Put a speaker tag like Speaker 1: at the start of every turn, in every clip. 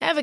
Speaker 1: Ever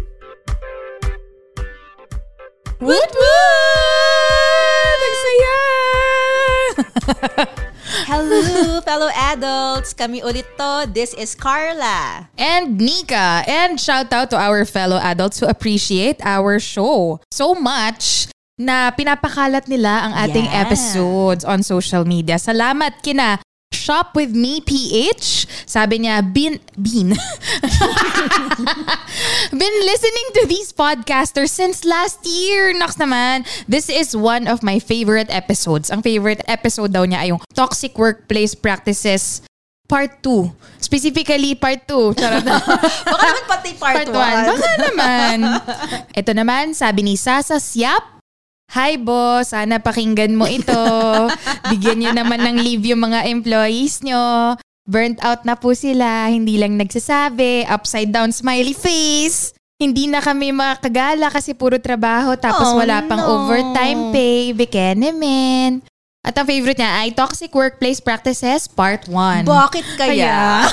Speaker 2: Woot woot! Ang saya!
Speaker 3: Hello, fellow adults! Kami ulit to. This is Carla.
Speaker 2: And Nika, and shout out to our fellow adults who appreciate our show so much na pinapakalat nila ang ating
Speaker 3: Yeah.
Speaker 2: episodes on social media. Salamat kina Shop with me PH. Sabi niya, bin, bin. Been listening to these podcasters since last year. Nox naman. This is one of my favorite episodes. Ang favorite episode daw niya ay yung Toxic Workplace Practices Part 2. Specifically, Part 2. Charot
Speaker 3: Baka naman pati part
Speaker 2: part 1. Baka
Speaker 3: 1.
Speaker 2: naman. Ito naman, sabi ni Sasa Siap. Hi boss, sana pakinggan mo ito. Bigyan niyo naman ng leave yung mga employees nyo. Burnt out na po sila, hindi lang nagsasabi, upside down smiley face. Hindi na kami makakagala kasi puro trabaho tapos
Speaker 3: Oh,
Speaker 2: wala pang
Speaker 3: no.
Speaker 2: overtime pay. Bekenemen. At ang favorite niya ay Toxic Workplace Practices Part 1.
Speaker 3: Bakit kaya?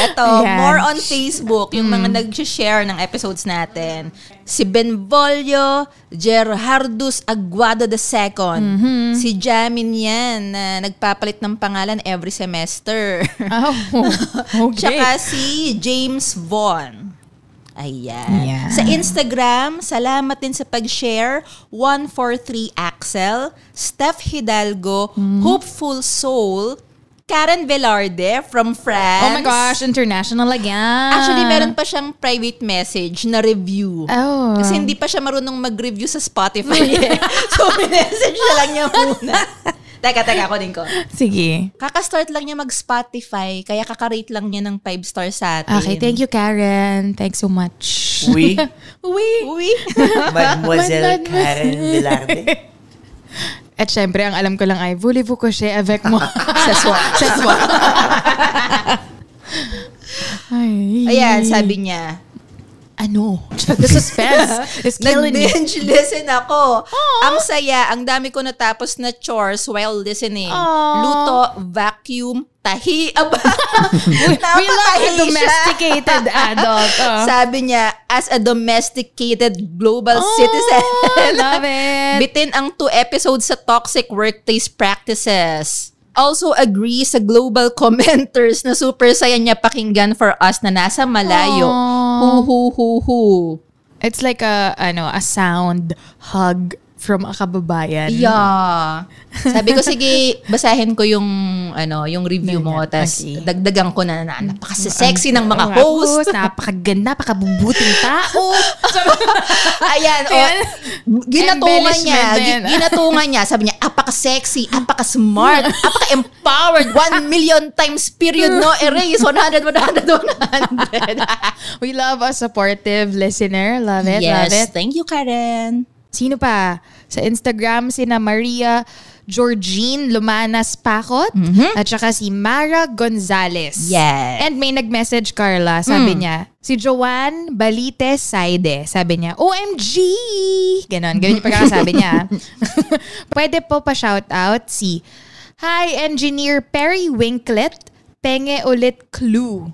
Speaker 3: Ito,
Speaker 2: Yan.
Speaker 3: more on Facebook, yung
Speaker 2: Mm.
Speaker 3: mga nag-share ng episodes natin. Si Benvolio Gerhardus Aguado II.
Speaker 2: Mm-hmm.
Speaker 3: Si Jamin yan, na nagpapalit ng pangalan every semester.
Speaker 2: Oh, okay.
Speaker 3: Tsaka si James Vaughn. Ayan.
Speaker 2: Ayan.
Speaker 3: Sa Instagram, salamat din sa pag-share. 143 Axel, Steph Hidalgo,
Speaker 2: Mm.
Speaker 3: Hopeful Soul, Karen Velarde from France.
Speaker 2: Oh my gosh, international again.
Speaker 3: Actually, meron pa siyang private message na review.
Speaker 2: Oh.
Speaker 3: Kasi hindi pa siya marunong mag-review sa Spotify. eh. so, message na lang niya muna. teka, teka, kunin ko.
Speaker 2: Sige.
Speaker 3: Kaka-start lang niya mag-Spotify, kaya kaka-rate lang niya ng 5 stars sa atin.
Speaker 2: Okay, thank you, Karen. Thanks so much.
Speaker 4: Oui,
Speaker 2: Uwi.
Speaker 3: Uy!
Speaker 4: Mademoiselle Karen Velarde.
Speaker 2: At syempre, ang alam ko lang ay, voulez-vous coucher avec moi? Sa swa. Sa swa. Ay.
Speaker 3: Ayan, sabi niya,
Speaker 2: Ano? The suspense is killing me.
Speaker 3: nag-binge listen ako. Ang saya, ang dami ko natapos na chores while listening.
Speaker 2: Aw.
Speaker 3: Luto, vacuum, tahi, aba.
Speaker 2: We love a
Speaker 3: Napatahi siya.
Speaker 2: domesticated adult. Oh.
Speaker 3: Sabi niya, as a domesticated global
Speaker 2: Oh,
Speaker 3: citizen.
Speaker 2: love it.
Speaker 3: Bitin ang two episodes sa toxic workplace practices. Also agree sa global commenters na super saya niya pakinggan for us na nasa malayo.
Speaker 2: Aw.
Speaker 3: Hu hu hu hu.
Speaker 2: It's like a, ano, a sound hug from a kababayan.
Speaker 3: Yeah. Sabi ko, sige, basahin ko yung, ano, yung review mo.
Speaker 2: Ayan,
Speaker 3: Tapos,
Speaker 2: okay.
Speaker 3: dagdagan ko na, na napakasexy ng mga
Speaker 2: Mga
Speaker 3: host.
Speaker 2: Napakaganda, napakabubuting tao.
Speaker 3: Ayan, o.
Speaker 2: Ayan.
Speaker 3: Ginatungan niya.
Speaker 2: Embellishment
Speaker 3: gi-
Speaker 2: na yan.
Speaker 3: Ginatungan niya. Sabi niya, apaka-sexy, apaka-smart, apaka-empowered. One million times period, no erase. 100, 100, 100.
Speaker 2: We love a supportive listener. Love it, love it.
Speaker 3: yes, thank you, Karen.
Speaker 2: Sino pa? Sa Instagram, sina Maria Georgine Lumanas Pakot at saka si Mara Gonzalez.
Speaker 3: Yes.
Speaker 2: And may nag-message Carla, sabi niya, si Joanne Balite Saide, sabi niya, OMG! Ganon, ganon yung pagkakasabi niya. Pwede po pa shout out si Hi Engineer Perry Winklet, penge ulit clue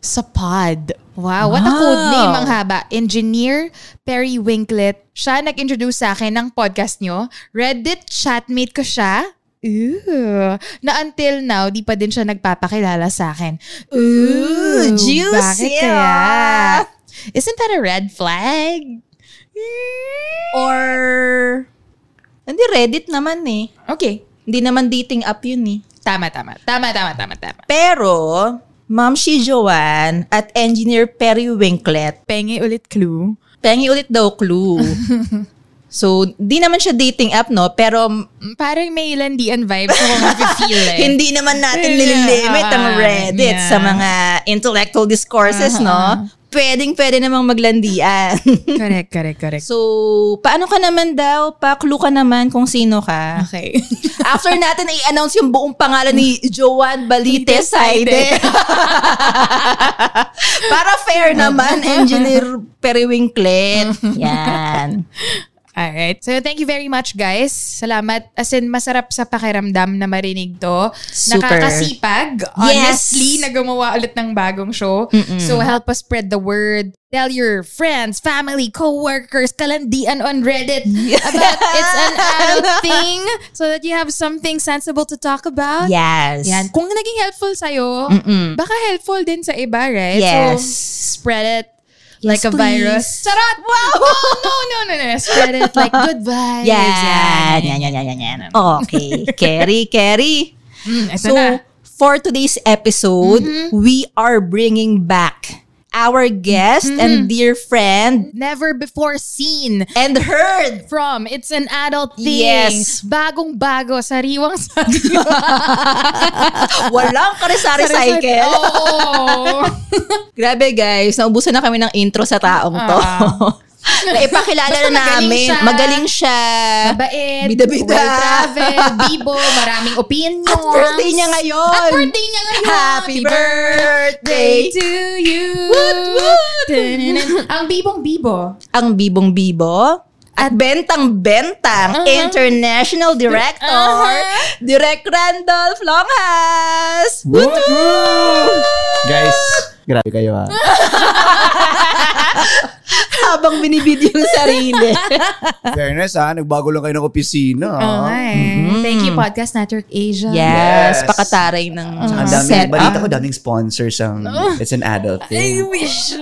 Speaker 2: sa pod. Wow, what a code name ang haba. Engineer Perry Winklet. Siya nag-introduce sa akin ng podcast nyo. Reddit chatmate ko siya. Ooh. Na until now, di pa din siya nagpapakilala sa akin. Ooh, ah.
Speaker 3: juicy,
Speaker 2: Bakit kaya? Isn't that a red flag?
Speaker 3: Or, hindi, Reddit naman eh.
Speaker 2: Okay.
Speaker 3: Hindi naman dating app yun eh.
Speaker 2: Tama, tama. Tama, tama, tama, tama.
Speaker 3: Pero, Ma'am si Joanne at Engineer Perry Winklet,
Speaker 2: Pengi ulit clue.
Speaker 3: pengi ulit daw clue. so, di naman siya dating app, no? Pero,
Speaker 2: Mm, Parang may landian vibes ako mafe-feel eh.
Speaker 3: hindi naman natin
Speaker 2: Yeah. Ah.
Speaker 3: nililimit ang Reddit
Speaker 2: Yeah. Uh-huh.
Speaker 3: sa mga intellectual discourses, no? Pwedeng-pwede namang maglandian.
Speaker 2: Correct, correct, correct.
Speaker 3: so, paano ka naman daw? Pa-clue ka naman kung sino ka.
Speaker 2: Okay.
Speaker 3: After natin i-announce yung buong pangalan ni Joanne Balite Saide. Para fair naman, Engineer Periwinklet. Yan.
Speaker 2: Alright. So, thank you very much, guys. Salamat. As in, masarap sa pakiramdam na marinig to.
Speaker 3: Super.
Speaker 2: Nakakasipag. Honestly, na gumawa ulit ng bagong show. So, help us spread the word. Tell your friends, family, co-workers, kalandian on Reddit about It's an Adult Thing so that you have something sensible to talk about.
Speaker 3: Yes.
Speaker 2: Yan. Kung naging helpful sa'yo,
Speaker 3: Mm-mm.
Speaker 2: baka helpful din sa iba, right?
Speaker 3: Yes.
Speaker 2: So, spread it like a
Speaker 3: please.
Speaker 2: virus. Charot! Wow! no, no, no, no. Spread it like good vibes.
Speaker 3: Yan. Yan, yan, yan, yan, yan. Okay. Carry, carry.
Speaker 2: Mm, ito
Speaker 3: So,
Speaker 2: na. Mm-hmm.
Speaker 3: for today's episode, we are bringing back our guest
Speaker 2: Mm-hmm.
Speaker 3: and dear friend
Speaker 2: Never before seen
Speaker 3: and heard
Speaker 2: from It's an Adult Thing.
Speaker 3: Yes.
Speaker 2: Bagong-bago. Sariwang sariwa.
Speaker 3: Walang karisari cycle.
Speaker 2: Oo.
Speaker 3: Grabe guys, naubusan na kami ng intro sa taong to. Naipakilala na
Speaker 2: Ah. Basta magaling
Speaker 3: namin.
Speaker 2: siya.
Speaker 3: Magaling siya.
Speaker 2: Mabait.
Speaker 3: Bida-bida.
Speaker 2: Well-traveled. Bibo. Maraming opinions.
Speaker 3: At birthday niya ngayon.
Speaker 2: At birthday niya ngayon.
Speaker 3: Happy birthday.
Speaker 2: birthday to you.
Speaker 3: Woot, woot.
Speaker 2: Tananan. Ang bibong bibo.
Speaker 3: Ang Bibong Bibo. At Bentang
Speaker 2: Uh-huh.
Speaker 3: Bentang, International Director, Direk Randolph Longhas.
Speaker 5: Guys, grabe kayo ah.
Speaker 3: Habang binibidyo yung sarili.
Speaker 5: Fairness ah, nagbago lang kayo ng opisina ah.
Speaker 2: Oh, hi. Thank you, Podcast Network Asia.
Speaker 3: mm-hmm. yes,
Speaker 5: Yes.
Speaker 3: pakataray ng
Speaker 5: Ang
Speaker 3: set
Speaker 5: daming, balita
Speaker 3: up.
Speaker 5: ko daming sponsors ang It's an
Speaker 2: I
Speaker 5: Adult Thing.
Speaker 2: wish.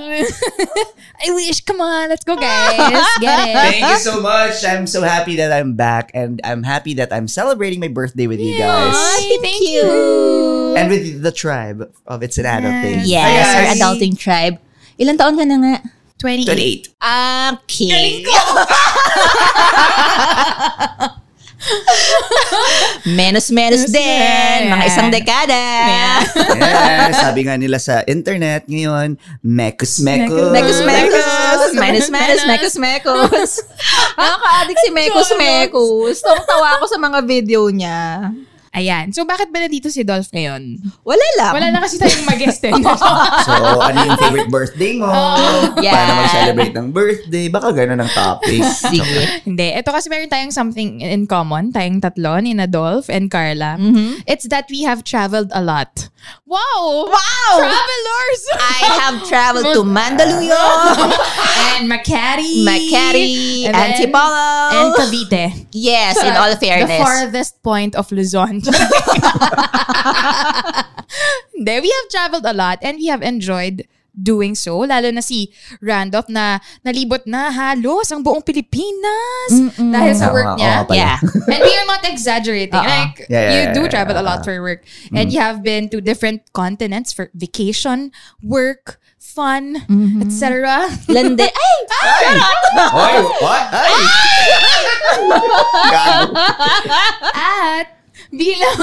Speaker 2: I wish. Come on, let's go, guys. Get it.
Speaker 5: Thank you so much. I'm so happy that I'm back and I'm happy that I'm celebrating my birthday with you guys.
Speaker 2: Ay, thank you.
Speaker 5: And with the tribe of It's an Adult Thing.
Speaker 3: Yes, our adulting tribe. Ilan taon ka na nga?
Speaker 2: 28.
Speaker 5: 28.
Speaker 3: Okay. menos menos din. Mga isang dekada.
Speaker 5: Yes, sabi nga nila sa internet ngayon, mekus mekus.
Speaker 3: Mekos, mekos. Menos, menos, mekos, mekos. Nakaka-addict si mekos, mekos. Tawang tawa ako sa mga video niya.
Speaker 2: Ayan. So, bakit ba nandito si Dolph ngayon?
Speaker 3: Wala lang.
Speaker 2: Wala na kasi tayong mag-guest eh.
Speaker 5: So, ano yung favorite birthday mo?
Speaker 2: Oh,
Speaker 3: Yeah.
Speaker 5: Paano mag-celebrate ng birthday? Baka ganun ang topic.
Speaker 3: Sige.
Speaker 2: Hindi. Ito kasi meron tayong something in common. Tayong tatlo, ni Adolf and Carla. It's that we have traveled a lot. Wow!
Speaker 3: Wow!
Speaker 2: Travelers!
Speaker 3: I have traveled to Mandaluyong,
Speaker 2: and Macari.
Speaker 3: Macari,
Speaker 2: And then-
Speaker 3: Antipolo.
Speaker 2: And Cavite.
Speaker 3: yes, in all
Speaker 2: The
Speaker 3: fairness.
Speaker 2: farthest point of Luzon. Hindi, we have traveled a lot and we have enjoyed doing so. Lalo na si Randolph na nalibot na halos ang buong Pilipinas dahil sa work
Speaker 5: Tama,
Speaker 2: niya.
Speaker 5: oo pala.
Speaker 3: Yeah.
Speaker 2: and we are not exaggerating. Like,
Speaker 5: Yeah, yeah,
Speaker 2: you
Speaker 5: yeah,
Speaker 2: do
Speaker 5: yeah,
Speaker 2: travel a
Speaker 5: yeah.
Speaker 2: lot for work. And you have been to different continents for vacation, work, fun, etc.
Speaker 3: Lande. Ay!
Speaker 5: Hoy, what? Ay! Gago.
Speaker 2: At bilang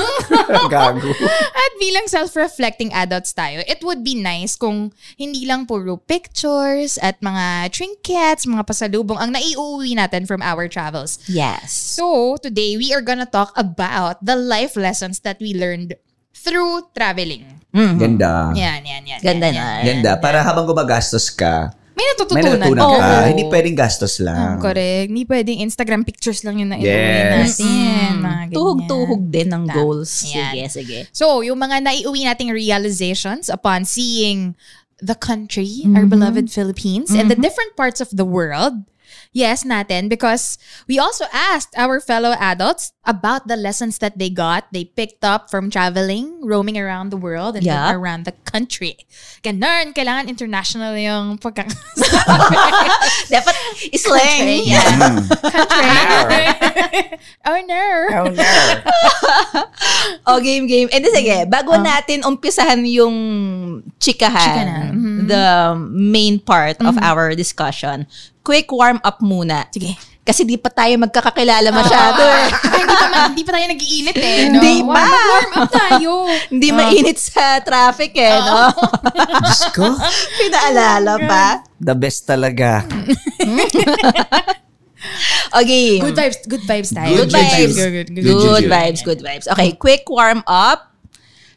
Speaker 5: Gago.
Speaker 2: At bilang self-reflecting adults tayo, it would be nice kung hindi lang puro pictures at mga trinkets, mga pasalubong ang naiuwi natin from our travels.
Speaker 3: Yes.
Speaker 2: So, today we are gonna talk about the life lessons that we learned through traveling.
Speaker 5: Ganda.
Speaker 2: Yan, yan, yan.
Speaker 3: Ganda
Speaker 2: yan,
Speaker 3: na.
Speaker 2: yan.
Speaker 5: Ganda. Para habang gumagastos ka,
Speaker 2: May
Speaker 5: may
Speaker 2: natututunan.
Speaker 5: natutunan ka.
Speaker 2: Oo. Mm,
Speaker 5: Hindi pwedeng gastos lang.
Speaker 2: Correct. Hindi pwedeng Instagram pictures lang yun na iuwi
Speaker 5: Yes.
Speaker 2: natin. Mga ganyan.
Speaker 3: Mm. Tuhog-tuhog din ng
Speaker 2: Tama.
Speaker 3: goals.
Speaker 2: Yan.
Speaker 3: Sige, sige.
Speaker 2: So, yung mga naiuwi nating realizations upon seeing the country, our beloved Philippines, and the different parts of the world, yes natin because we also asked our fellow adults about the lessons that they got, they picked up from traveling, roaming around the world, and
Speaker 3: Yeah.
Speaker 2: then around the country. Ganun, kailangan international yung pagka...
Speaker 3: Dapat islang.
Speaker 2: oh no!
Speaker 5: Oh, no.
Speaker 3: O, game, game. Eh, di sige.
Speaker 2: Mm-hmm.
Speaker 3: Bago
Speaker 2: Oh.
Speaker 3: natin umpisahan yung chikahan,
Speaker 2: Chikahan, Mm-hmm.
Speaker 3: the main part of our discussion, quick warm-up muna. Sige. Kasi di pa tayo magkakakilala
Speaker 2: Ah.
Speaker 3: masyado. eh.
Speaker 2: hindi, pa, ma- hindi pa tayo nag-iinit eh. No?
Speaker 3: Di
Speaker 2: Wow,
Speaker 3: ba?
Speaker 2: Mag-warm up tayo. Ah.
Speaker 3: Hindi mainit sa traffic eh, no?
Speaker 5: Diyos ko.
Speaker 3: Pinaalala pa.
Speaker 5: The best talaga.
Speaker 3: Okay.
Speaker 2: Oh, Good vibes, good vibes tayo.
Speaker 3: Good vibes.
Speaker 2: Good, good, good.
Speaker 5: Good
Speaker 3: Good
Speaker 5: juju.
Speaker 3: vibes, good vibes. Okay, quick warm-up.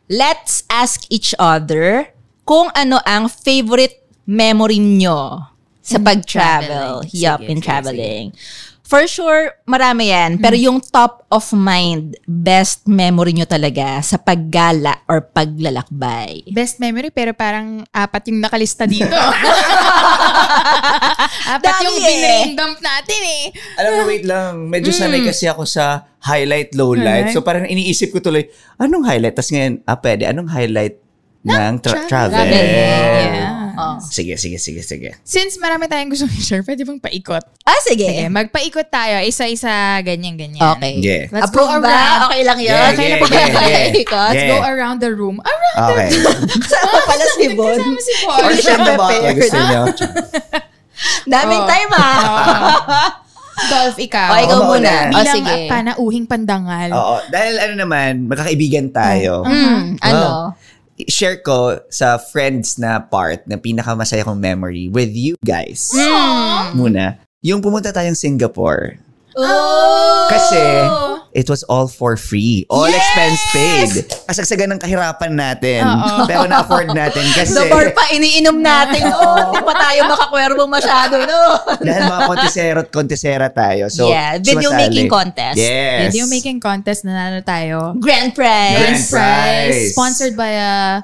Speaker 3: Let's ask each other kung ano ang favorite memory nyo sa pag-travel.
Speaker 1: traveling.
Speaker 3: Yup,
Speaker 1: Sige,
Speaker 3: in
Speaker 1: sige,
Speaker 3: traveling. For sure, marami yan. Pero yung top of mind, best memory nyo talaga sa paggala or paglalakbay.
Speaker 2: Best memory pero parang apat yung nakalista dito. apat
Speaker 3: Dami
Speaker 2: yung
Speaker 3: eh.
Speaker 2: binrain dump natin eh.
Speaker 5: Alam mo, wait lang. Medyo
Speaker 3: Hmm.
Speaker 5: sanay kasi ako sa highlight, lowlight. So parang iniisip ko tuloy, anong highlight? Tapos ngayon, ah, pwede. Anong highlight ng tra- travel?
Speaker 3: Travel.
Speaker 5: Sige, sige, sige, sige.
Speaker 2: Since marami tayong gusto i-share, pwede bang paikot?
Speaker 3: Ah, sige.
Speaker 2: Sige, magpaikot tayo. Isa-isa, ganyan-ganyan.
Speaker 3: Okay.
Speaker 5: Yeah.
Speaker 2: Let's
Speaker 3: Approve
Speaker 2: go
Speaker 3: ba?
Speaker 2: around.
Speaker 3: Okay lang yun?
Speaker 5: Yeah,
Speaker 3: okay na
Speaker 5: yeah,
Speaker 3: po ba?
Speaker 5: yeah, yeah.
Speaker 3: Ikot?
Speaker 2: Let's
Speaker 5: Yeah.
Speaker 2: go around the room. Around
Speaker 5: Okay.
Speaker 3: Kasama pala si Bon.
Speaker 2: Kasama si Bon.
Speaker 5: Or siya the bottle.
Speaker 3: Prepared.
Speaker 5: Gusto niyo.
Speaker 3: Daming
Speaker 2: Oh.
Speaker 3: time ah.
Speaker 2: Dolph, ikaw.
Speaker 3: O, ikaw
Speaker 5: Oo,
Speaker 3: muna.
Speaker 5: mauna.
Speaker 3: O,
Speaker 2: Bilang
Speaker 3: Oh, sige. Oh,
Speaker 2: ah, panauhing pandangal.
Speaker 5: Oo. Dahil ano naman, magkakaibigan tayo.
Speaker 3: Mm,
Speaker 5: Ah.
Speaker 3: ano?
Speaker 5: Share ko sa friends na part na pinakamasaya kong memory with you guys.
Speaker 3: Mm.
Speaker 5: Muna, yung pumunta tayong Singapore.
Speaker 3: Oh!
Speaker 5: Kasi, it was all for free. All expense paid. Kasagsagan ng kahirapan natin. Pero na-afford natin kasi
Speaker 3: Sa bar pa, iniinom natin. Oh, hindi pa tayo makakwerbo masyado, no?
Speaker 5: dahil mga kontisera at kontisera tayo. So,
Speaker 3: yeah, video
Speaker 5: sumasali.
Speaker 3: making contest.
Speaker 5: Yes.
Speaker 2: Video making contest na nano tayo.
Speaker 3: Grand prize.
Speaker 5: Grand prize.
Speaker 2: Sponsored by uh,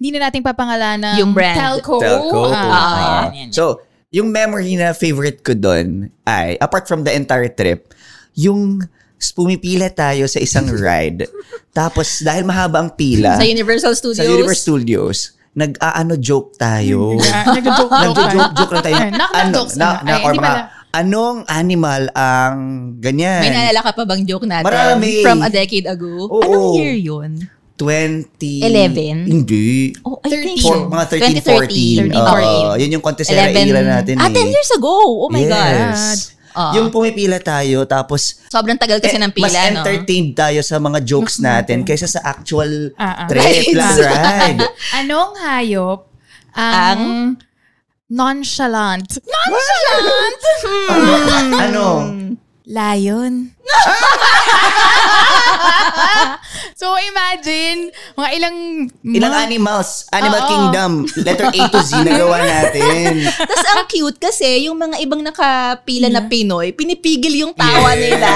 Speaker 2: hindi na nating papangalanan
Speaker 3: Yung brand.
Speaker 2: Telco.
Speaker 5: Telco.
Speaker 2: Ah.
Speaker 5: Ah.
Speaker 3: Oh, yan, yan, yan.
Speaker 5: So, yung memory na favorite ko doon ay, apart from the entire trip, yung s- pumipila tayo sa isang ride. Tapos, dahil mahaba ang pila
Speaker 3: Sa Universal Studios.
Speaker 5: sa Universe Studios, nag-aano joke tayo.
Speaker 2: Nagjo-joke
Speaker 5: Nagjo-joke joke lang tayo.
Speaker 2: Ayun, knock-knock
Speaker 5: Ano,
Speaker 2: jokes.
Speaker 5: na, na,
Speaker 2: Ay,
Speaker 5: or
Speaker 2: hindi
Speaker 5: mga,
Speaker 2: pala.
Speaker 5: anong animal ang ganyan?
Speaker 3: May naalala ka pa bang joke natin?
Speaker 5: Marami.
Speaker 3: From a decade ago?
Speaker 5: Oo.
Speaker 3: Anong year yun?
Speaker 5: 20...
Speaker 3: 11?
Speaker 5: Hindi.
Speaker 3: Oh, I think
Speaker 5: For,
Speaker 3: so.
Speaker 5: mga 13, 14.
Speaker 3: 13,
Speaker 5: 14. yun yung contestera
Speaker 3: 11.
Speaker 5: era natin
Speaker 3: Ah,
Speaker 5: eh.
Speaker 3: 10 years ago. Oh my God. Ah.
Speaker 5: Yung pumipila tayo, tapos
Speaker 3: Sobrang tagal kasi
Speaker 5: eh,
Speaker 3: ng pila,
Speaker 5: mas
Speaker 3: no?
Speaker 5: entertained tayo sa mga jokes natin kaysa sa actual
Speaker 2: Mm-hmm. Ah, ah.
Speaker 5: trip lang
Speaker 3: Rides.
Speaker 5: ride.
Speaker 2: Anong hayop ang nonchalant? Nonchalant!
Speaker 5: ano?
Speaker 2: Lion. so imagine, mga ilang...
Speaker 5: Ilang
Speaker 2: mga-
Speaker 5: animals? Animal
Speaker 2: Oo.
Speaker 5: Kingdom. Letter A to Z na gawa natin.
Speaker 3: Tapos ang cute kasi yung mga ibang nakapila na Pinoy, pinipigil yung tawa
Speaker 5: Yes.
Speaker 3: nila.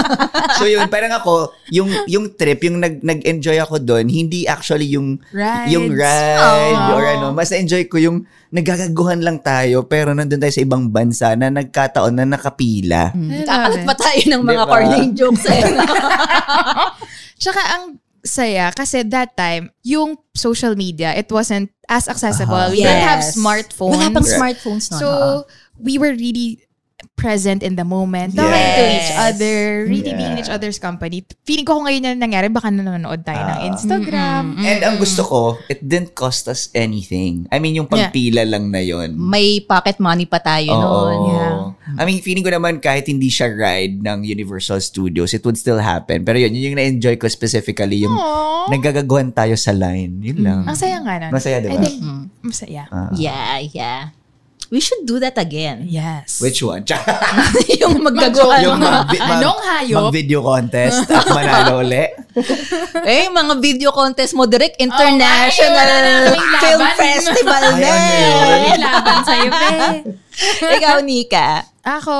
Speaker 5: so yun, parang ako, yung yung trip, yung nag, nag-enjoy ako doon, hindi actually yung
Speaker 2: Rides.
Speaker 5: yung ride or ano. Mas enjoy ko yung nagagaguhan lang tayo pero nandun tayo sa ibang bansa na nagkataon na nakapila.
Speaker 2: I love
Speaker 3: Kakalat
Speaker 2: it.
Speaker 3: pa tayo ng mga
Speaker 5: Diba?
Speaker 3: corny jokes eh.
Speaker 2: Tsaka ang saya kasi that time, yung social media, it wasn't as accessible. We didn't have
Speaker 3: Yes.
Speaker 2: smartphones. ah.
Speaker 3: Wala pang
Speaker 5: Right.
Speaker 3: smartphones noon.
Speaker 2: So,
Speaker 3: oo.
Speaker 2: we were really present in the moment. Talking to each
Speaker 3: Yes.
Speaker 2: other, really being in
Speaker 5: Yeah.
Speaker 2: each other's company. Feeling ko kung ngayon na nangyari, baka nanonood tayo ng Instagram.
Speaker 5: And ang gusto ko, it didn't cost us anything. I mean, yung pagpila lang na yun.
Speaker 3: may pocket money pa tayo noon.
Speaker 5: Oo.
Speaker 2: yeah.
Speaker 5: I mean, feeling ko naman kahit hindi siya ride ng Universal Studios, it would still happen. Pero yun, yun yung na-enjoy ko specifically, yung
Speaker 2: Aww.
Speaker 5: nagagaguhan tayo sa line. Yun lang.
Speaker 2: Ang saya nga nun.
Speaker 5: Masaya, di
Speaker 2: I
Speaker 5: ba?
Speaker 2: think, masaya.
Speaker 3: Ah. Yeah, yeah. We should do that again.
Speaker 2: Yes.
Speaker 5: Which one? Tsaka
Speaker 3: yung maggaguhan.
Speaker 5: yung mag- vi- mag-
Speaker 2: Anong hayop?
Speaker 5: mag-video contest at manalo uli.
Speaker 3: eh, mga video contest mo direct international
Speaker 2: Oh, ayun, ayun,
Speaker 3: film
Speaker 2: laban.
Speaker 3: festival
Speaker 5: Ayun,
Speaker 3: na.
Speaker 5: ayun.
Speaker 2: May laban sa'yo, pe.
Speaker 3: Ikaw, Nika.
Speaker 2: Ako,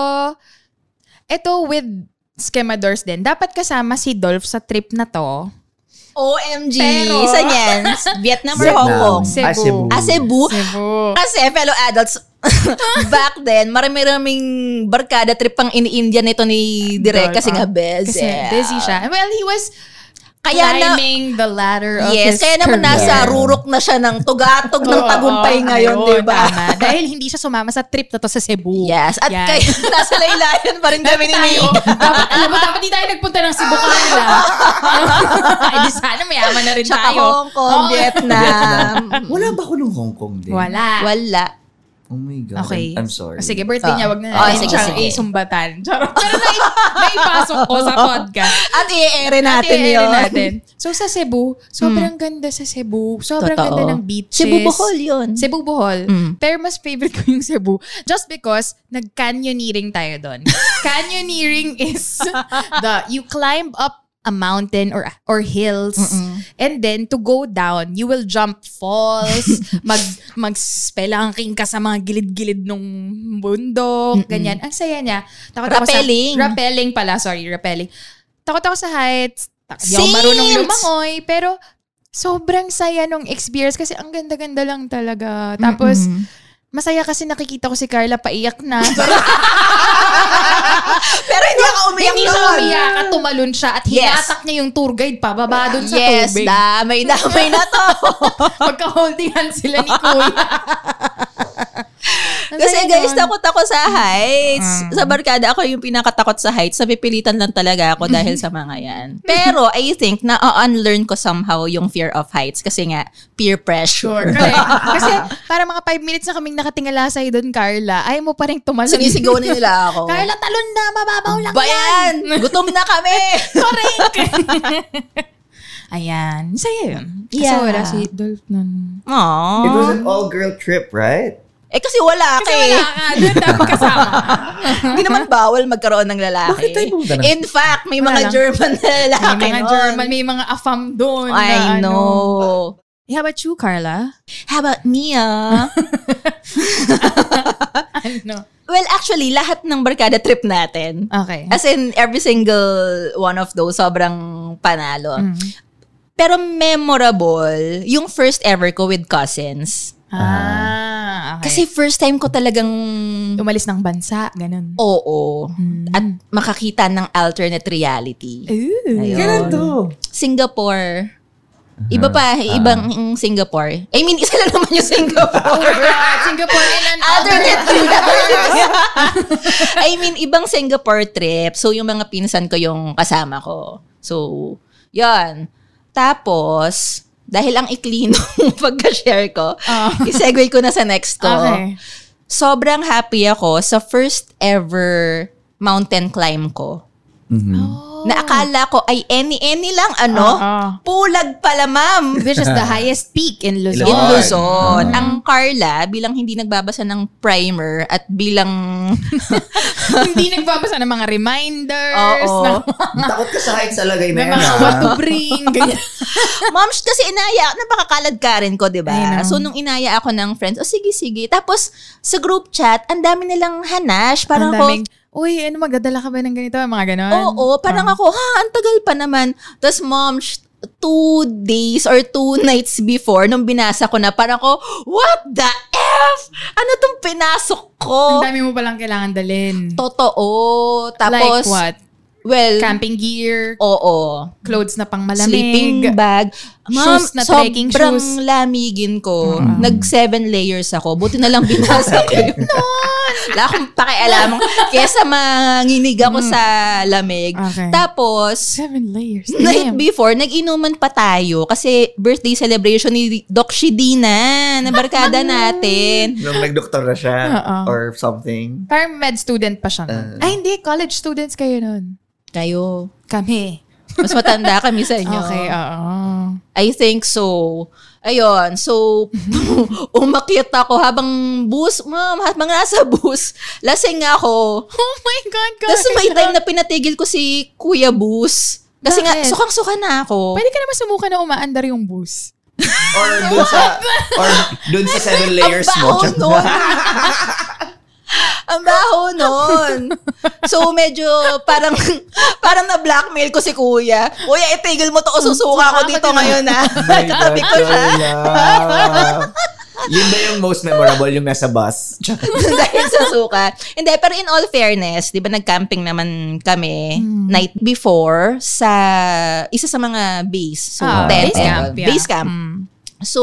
Speaker 2: ito with Schemadors din. Dapat kasama si Dolph sa trip na to.
Speaker 3: OMG.
Speaker 2: Pero-
Speaker 3: Sa niyan. Vietnam or Hong Kong?
Speaker 2: Cebu.
Speaker 5: Ah, Cebu.
Speaker 3: Ah, Cebu.
Speaker 2: Cebu.
Speaker 3: Kasi fellow adults, back then, marami-raming barkada trip pang ini-India nito ni Direk kasi nga busy.
Speaker 2: Ah, Kasi busy siya. Well, he was
Speaker 3: Kaya na,
Speaker 2: climbing the ladder of
Speaker 3: yes,
Speaker 2: his
Speaker 3: kaya naman
Speaker 2: career.
Speaker 3: nasa rurok na siya ng tugatog ng
Speaker 2: Oo,
Speaker 3: tagumpay ngayon,
Speaker 2: ayun,
Speaker 3: di ba?
Speaker 2: tama. Dahil hindi siya sumama sa trip na to sa Cebu.
Speaker 3: Yes, at
Speaker 2: Yan.
Speaker 3: kaya nasa laylayan pa rin kami ni
Speaker 2: tayo,
Speaker 3: Mia.
Speaker 2: dapat, alam mo, dapat di tayo nagpunta ng Cebu kanila. Ay, di sana mayaman na rin
Speaker 3: Tsaka
Speaker 2: tayo.
Speaker 3: Hong Kong,
Speaker 2: Oo.
Speaker 3: Vietnam.
Speaker 5: Wala ba ako nung Hong Kong din?
Speaker 2: um, Wala.
Speaker 3: Wala.
Speaker 5: Oh my God.
Speaker 2: Okay.
Speaker 5: I'm, I'm sorry.
Speaker 2: O, sige, birthday niya, wag na
Speaker 3: Ah,
Speaker 2: natin.
Speaker 3: sige,
Speaker 2: siyang
Speaker 3: sige.
Speaker 2: isumbatan. Charot. Pero nai- naipasok ko sa podcast.
Speaker 3: At i-air natin
Speaker 2: Ate,
Speaker 3: yun.
Speaker 2: ano natin. So sa Cebu, sobrang ganda sa Cebu. Sobrang
Speaker 3: Totoo.
Speaker 2: ganda ng beaches.
Speaker 3: Cebu, Bohol yun.
Speaker 2: Cebu Bohol.
Speaker 3: Mm.
Speaker 2: Pero mas favorite ko yung Cebu just because nag-canyoneering tayo doon. canyoneering is the you climb up a mountain or or hills and then to go down you will jump falls mag magspelangking ka sa mga gilid-gilid nung bundok ganyan ang saya niya takot ako sa-
Speaker 3: Rappelling.
Speaker 2: rappelling pala sorry rappelling takot ako sa heights. Tak- Di ako
Speaker 3: Same!
Speaker 2: marunong lumangoy. Pero, sobrang saya nung experience kasi ang ganda-ganda lang talaga. Tapos, masaya kasi nakikita ko si Carla paiyak na.
Speaker 3: Pero hindi ako umiyak
Speaker 2: Hindi siya
Speaker 3: noon.
Speaker 2: umiyak at tumalon siya at
Speaker 3: Yes.
Speaker 2: hinatak niya yung tour guide pababa dun sa
Speaker 3: Yes,
Speaker 2: tubig.
Speaker 3: damay, damay na to.
Speaker 2: Pagka-holding hand sila ni Kuya. Ang
Speaker 3: Kasi
Speaker 2: saya
Speaker 3: guys,
Speaker 2: nun.
Speaker 3: takot ako sa
Speaker 2: Mm.
Speaker 3: heights. Sa barkada, ako yung pinakatakot sa heights. Napipilitan lang talaga ako dahil sa mga yan. Pero I think na-unlearn ko somehow yung fear of heights kasi nga, peer pressure.
Speaker 2: Correct.
Speaker 3: Ah,
Speaker 2: Kasi para mga 5 minutes na kaming nakatingala sa'yo doon, Carla, ayaw mo pa rin tumalon.
Speaker 3: Sinisigaw na nila ako.
Speaker 2: Carla, talon na, mababaw lang
Speaker 3: Bayan!
Speaker 2: yan.
Speaker 3: Gutom na kami!
Speaker 2: Correct! Ayan. Sa'yo
Speaker 3: Yeah.
Speaker 2: yun. Kasi wala si Dolph nun.
Speaker 5: It was
Speaker 3: Aww.
Speaker 5: an all-girl trip, right?
Speaker 3: Eh kasi wala ka eh.
Speaker 2: ka. Doon dapat kasama.
Speaker 3: Hindi naman bawal magkaroon ng lalaki.
Speaker 5: Bakit tayo pumunta ng-
Speaker 3: In fact, may
Speaker 2: Wala
Speaker 3: mga
Speaker 2: lang.
Speaker 3: German na
Speaker 2: may
Speaker 3: lalaki
Speaker 2: mga
Speaker 3: nun.
Speaker 2: German, may mga afam doon. na
Speaker 3: Ano I
Speaker 2: ano.
Speaker 3: know.
Speaker 2: How about you, Carla?
Speaker 3: How about Mia?
Speaker 2: Ano?
Speaker 3: well, actually, lahat ng barkada trip natin.
Speaker 2: Okay.
Speaker 3: As in, every single one of those, sobrang panalo. Pero memorable, yung first ever ko with cousins.
Speaker 2: ah, okay.
Speaker 3: Kasi first time ko talagang,
Speaker 2: umalis ng bansa, ganun.
Speaker 3: oo. At makakita ng alternate reality. Ayun. Singapore. Iba pa, ibang Singapore. I mean, isa lang naman yung Singapore.
Speaker 2: Ah, Singapore and an
Speaker 3: alternate universe. I mean, ibang Singapore trip. So, yung mga pinsan ko yung kasama ko. So, yon Tapos, dahil ang ikli nung pagka-share ko, isegue ko na sa next ko.
Speaker 2: Okay.
Speaker 3: Sobrang happy ako sa first ever mountain climb ko. Na akala ko ay any-any lang ano.
Speaker 2: Oo.
Speaker 3: Pulag pala, ma'am.
Speaker 2: Which is the highest peak in Luzon.
Speaker 3: In
Speaker 5: Luzon.
Speaker 3: Luzon. Ang Carla, bilang hindi nagbabasa ng primer at bilang...
Speaker 2: Hindi nagbabasa ng mga reminders.
Speaker 3: Oo.
Speaker 2: ng-
Speaker 5: Takot ka sa heights talaga
Speaker 2: ng
Speaker 5: na yan,
Speaker 2: mga
Speaker 5: ah.
Speaker 2: what to bring. Ganyan.
Speaker 3: Moms, kasi inaya, napakakalad ka rin ko, di
Speaker 2: I
Speaker 3: ba?
Speaker 2: know.
Speaker 3: So, nung inaya ako ng friends, oh, sige, sige. Tapos, sa group chat, ang dami nilang hanash. Parang
Speaker 2: Ang
Speaker 3: ako,
Speaker 2: daming, uy, ano magdadala ka ba ng ganito? Mga ganun.
Speaker 3: oo, parang
Speaker 2: Ah.
Speaker 3: ako, ha, ang tagal pa naman. Tapos, moms, two days or two nights before, nung binasa ko na, parang ako, what the F? Ano tong pinasok ko?
Speaker 2: Ang dami mo palang kailangan dalhin.
Speaker 3: Totoo. Tapos,
Speaker 2: like what?
Speaker 3: well,
Speaker 2: Camping gear,
Speaker 3: Oo.
Speaker 2: clothes na pang malamig.
Speaker 3: Sleeping bag. Ma'am,
Speaker 2: Shoes na trekking
Speaker 3: sobrang
Speaker 2: shoes. Mm.
Speaker 3: lamigin ko. Nag seven layers ako. Buti na lang binasa ko yun. Wala akong pakialam. Kesa manginig ako sa lamig.
Speaker 2: Mm. Okay.
Speaker 3: Tapos,
Speaker 2: Seven layers.
Speaker 3: night
Speaker 2: Damn.
Speaker 3: before, nag-inuman pa tayo kasi birthday celebration ni Doc Shidina na barkada
Speaker 2: Ah.
Speaker 3: natin.
Speaker 5: Nung nagdoktor na siya
Speaker 2: Oo.
Speaker 5: or something.
Speaker 2: Parang med student pa siya nun. Ay, hindi. College students kayo nun.
Speaker 3: Kayo.
Speaker 2: Kami.
Speaker 3: Mas matanda kami sa inyo.
Speaker 2: Okay, oo.
Speaker 3: I think so. Ayun, so umakyat ako habang bus, ma'am, habang nasa bus, lasing ako.
Speaker 2: Oh my God, God.
Speaker 3: Tapos may time na pinatigil ko si Kuya Bus. Kasi nga,
Speaker 2: Bakit?
Speaker 3: sukang-suka na ako.
Speaker 2: Pwede ka naman sumuka na umaandar yung bus.
Speaker 5: Or dun sa, or dun sa seven layers mo.
Speaker 3: baho nun. Ang baho nun. So, medyo parang parang na-blackmail ko si Kuya. Kuya, itigil mo to o susuka ko
Speaker 2: Susuka ka
Speaker 3: dito
Speaker 2: dito.
Speaker 3: ngayon, ha?
Speaker 5: Katabi
Speaker 3: ko siya.
Speaker 5: Yun ba yung most memorable yung nasa bus?
Speaker 3: dahil sa suka. Hindi, pero in all fairness, di ba nag-camping naman kami
Speaker 2: Hmm.
Speaker 3: night before sa isa sa mga base. So,
Speaker 2: Ah,
Speaker 3: tent,
Speaker 2: base
Speaker 3: eh,
Speaker 2: camp, yeah. Hmm.
Speaker 3: Base camp. So,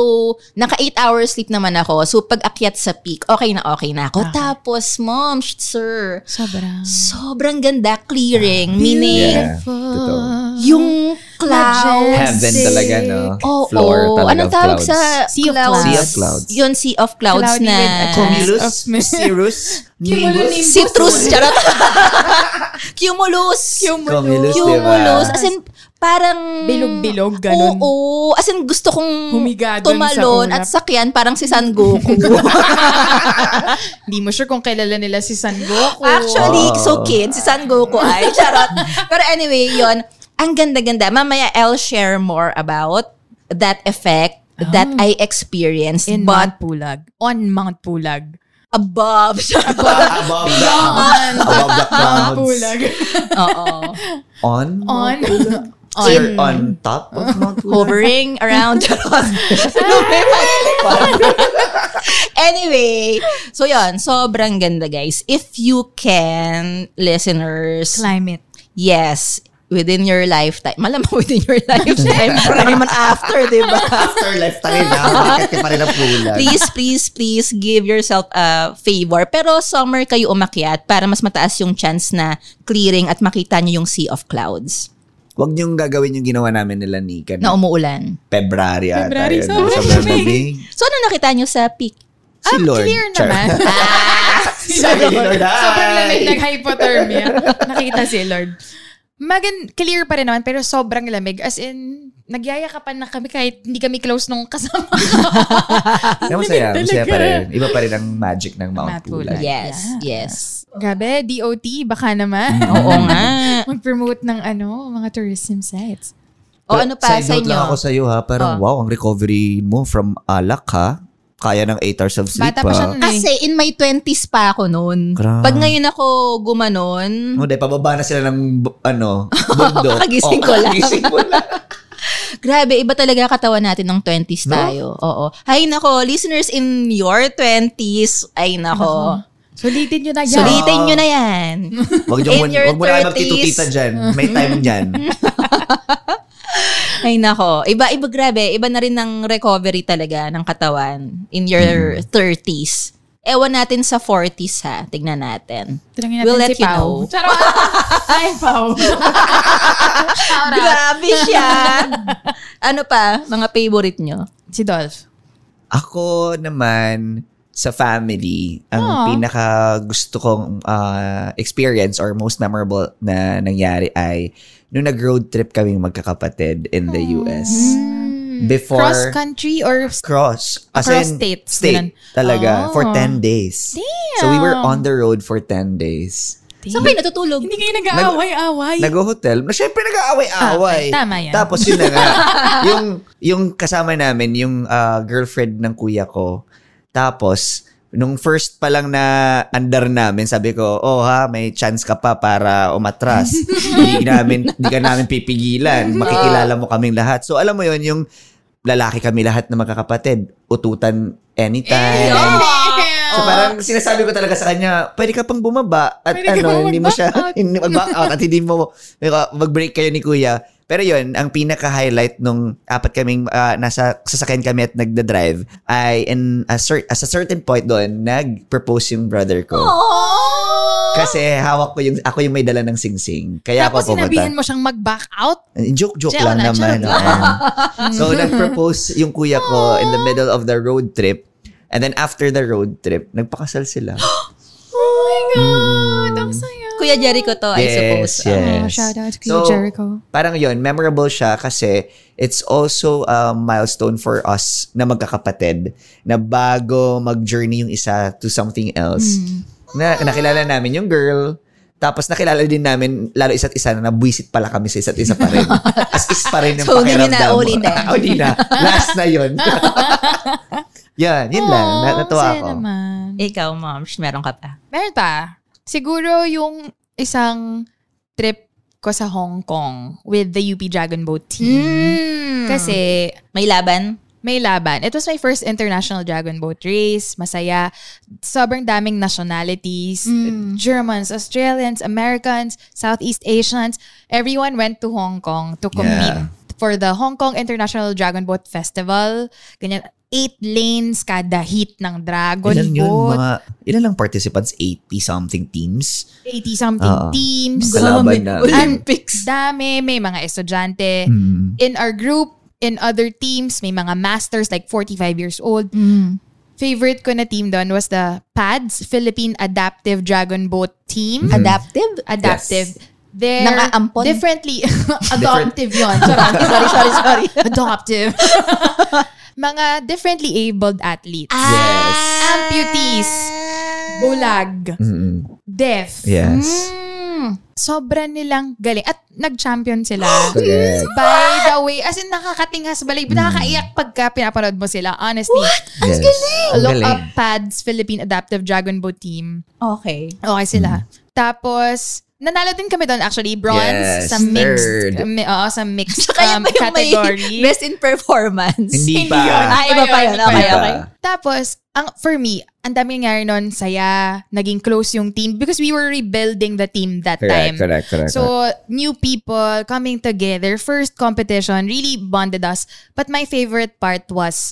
Speaker 3: naka 8 hours sleep naman ako. So, pag akyat sa peak, okay na okay na
Speaker 2: Ah.
Speaker 3: ako. Tapos, mom, sh- sir,
Speaker 2: Sobrang.
Speaker 3: sobrang ganda
Speaker 2: Ah.
Speaker 3: clearing. Meaning,
Speaker 5: Yeah. Totoo.
Speaker 3: yung clouds.
Speaker 5: Heaven talaga, no?
Speaker 3: Oo.
Speaker 5: Floor talaga
Speaker 3: Anong
Speaker 5: of
Speaker 3: tawag
Speaker 5: clouds.
Speaker 3: sa
Speaker 2: Sea of
Speaker 3: clouds?
Speaker 5: Sea of clouds.
Speaker 3: Yun, sea of clouds
Speaker 2: Cloudy
Speaker 3: na.
Speaker 2: with a
Speaker 5: Cumulus?
Speaker 2: Of me-
Speaker 5: Cirrus? Nimbus?
Speaker 3: Citrus, charot. Cumulus.
Speaker 5: Cumulus, diba? di ba?
Speaker 3: Cumulus. As in, parang...
Speaker 2: Bilog-bilog, ganun.
Speaker 3: Oo. As in, gusto kong
Speaker 2: Humiga dun
Speaker 3: tumalon at
Speaker 2: sa ulap.
Speaker 3: sakyan parang si San Goku.
Speaker 2: Hindi mo sure kung kilala nila si San Goku.
Speaker 3: Actually,
Speaker 5: Oo.
Speaker 3: so kid, si San Goku ay. Charot. Pero anyway, yon Ang ganda-ganda. Mamaya, I'll share more about that effect that I experienced.
Speaker 2: Ah. In
Speaker 3: but
Speaker 2: Mount Pulag. On Mount Pulag.
Speaker 3: above.
Speaker 5: Above the, above the
Speaker 2: Mount
Speaker 5: clouds.
Speaker 2: Pulag.
Speaker 3: Oo.
Speaker 5: On?
Speaker 2: On.
Speaker 5: On. Sir, on top of Mount Pulag?
Speaker 3: hovering around. Charot. No, may pag- anyway, so yon sobrang ganda guys. If you can, listeners,
Speaker 2: Climate.
Speaker 3: yes, within your lifetime. Malamang within your lifetime. Marami man after, di ba?
Speaker 5: After left tayo na, bakit ka pa rin ang pulag?
Speaker 3: Please, please, please give yourself a favor. Pero summer kayo umakyat para mas mataas yung chance na clearing at makita nyo yung sea of clouds
Speaker 5: Huwag niyong gagawin yung ginawa namin nila ni Nika.
Speaker 3: na umuulan.
Speaker 5: February
Speaker 2: um-
Speaker 5: ata. eh,
Speaker 2: February,
Speaker 5: yun,
Speaker 2: sabi
Speaker 5: sa
Speaker 2: ni
Speaker 5: Burnaby.
Speaker 3: So, ano nakita nyo sa peak?
Speaker 5: Si Lord.
Speaker 2: Ah, Clear
Speaker 5: Char.
Speaker 2: naman. Ah,
Speaker 5: Sabi ni Lord, "Hi!"
Speaker 2: Sobrang lamig ng hypothermia. Nakita si Lord. Magan, clear pa rin naman, pero sobrang lamig. As in, nagyayakapan na kami kahit hindi kami close nung kasama ko.
Speaker 5: Pero masaya, masaya pa rin. Iba pa rin ang magic ng Mount
Speaker 2: Mount
Speaker 5: Pulag.
Speaker 2: Pulag.
Speaker 3: Yes, yes.
Speaker 2: Grabe, DOT, baka naman.
Speaker 3: Mm-hmm. Oo nga.
Speaker 2: Mag-promote ng ano, mga tourism sites.
Speaker 3: O ano pa sa
Speaker 5: Side note
Speaker 3: inyo?
Speaker 5: lang ako sa'yo ha,
Speaker 2: Oh.
Speaker 5: parang wow, ang recovery mo from alak ha. Kaya ng 8 hours of sleep
Speaker 2: Bata pa siya
Speaker 5: ha.
Speaker 2: nun eh.
Speaker 3: Kasi in my 20s pa ako noon.
Speaker 5: Grabe.
Speaker 3: Pag ngayon ako gumanon,
Speaker 5: No, dahil Oh, pababa na sila ng bu- ano, bundok.
Speaker 3: Kakagising
Speaker 5: Oh,
Speaker 3: ko lang.
Speaker 5: kakagising mo lang.
Speaker 3: grabe, iba talaga katawan natin ng 20s
Speaker 5: No?
Speaker 3: tayo. Oo. Ay nako, listeners in your 20s, ay nako.
Speaker 2: Sulitin nyo na yan.
Speaker 3: Sulitin nyo na yan.
Speaker 5: Huwag dyan
Speaker 3: In
Speaker 5: mo,
Speaker 3: your
Speaker 5: huwag mo na
Speaker 3: 30s.
Speaker 5: magtitutita dyan. May time dyan.
Speaker 3: Ay nako, iba iba grabe, iba na rin ng recovery talaga ng katawan in
Speaker 5: Hmm.
Speaker 3: your 30s. Ewan natin sa 40s ha, tignan natin.
Speaker 2: Tanungin natin
Speaker 3: We'll let
Speaker 2: si
Speaker 3: you
Speaker 2: Pao.
Speaker 3: know.
Speaker 2: Charot! Ay, Pao.
Speaker 3: Grabe siya! ano pa, mga favorite nyo?
Speaker 2: si Dolph.
Speaker 5: Ako naman, sa family, ang pinaka gusto kong ah, experience or most memorable na nangyari ay nung nag-road trip kaming magkakapatid
Speaker 2: Hmm.
Speaker 5: in the US. Before
Speaker 2: Cross-country or...
Speaker 5: cross. As
Speaker 2: Across
Speaker 5: in,
Speaker 2: states, ganun.
Speaker 5: State. Talaga.
Speaker 2: Oh.
Speaker 5: For 10 days. So we were on the road for 10 days.
Speaker 3: Saan kayo natutulog?
Speaker 2: Hindi kayo nag-aaway-aaway.
Speaker 5: Nag-hotel. Na syempre nag-aaway-aaway.
Speaker 2: Ah, tama yan.
Speaker 5: Tapos yun na nga. yung, yung kasama namin, yung ah, girlfriend ng kuya ko. Tapos, nung first pa lang na andar namin, sabi ko, oh ha, may chance ka pa para umatras. Hindi namin, hindi ka namin pipigilan. Makikilala mo kaming lahat. So alam mo yun, yung lalaki kami lahat na magkakapatid. Ututan
Speaker 2: Eh,
Speaker 5: anytime. So parang sinasabi ko talaga sa kanya, pwede ka pang bumaba at
Speaker 2: Pwede ka pang
Speaker 5: ano, hindi mo siya
Speaker 2: mag-back out.
Speaker 5: hindi mag-back out at hindi mo mag-break kayo ni kuya. Pero yon ang pinaka-highlight nung apat kaming ah, nasa sasakyan kami at nagda-drive ay in a cer- as a certain point doon, nag-propose yung brother ko. Kasi hawak ko yung, ako yung may dala ng singsing. Kaya
Speaker 2: Tapos
Speaker 5: ako pumunta.
Speaker 2: sinabihan mo siyang mag-back out?
Speaker 5: Eh, Joke, joke
Speaker 2: Joke
Speaker 5: lang
Speaker 2: lang,
Speaker 5: naman.
Speaker 2: joke
Speaker 5: oo. so, nag-propose yung kuya ko in the middle of the road trip. And then after the road trip, nagpakasal sila.
Speaker 2: Oh my God! Ang saya.
Speaker 3: Kuya Jericho to, I suppose. Ah,
Speaker 5: yes, yes.
Speaker 2: Oh, shout out Kuya Jericho.
Speaker 5: Parang yon memorable siya kasi it's also a milestone for us na magkakapatid na bago mag-journey yung isa to something else.
Speaker 3: Hmm.
Speaker 5: Na nakilala namin yung girl, tapos nakilala din namin lalo isa't isa na nabwisit pala kami sa isa't isa pa rin. As is pa rin yung
Speaker 3: So, hindi niyo
Speaker 5: pakiramdam.
Speaker 3: na ulitin.
Speaker 5: oh, hindi na. Last na yun. yan, yun lang. Na, natuwa
Speaker 2: Saya
Speaker 5: ako.
Speaker 2: naman.
Speaker 3: Um, Ikaw, ma'am, sh- meron ka pa.
Speaker 2: Meron pa. Siguro yung isang trip ko
Speaker 3: Hmm.
Speaker 2: sa Hong Kong with the UP Dragon Boat team. Kasi
Speaker 3: May laban?
Speaker 2: may laban. It was my first international dragon boat race. Masaya. Sobrang daming nationalities. Germans, Australians, Americans, Southeast Asians. Everyone went to Hong Kong to compete
Speaker 5: Yeah.
Speaker 2: for the Hong Kong International Dragon Boat Festival. Ganyan. Eight lanes kada hit ng dragon
Speaker 5: Ilan yun?
Speaker 2: boat.
Speaker 5: Mga, ilan lang participants? 80-something teams?
Speaker 2: 80-something
Speaker 5: Oo.
Speaker 2: teams.
Speaker 5: Ah. Kalaban na.
Speaker 2: Olympics. Dami. May mga estudyante.
Speaker 5: Hmm.
Speaker 2: In our group, in other teams, may mga masters like 45 years old. Favorite ko na team doon was the PADS, Philippine Adaptive Dragon Boat Team.
Speaker 3: Mm-hmm. Adaptive?
Speaker 2: Adaptive. They're
Speaker 3: Nang-aampon?
Speaker 2: differently adoptive yun. Charot.
Speaker 3: sorry, sorry, sorry.
Speaker 2: adoptive. mga differently abled athletes.
Speaker 5: Yes.
Speaker 2: Amputees. Bulag.
Speaker 5: Mm-mm.
Speaker 2: Deaf.
Speaker 5: Yes.
Speaker 2: Mm. Sobra nilang galing. At nag-champion sila.
Speaker 5: Correct.
Speaker 2: By the way, as in nakakatingas balik.
Speaker 3: Hmm.
Speaker 2: Nakakaiyak pagka pinapanood mo sila. Honestly.
Speaker 5: Yes. Ang
Speaker 2: Look
Speaker 5: galing.
Speaker 2: up PADS Philippine Adaptive Dragon Boat Team.
Speaker 3: Okay.
Speaker 2: Okay
Speaker 3: Hmm.
Speaker 2: sila. Tapos, nanalo din kami doon actually. Bronze
Speaker 5: Yes,
Speaker 2: sa mixed. uh,
Speaker 5: third.
Speaker 2: Mi- oo, sa mixed
Speaker 3: Kaya
Speaker 2: um,
Speaker 3: pa yung may
Speaker 2: category.
Speaker 3: best in performance.
Speaker 5: Hindi pa.
Speaker 3: yun. Ah, iba pa yun. Okay,
Speaker 5: Iba.
Speaker 3: okay.
Speaker 2: Tapos, ang for me, ang dami nangyari noon, saya, naging close yung team because we were rebuilding the team that
Speaker 5: Correct,
Speaker 2: time.
Speaker 5: correct, correct.
Speaker 2: So, new people coming together, first competition really bonded us. But my favorite part was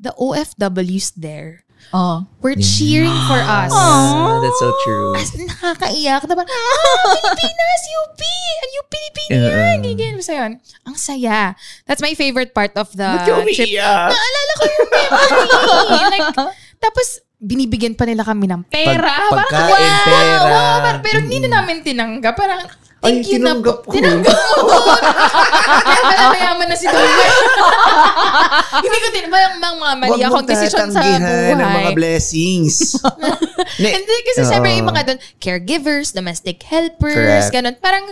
Speaker 2: the OFWs there
Speaker 3: Oh.
Speaker 2: were cheering for us.
Speaker 5: Ah, that's so true.
Speaker 2: As in, nakakaiyak. Diba? Ah, Pilipinas, UP! Ang UP Pilipina yan!
Speaker 5: Yeah.
Speaker 2: Ganyan, basta yun. Ang saya. That's my favorite part of the
Speaker 5: Ba't ka
Speaker 2: trip.
Speaker 5: umiiyak?
Speaker 2: Naalala ko yung memory. like, tapos, binibigyan pa nila kami ng pera.
Speaker 5: Pag- pagkain,
Speaker 2: Parang,
Speaker 5: pera.
Speaker 2: wow, parang- pero hindi na
Speaker 5: Mm-mm.
Speaker 2: namin tinanggap. Parang,
Speaker 5: Ay,
Speaker 2: thank you na
Speaker 5: tinanggap
Speaker 2: po.
Speaker 5: ko.
Speaker 2: Tinanggap ko. Kaya pala mayaman na si Dolby. hindi ko tinanggap. Mga mga mali akong desisyon sa buhay.
Speaker 5: ng mga blessings. Ne,
Speaker 2: Hindi, kasi
Speaker 5: oo.
Speaker 2: syempre yung mga doon, caregivers, domestic helpers,
Speaker 5: Correct.
Speaker 2: ganun. Parang,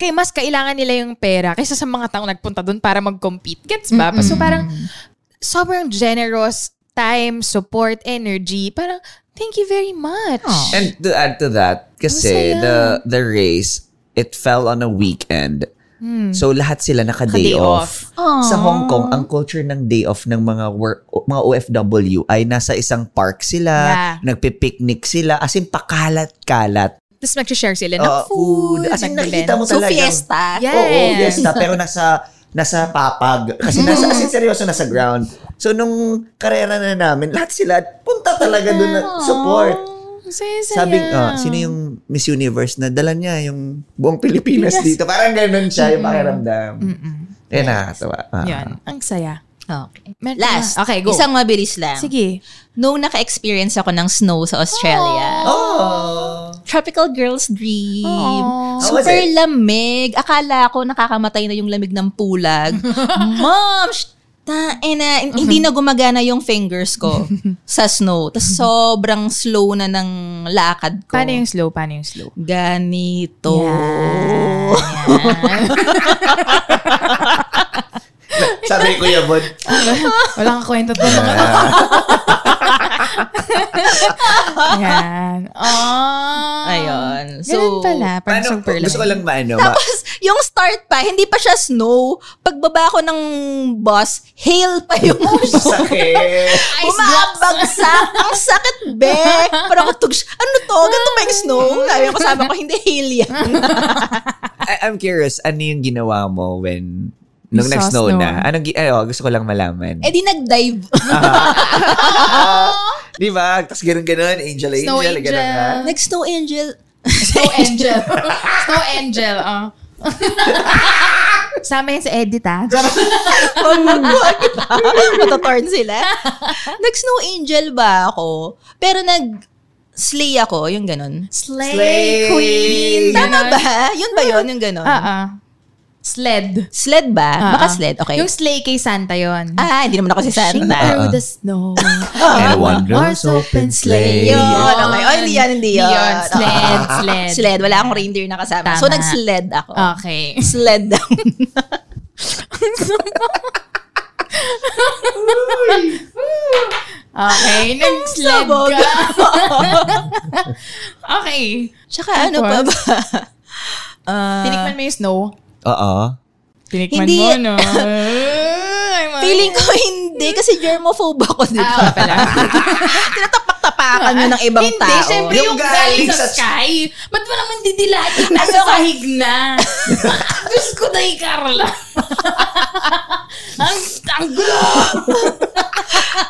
Speaker 2: kay mas kailangan nila yung pera kaysa sa mga taong nagpunta doon para mag-compete. Gets ba? So parang, sobrang generous time, support, energy. Parang, thank you very much.
Speaker 5: Oh. And to add to that, kasi the the race, it fell on a weekend. So lahat sila naka-day
Speaker 2: Hmm. Naka-day
Speaker 5: off. Sa Hong Kong, ang culture ng day off ng mga work, mga OFW ay nasa isang park sila,
Speaker 2: Yeah.
Speaker 5: nagpe-picnic sila, as in pakalat-kalat.
Speaker 2: Tapos mag-share sila ng
Speaker 5: Oo,
Speaker 2: food.
Speaker 5: As in
Speaker 2: nag-event.
Speaker 5: nakikita mo
Speaker 3: So,
Speaker 5: talaga.
Speaker 3: fiesta.
Speaker 2: Yes.
Speaker 5: Oo, fiesta, pero nasa nasa papag. Kasi nasa, as in
Speaker 2: Hmm.
Speaker 5: seryoso, nasa ground. So, nung karera na namin, lahat sila, punta talaga doon na support.
Speaker 2: Ang saya-saya.
Speaker 5: Sabi, ah, sino yung Miss Universe na dala niya yung buong Pilipinas dito? Parang ganun siya yung pakiramdam. Eh, nakakatawa. Ah.
Speaker 2: Yan. Ang saya.
Speaker 3: Okay.
Speaker 2: Meron pa
Speaker 3: Last.
Speaker 2: ba? Okay, go.
Speaker 3: Isang mabilis lang.
Speaker 2: Sige.
Speaker 3: Nung naka-experience ako ng snow sa Australia.
Speaker 5: Oh!
Speaker 3: Tropical girl's dream.
Speaker 5: How was
Speaker 3: Super
Speaker 5: it?
Speaker 3: lamig. Akala ko nakakamatay na yung lamig ng pulag. Mom, sh- taena, hin- hindi na gumagana yung fingers ko sa snow. Tapos sobrang slow na ng lakad ko.
Speaker 2: Paano yung slow? Paano yung slow?
Speaker 3: Ganito.
Speaker 5: Sabi ni Kuya Bod.
Speaker 2: Wala kang kwento to. Ayan. Oh.
Speaker 3: Ayun. So,
Speaker 2: Ganun pala. Parang
Speaker 5: Paano,
Speaker 2: super
Speaker 5: ano, gusto ko lang maano. Ma-
Speaker 3: Tapos, yung start pa, hindi pa siya snow. Pagbaba ko ng bus, hail pa yung
Speaker 5: Oh,
Speaker 3: snow.
Speaker 5: sakit.
Speaker 3: Umabagsak. Ang sakit, Bek. Parang ako, tugs, ano to? Ganito ba yung snow? Sabi ko, kasama ko, hindi hail yan.
Speaker 5: I- I'm curious, ano yung ginawa mo when nung
Speaker 2: Sa
Speaker 5: nag-snow
Speaker 2: snow.
Speaker 5: na? Anong, gi- ayo, gusto ko lang malaman.
Speaker 3: Eh
Speaker 5: Ah,
Speaker 3: di nag-dive.
Speaker 5: Di ba? Tapos ganun-ganun, angel,
Speaker 2: Snow
Speaker 5: angel,
Speaker 2: angel.
Speaker 5: ganun ha?
Speaker 3: Nag-snow angel.
Speaker 2: Snow angel. Snow angel. Oh. Sama yun sa edit ah.
Speaker 3: Oh, Matatorn sila. Nag-snow angel ba ako? Pero nag slay ako, yung ganun.
Speaker 2: Slay,
Speaker 5: Slay.
Speaker 2: queen.
Speaker 3: Tama
Speaker 2: Ganon.
Speaker 3: ba? Yun ba yun? Yung ganun?
Speaker 2: Ah, ah. Sled.
Speaker 3: Sled ba?
Speaker 2: Ah,
Speaker 3: Baka
Speaker 2: ah.
Speaker 3: sled. Okay.
Speaker 2: Yung slay kay Santa yon.
Speaker 3: ah, hindi naman ako si Santa.
Speaker 2: Through the snow.
Speaker 5: And one door's open
Speaker 3: Yun.
Speaker 5: sleigh.
Speaker 3: Okay. Oh, hindi yan, hindi yun.
Speaker 2: Yun, sled,
Speaker 3: Oo.
Speaker 2: sled.
Speaker 3: Sled. Wala akong reindeer na kasama. So,
Speaker 2: Tama.
Speaker 3: nag-sled ako.
Speaker 2: Okay.
Speaker 3: Sled down.
Speaker 2: Okay, nag-sled
Speaker 3: Sabog.
Speaker 2: ka. okay.
Speaker 3: Tsaka ano pa ba? Ah,
Speaker 2: Tinikman mo yung snow.
Speaker 5: Oo.
Speaker 2: Ah. Tinikman
Speaker 3: Hindi.
Speaker 2: mo, no? Ay, mga
Speaker 3: Feeling ko hindi kasi germophobe ako, di
Speaker 2: Ah,
Speaker 3: ba? Tinatapak-tapakan yun ng ibang
Speaker 6: Hindi,
Speaker 3: tao.
Speaker 6: syempre
Speaker 5: Yung
Speaker 6: yung, galing
Speaker 5: galing
Speaker 6: sa
Speaker 5: sa-
Speaker 6: sky. Ba't mo naman didilatin na sa sahig na? Diyos ko na Carla. ang, ang gulo.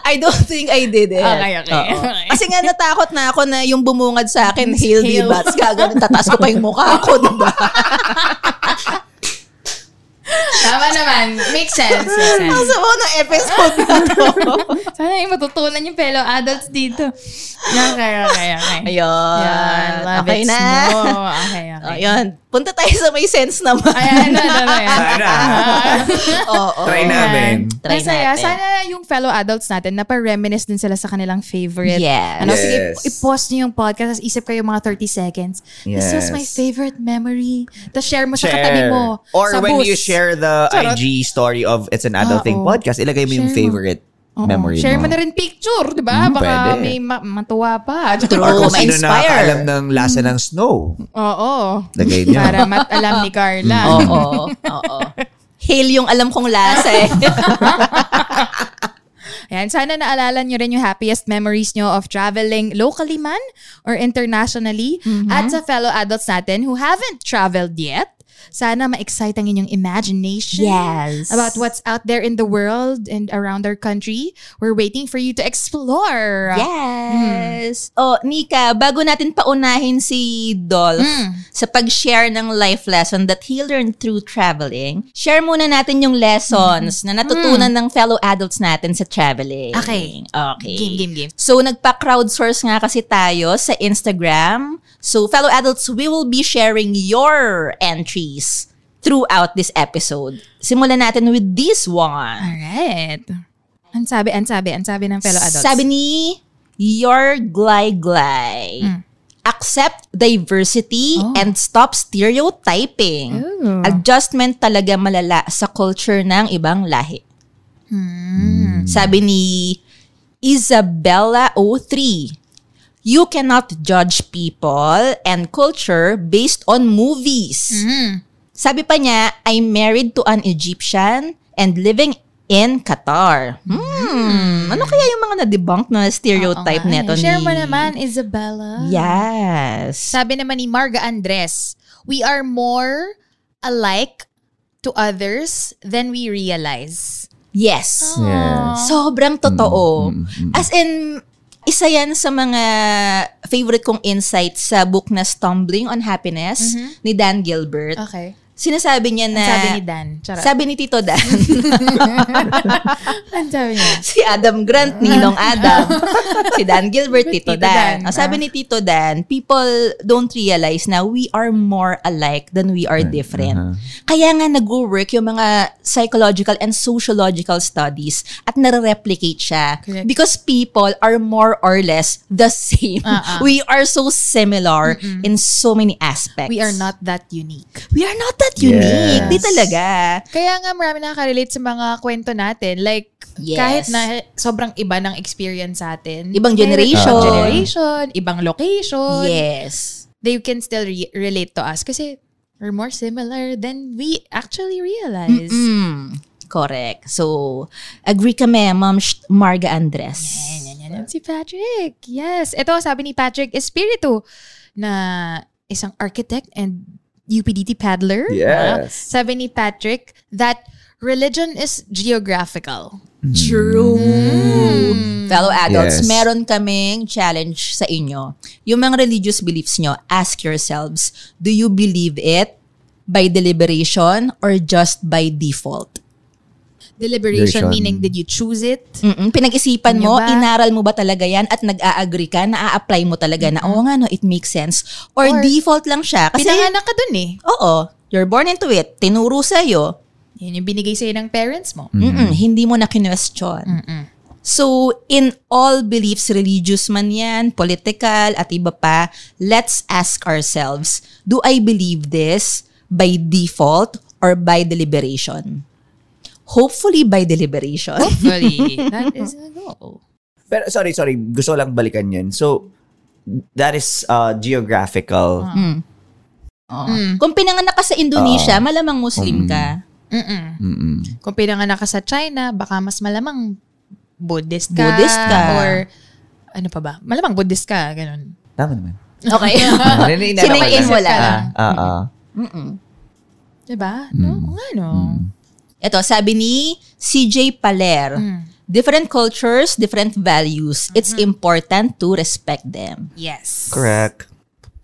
Speaker 3: I don't think I did it.
Speaker 6: Okay, okay.
Speaker 3: Oo.
Speaker 6: Okay.
Speaker 3: Kasi nga natakot na ako na yung bumungad sa akin, hail the
Speaker 6: Hail.
Speaker 3: bats. Gagawin, tataas ko pa yung mukha ko, di ba?
Speaker 2: Tama naman. Makes sense. Makes sense.
Speaker 3: Sa unang episode na to.
Speaker 2: Sana yung matutunan yung fellow adults dito. Okay, okay, okay.
Speaker 3: Ayun.
Speaker 2: Yan, love
Speaker 3: okay
Speaker 2: it,
Speaker 3: na.
Speaker 2: snow. Okay, okay.
Speaker 3: Ayun. Punta tayo sa may sense naman.
Speaker 2: Ayan, ano, ano, ayan.
Speaker 5: Sana.
Speaker 3: Oo.
Speaker 5: Try namin.
Speaker 3: Try
Speaker 2: Masaya.
Speaker 3: natin.
Speaker 2: Sana yung fellow adults natin, napa-reminisce din sila sa kanilang favorite.
Speaker 3: Yes.
Speaker 2: Ano, sige,
Speaker 5: Yes.
Speaker 2: i-pause nyo yung podcast, tapos isip kayo mga 30 seconds. This was
Speaker 5: Yes.
Speaker 2: my favorite memory. Tapos share mo sa
Speaker 5: Share.
Speaker 2: katabi mo.
Speaker 5: Or
Speaker 2: sa
Speaker 5: when
Speaker 2: bus.
Speaker 5: you share the
Speaker 2: Charot.
Speaker 5: IG story of It's an
Speaker 2: Oo.
Speaker 5: Adult Thing podcast, ilagay mo yung
Speaker 2: Share mo.
Speaker 5: favorite
Speaker 2: Oo.
Speaker 5: memory
Speaker 2: Oh, Share mo
Speaker 5: mo.
Speaker 2: na rin picture, di ba?
Speaker 5: Mm,
Speaker 2: Baka
Speaker 5: pwede.
Speaker 2: may ma- matuwa pa.
Speaker 3: True.
Speaker 5: Or kung
Speaker 3: Oh,
Speaker 5: sino
Speaker 3: ma-inspire.
Speaker 5: nakakaalam ng lasa ng snow.
Speaker 2: Oo.
Speaker 5: Lagay niyo.
Speaker 2: Para mat-alam ni Carla.
Speaker 3: Oo. Oo. Hail yung alam kong lasa eh.
Speaker 2: Ayan, sana naalala nyo rin yung happiest memories nyo of traveling locally man or internationally
Speaker 3: Mm-hmm.
Speaker 2: at sa fellow adults natin who haven't traveled yet. Sana ma-excite ang inyong imagination
Speaker 3: Yes.
Speaker 2: about what's out there in the world and around our country. We're waiting for you to explore.
Speaker 3: Yes. Oh, Nika, bago natin paunahin si Dolph
Speaker 2: Hmm.
Speaker 3: sa pag-share ng life lesson that he learned through traveling, share muna natin yung lessons
Speaker 2: Mm-hmm.
Speaker 3: na natutunan ng fellow adults natin sa traveling.
Speaker 2: Hmm. Okay.
Speaker 3: Okay.
Speaker 2: Game, game, game.
Speaker 3: So, nagpa-crowdsource nga kasi tayo sa Instagram. So, fellow adults, we will be sharing your entries throughout this episode. Simulan natin with this one.
Speaker 2: Alright. Ang sabi, ang sabi, ang sabi ng fellow adults.
Speaker 3: Sabi ni Your Glay Glay. Accept diversity and stop stereotyping. Adjustment talaga malala sa culture ng ibang lahi. Sabi ni Isabella O3. You cannot judge people and culture based on movies.
Speaker 2: Mm-hmm.
Speaker 3: Sabi pa niya, I'm married to an Egyptian and living in Qatar. Hmm. Ano kaya yung mga na-debunk na stereotype
Speaker 2: Ay,
Speaker 3: nito?
Speaker 2: Share
Speaker 3: ni-
Speaker 2: mo naman, Isabella.
Speaker 3: Yes.
Speaker 2: Sabi naman ni Marga Andres, we are more alike to others than we realize.
Speaker 3: Yes.
Speaker 5: Yes.
Speaker 3: Sobrang totoo.
Speaker 5: Mm, mm, mm.
Speaker 3: As in, isa yan sa mga favorite kong insight sa book na Stumbling on Happiness ni Dan Gilbert.
Speaker 2: Mm-hmm. Okay.
Speaker 3: Sinasabi niya na...
Speaker 2: sabi ni Dan. Charot.
Speaker 3: Sabi ni Tito Dan.
Speaker 2: Ang sabi niya.
Speaker 3: si Adam Grant, Ninong Adam, si Dan Gilbert, Tito,
Speaker 2: Tito Dan. ah.
Speaker 3: Dan. Ang sabi ni Tito Dan, people don't realize na we are more alike than we are different. Kaya nga nag-work yung mga psychological and sociological studies at nare-replicate siya.
Speaker 2: Correct.
Speaker 3: Because people are more or less the same.
Speaker 2: Uh-uh.
Speaker 3: We are so similar in so many aspects.
Speaker 2: We are not that unique.
Speaker 3: We are not that unique. Di
Speaker 5: Yes.
Speaker 3: talaga.
Speaker 2: Kaya nga marami nakaka-relate sa mga kwento natin. Like,
Speaker 3: Yes.
Speaker 2: kahit na sobrang iba ng experience sa atin.
Speaker 3: Ibang
Speaker 2: meron
Speaker 3: generation.
Speaker 2: Ibang generation, ibang location.
Speaker 3: Yes.
Speaker 2: They can still re- relate to us kasi we're more similar than we actually realize.
Speaker 3: Mm, correct. So, agree kami, Ma'am Sh- Marga Andres.
Speaker 2: Ayan, yan, yan. Si Patrick. Yes. Ito, sabi ni Patrick Espiritu na isang architect and UPDT paddler. Ah,
Speaker 5: Yes.
Speaker 2: Sabi ni Patrick that religion is geographical.
Speaker 3: True. Fellow adults,
Speaker 5: Yes.
Speaker 3: meron kaming challenge sa inyo. Yung mga religious beliefs nyo, ask yourselves, do you believe it by deliberation or just by default?
Speaker 2: Deliberation
Speaker 5: Deliberation.
Speaker 2: meaning did you choose it?
Speaker 3: Mm-mm. Pinag-isipan
Speaker 2: Ano
Speaker 3: mo,
Speaker 2: ba?
Speaker 3: inaral mo ba talaga yan at nag-a-agree ka, na-a-apply mo talaga na, oo nga no, it makes sense. Or,
Speaker 2: Or,
Speaker 3: default lang siya. Kasi,
Speaker 2: Pinanganak ka dun eh.
Speaker 3: oo, you're born into it. Tinuro sa'yo.
Speaker 2: Yan yung binigay sa'yo ng parents mo.
Speaker 3: Mm-mm, hindi mo na kinwestiyon. So, in all beliefs, religious man yan, political, at iba pa, let's ask ourselves, do I believe this by default or by deliberation? Hopefully by deliberation.
Speaker 2: Mm-hmm. Hopefully. that is a go.
Speaker 5: Pero sorry, sorry. Gusto ko lang balikan yun. So, that is
Speaker 2: Ah.
Speaker 5: uh, geographical.
Speaker 3: Kung pinanganak ka sa Indonesia, malamang Muslim ka.
Speaker 2: Mm-mm.
Speaker 5: Mm-mm.
Speaker 2: Kung pinanganak ka sa China, baka mas malamang Buddhist ka.
Speaker 3: Buddhist ka.
Speaker 2: Or ano pa ba? Malamang Buddhist ka, ganun.
Speaker 5: Tama naman.
Speaker 3: Okay.
Speaker 2: Ah,
Speaker 3: Sinayin mo lang.
Speaker 5: Ah, ah, ah.
Speaker 2: Diba? No?
Speaker 5: Mm.
Speaker 2: Nga no.
Speaker 3: Ito, sabi ni CJ Paler, different cultures, different values. It's important to respect them.
Speaker 2: Yes.
Speaker 5: Correct.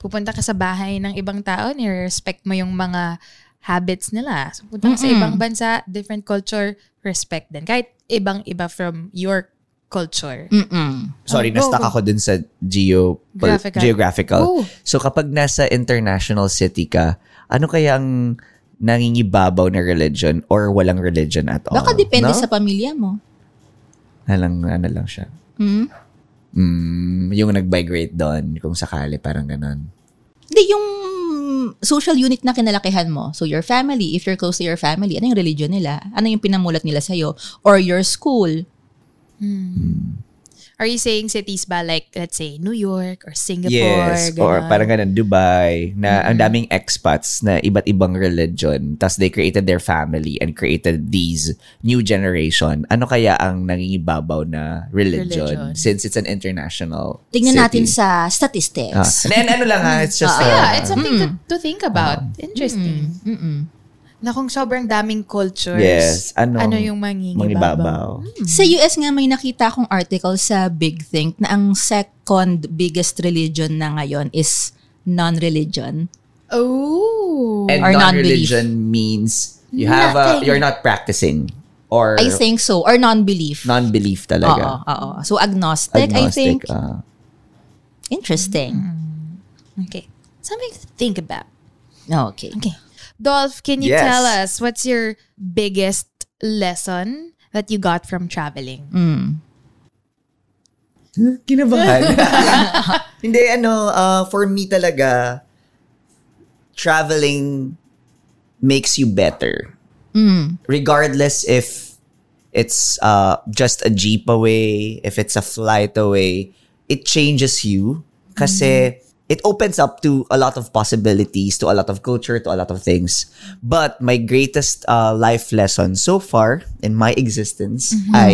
Speaker 2: Pupunta ka sa bahay ng ibang tao, nire-respect mo yung mga habits nila. So, pupunta ka sa ibang bansa, different culture, respect din. Kahit ibang-iba from your culture.
Speaker 3: Mm-mm.
Speaker 2: Oh,
Speaker 5: Sorry,
Speaker 2: go,
Speaker 5: na-stuck
Speaker 2: go.
Speaker 5: ako dun sa geo, pal-
Speaker 2: Graphical.
Speaker 5: geographical.
Speaker 2: Oh.
Speaker 5: So kapag nasa international city ka, ano kaya ang nangingibabaw na religion or walang religion at all?
Speaker 3: Baka depende
Speaker 5: no?
Speaker 3: sa pamilya mo.
Speaker 5: Alang, ano lang siya.
Speaker 3: Hmm?
Speaker 5: Mm, yung nag-migrate doon, kung sakali, parang ganun.
Speaker 3: Hindi, yung social unit na kinalakihan mo. So, your family, if you're close to your family, ano yung religion nila? Ano yung pinamulat nila sa'yo? Or your school?
Speaker 2: Are you saying cities ba like, let's say, New York or Singapore?
Speaker 5: yes, or
Speaker 2: ganun?
Speaker 5: parang ganun, Dubai, na ang daming expats na iba't ibang religion, tas they created their family and created these new generation. Ano kaya ang nangingibabaw na religion,
Speaker 2: Religion.
Speaker 5: since it's an international
Speaker 3: Tingnan
Speaker 5: city?
Speaker 3: natin sa
Speaker 5: Ah.
Speaker 3: statistics.
Speaker 5: And then, ano lang ha, it's just...
Speaker 3: Ah,
Speaker 5: uh,
Speaker 2: Yeah, it's something to, to think about.
Speaker 5: Uh-huh.
Speaker 2: Interesting.
Speaker 3: Mm-mm.
Speaker 2: Na kung sobrang daming cultures,
Speaker 5: Yes, ano,
Speaker 2: ano yung mangingibabaw?
Speaker 5: mangingibabaw.
Speaker 3: Sa US nga may nakita akong article sa Big Think na ang second biggest religion na ngayon is non-religion.
Speaker 2: Oh.
Speaker 5: And
Speaker 3: Or non-belief.
Speaker 5: non-religion means you have a, you're not practicing or
Speaker 3: I think so. Or non-belief.
Speaker 5: non-belief
Speaker 3: Oo,
Speaker 5: talaga.
Speaker 3: oo. So agnostic, I think.
Speaker 5: ah.
Speaker 3: Interesting.
Speaker 2: Okay. Something to think about.
Speaker 3: Okay.
Speaker 2: Okay. Dolph, can you
Speaker 5: Yes.
Speaker 2: tell us what's your biggest lesson that you got from traveling?
Speaker 3: Mm.
Speaker 5: Kinabahan. Hindi, ano, uh, for me talaga, traveling makes you better.
Speaker 2: Mm.
Speaker 5: Regardless if it's uh, just a jeep away, if it's a flight away, it changes you
Speaker 2: Mm.
Speaker 5: kasi it opens up to a lot of possibilities, to a lot of culture, to a lot of things. But my greatest uh, life lesson so far in my existence,
Speaker 2: Mm-hmm.
Speaker 5: I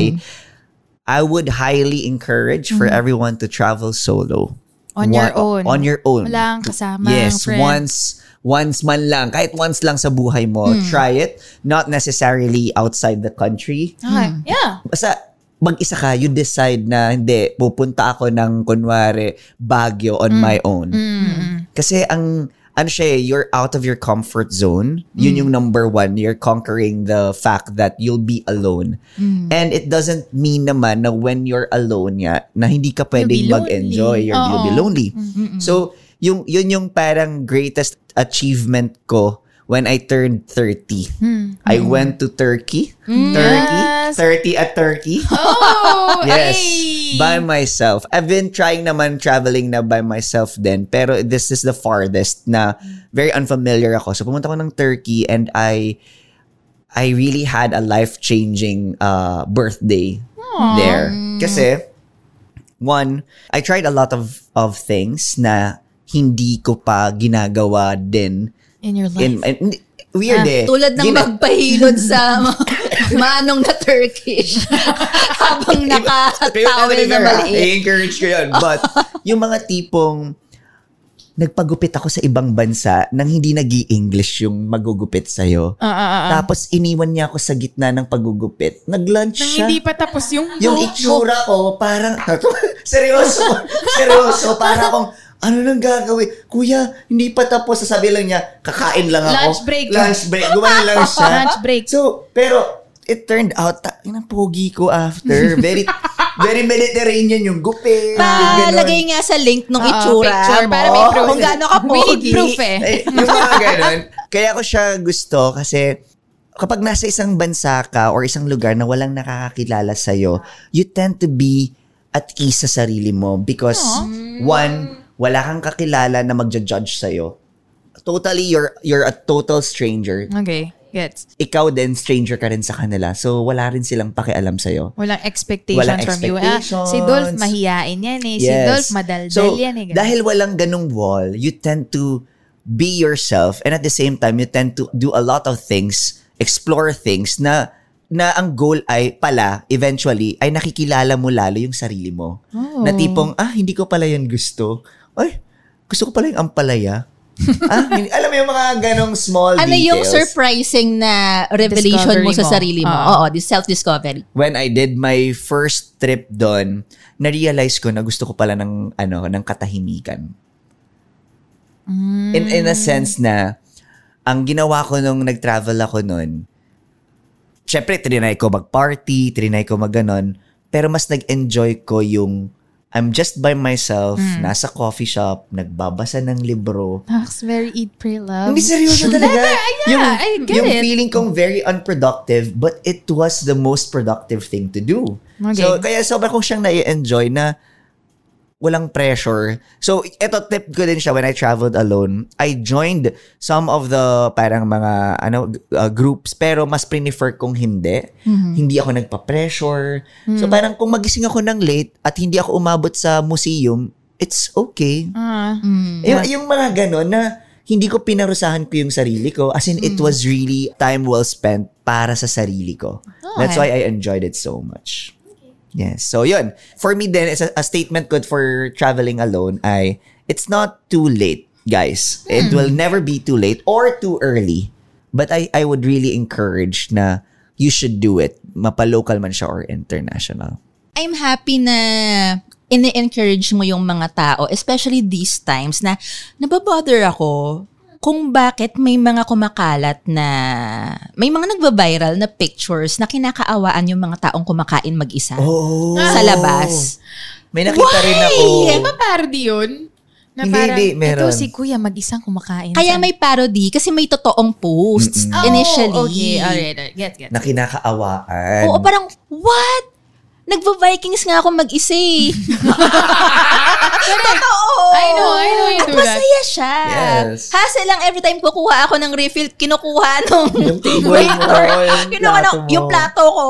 Speaker 5: I would highly encourage for everyone to travel solo.
Speaker 2: Mm-hmm. On your
Speaker 5: Wa-
Speaker 2: own.
Speaker 5: On your own.
Speaker 2: Wala kang kasama,
Speaker 5: Yes,
Speaker 2: friend.
Speaker 5: once once man lang, kahit once lang sa buhay mo, try it. Not necessarily outside the country.
Speaker 2: Okay. Yeah.
Speaker 5: Basta mag-isa ka, you decide na hindi, pupunta ako ng kunwari Baguio
Speaker 2: Mm.
Speaker 5: on my own. Kasi ang ano siya eh, you're out of your comfort zone.
Speaker 2: Mm.
Speaker 5: Yun yung number one. You're conquering the fact that you'll be alone.
Speaker 2: Mm.
Speaker 5: And it doesn't mean naman na when you're alone nga, na hindi ka pwedeng
Speaker 2: You'll be
Speaker 5: mag-enjoy. You're,
Speaker 2: lonely.
Speaker 5: you'll be
Speaker 2: Oo.
Speaker 5: lonely. So, yung, yun yung parang greatest achievement ko when I turned 30.
Speaker 2: Hmm.
Speaker 5: I went to Turkey. Turkey.
Speaker 2: Mm. Yes.
Speaker 5: 30 at Turkey.
Speaker 2: Oh,
Speaker 5: Yes.
Speaker 2: ay.
Speaker 5: By myself. I've been trying naman traveling na by myself then pero this is the farthest na very unfamiliar ako. So pumunta ko ng Turkey and I I really had a life-changing uh, birthday there. Kasi one, I tried a lot of of things na hindi ko pa ginagawa din
Speaker 2: In your life.
Speaker 5: in, in- weird eh.
Speaker 3: Tulad ng
Speaker 5: Gina-
Speaker 3: magpahilod sa ma- manong na Turkish habang nakatawid na maliit.
Speaker 5: encourage ko yun. But, yung mga tipong, nagpagupit ako sa ibang bansa nang hindi nag english yung magugupit sa'yo.
Speaker 2: Ah, ah, ah.
Speaker 5: Tapos, iniwan niya ako sa gitna ng pagugupit. Nag-lunch
Speaker 2: Nang
Speaker 5: siya.
Speaker 2: hindi pa tapos yung
Speaker 5: Yung itsura ko, parang, seryoso, seryoso, para akong, ano nang gagawin? Kuya, hindi pa tapos. Sasabi lang niya, kakain lang ako.
Speaker 2: Lunch break.
Speaker 5: Lunch break. Gumawa lang siya.
Speaker 2: Lunch break.
Speaker 5: So, pero, it turned out, ta- yun ang pogi ko after. Very, very Mediterranean yung gupit. yung ganun.
Speaker 3: Palagay nga sa link nung
Speaker 2: Oo,
Speaker 3: itsura Ah,
Speaker 2: picture,
Speaker 3: mo.
Speaker 2: para may proof.
Speaker 3: Kung gaano ka
Speaker 2: We need
Speaker 3: pogi.
Speaker 2: proof eh.
Speaker 5: Eh, yung mga ganun. Kaya ko siya gusto kasi kapag nasa isang bansa ka or isang lugar na walang nakakakilala sa'yo, you tend to be at ease sa sarili mo because one, wala kang kakilala na magja-judge sa'yo. Totally, you're, you're a total stranger.
Speaker 2: Okay. Gets.
Speaker 5: Ikaw din, stranger ka rin sa kanila. So, wala rin silang pakialam sa'yo.
Speaker 2: Walang expectations
Speaker 5: Walang
Speaker 2: from you. Ah, si Dolph
Speaker 5: expectations.
Speaker 2: mahihain yan eh. Si Dolph madaldal
Speaker 5: So,
Speaker 2: yan eh. Ganun.
Speaker 5: Dahil walang ganung wall, you tend to be yourself and at the same time, you tend to do a lot of things explore things na na ang goal ay pala eventually ay nakikilala mo lalo yung sarili mo. Na
Speaker 2: Oh.
Speaker 5: tipong ah hindi ko pala yan gusto. Ay, gusto ko pala yung ampalaya. ah, hindi- alam mo yung mga ganong small
Speaker 3: Ano
Speaker 5: details.
Speaker 3: yung surprising na revelation mo
Speaker 2: Discovery
Speaker 3: sa
Speaker 2: mo.
Speaker 3: sarili mo?
Speaker 2: Oo.
Speaker 3: Oo, this self-discovery.
Speaker 5: when I did my first trip doon, na-realize ko na gusto ko pala ng ano, ng katahimikan. In in a sense na ang ginawa ko nung nag-travel ako noon, syempre trinay ko mag-party, trinay ko mag-ganon, pero mas nag-enjoy ko yung I'm just by myself, nasa coffee shop, nagbabasa ng libro,
Speaker 2: That's Ah, very eat, pray, love.
Speaker 5: hindi seryoso talaga. yung,
Speaker 2: I get
Speaker 5: yung
Speaker 2: it.
Speaker 5: feeling kong very unproductive but it was the most productive thing to do.
Speaker 2: Okay.
Speaker 5: So, kaya sobrang kong siyang nai-enjoy na walang pressure. So, eto tip ko din siya when I traveled alone. I joined some of the parang mga ano g- uh, groups pero mas prefer kong hindi.
Speaker 2: Mm-hmm.
Speaker 5: Hindi ako nagpa-pressure.
Speaker 2: Mm.
Speaker 5: So, parang kung magising ako ng late at hindi ako umabot sa museum, it's okay.
Speaker 2: Ah.
Speaker 5: Yung, yung mga ganon na hindi ko pinarusahan ko yung sarili ko. As in, it was really time well spent para sa sarili ko. That's why I enjoyed it so much. Yes. So, yun. For me then, it's a, a statement good for traveling alone ay, it's not too late, guys. It will never be too late or too early. But I, I would really encourage na you should do it. Mapa-local man siya or international.
Speaker 3: I'm happy na ini-encourage mo yung mga tao, especially these times na nababother ako kung bakit may mga kumakalat na, may mga nagbabiral na pictures na kinakaawaan yung mga taong kumakain mag-isa
Speaker 5: Oh!
Speaker 3: sa labas.
Speaker 5: May nakita rin ako.
Speaker 2: Ay, ba parody Eh, yun? Na
Speaker 5: Hindi,
Speaker 2: parang,
Speaker 5: hindi,
Speaker 2: ito
Speaker 5: meron.
Speaker 2: si kuya mag-isang kumakain.
Speaker 3: Kaya
Speaker 2: sa-
Speaker 3: may parody kasi may totoong posts
Speaker 2: Oh,
Speaker 3: initially.
Speaker 2: okay, alright, alright. Get, get.
Speaker 5: Na kinakaawaan.
Speaker 3: Oo, parang, what? Nagva-Vikings nga ako mag-isa eh. Totoo!
Speaker 2: I know, I know you
Speaker 3: At
Speaker 2: do that.
Speaker 3: masaya siya.
Speaker 5: Yes.
Speaker 3: Hassle lang every time kukuha ako ng refill, kinukuha nung
Speaker 5: Yung table mo,
Speaker 3: waiter.
Speaker 5: yung
Speaker 3: kinukuha
Speaker 5: plato
Speaker 3: nung-
Speaker 5: mo.
Speaker 3: yung plato ko.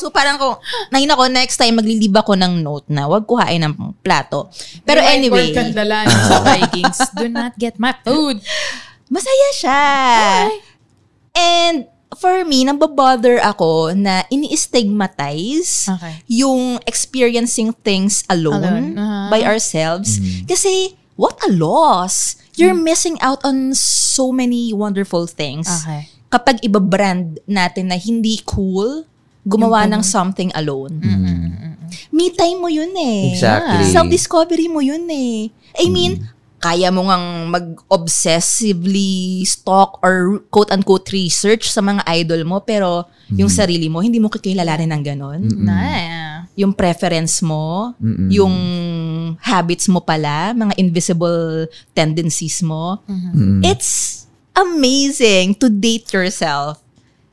Speaker 3: So parang ko, nahin ako, next time maglilib ako ng note na wag kuhain ng plato. Pero
Speaker 2: Rewind
Speaker 3: anyway,
Speaker 2: World Kandalan sa Vikings. Do not get my food.
Speaker 3: masaya siya. And for me, nababother ako na ini-stigmatize
Speaker 2: Okay.
Speaker 3: yung experiencing things alone,
Speaker 2: Alone, uh-huh.
Speaker 3: by ourselves. Kasi, what a loss! You're missing out on so many wonderful things.
Speaker 2: Okay.
Speaker 3: Kapag ibabrand natin na hindi cool, gumawa ng something alone. Me time mo yun eh.
Speaker 5: Exactly.
Speaker 3: Self-discovery mo yun eh. I mean, kaya mo ngang mag-obsessively stalk or quote-unquote research sa mga idol mo, pero yung sarili mo, hindi mo kikilalanin ng ganon.
Speaker 2: Na.
Speaker 3: Yung preference mo, yung habits mo pala, mga invisible tendencies mo. It's amazing to date yourself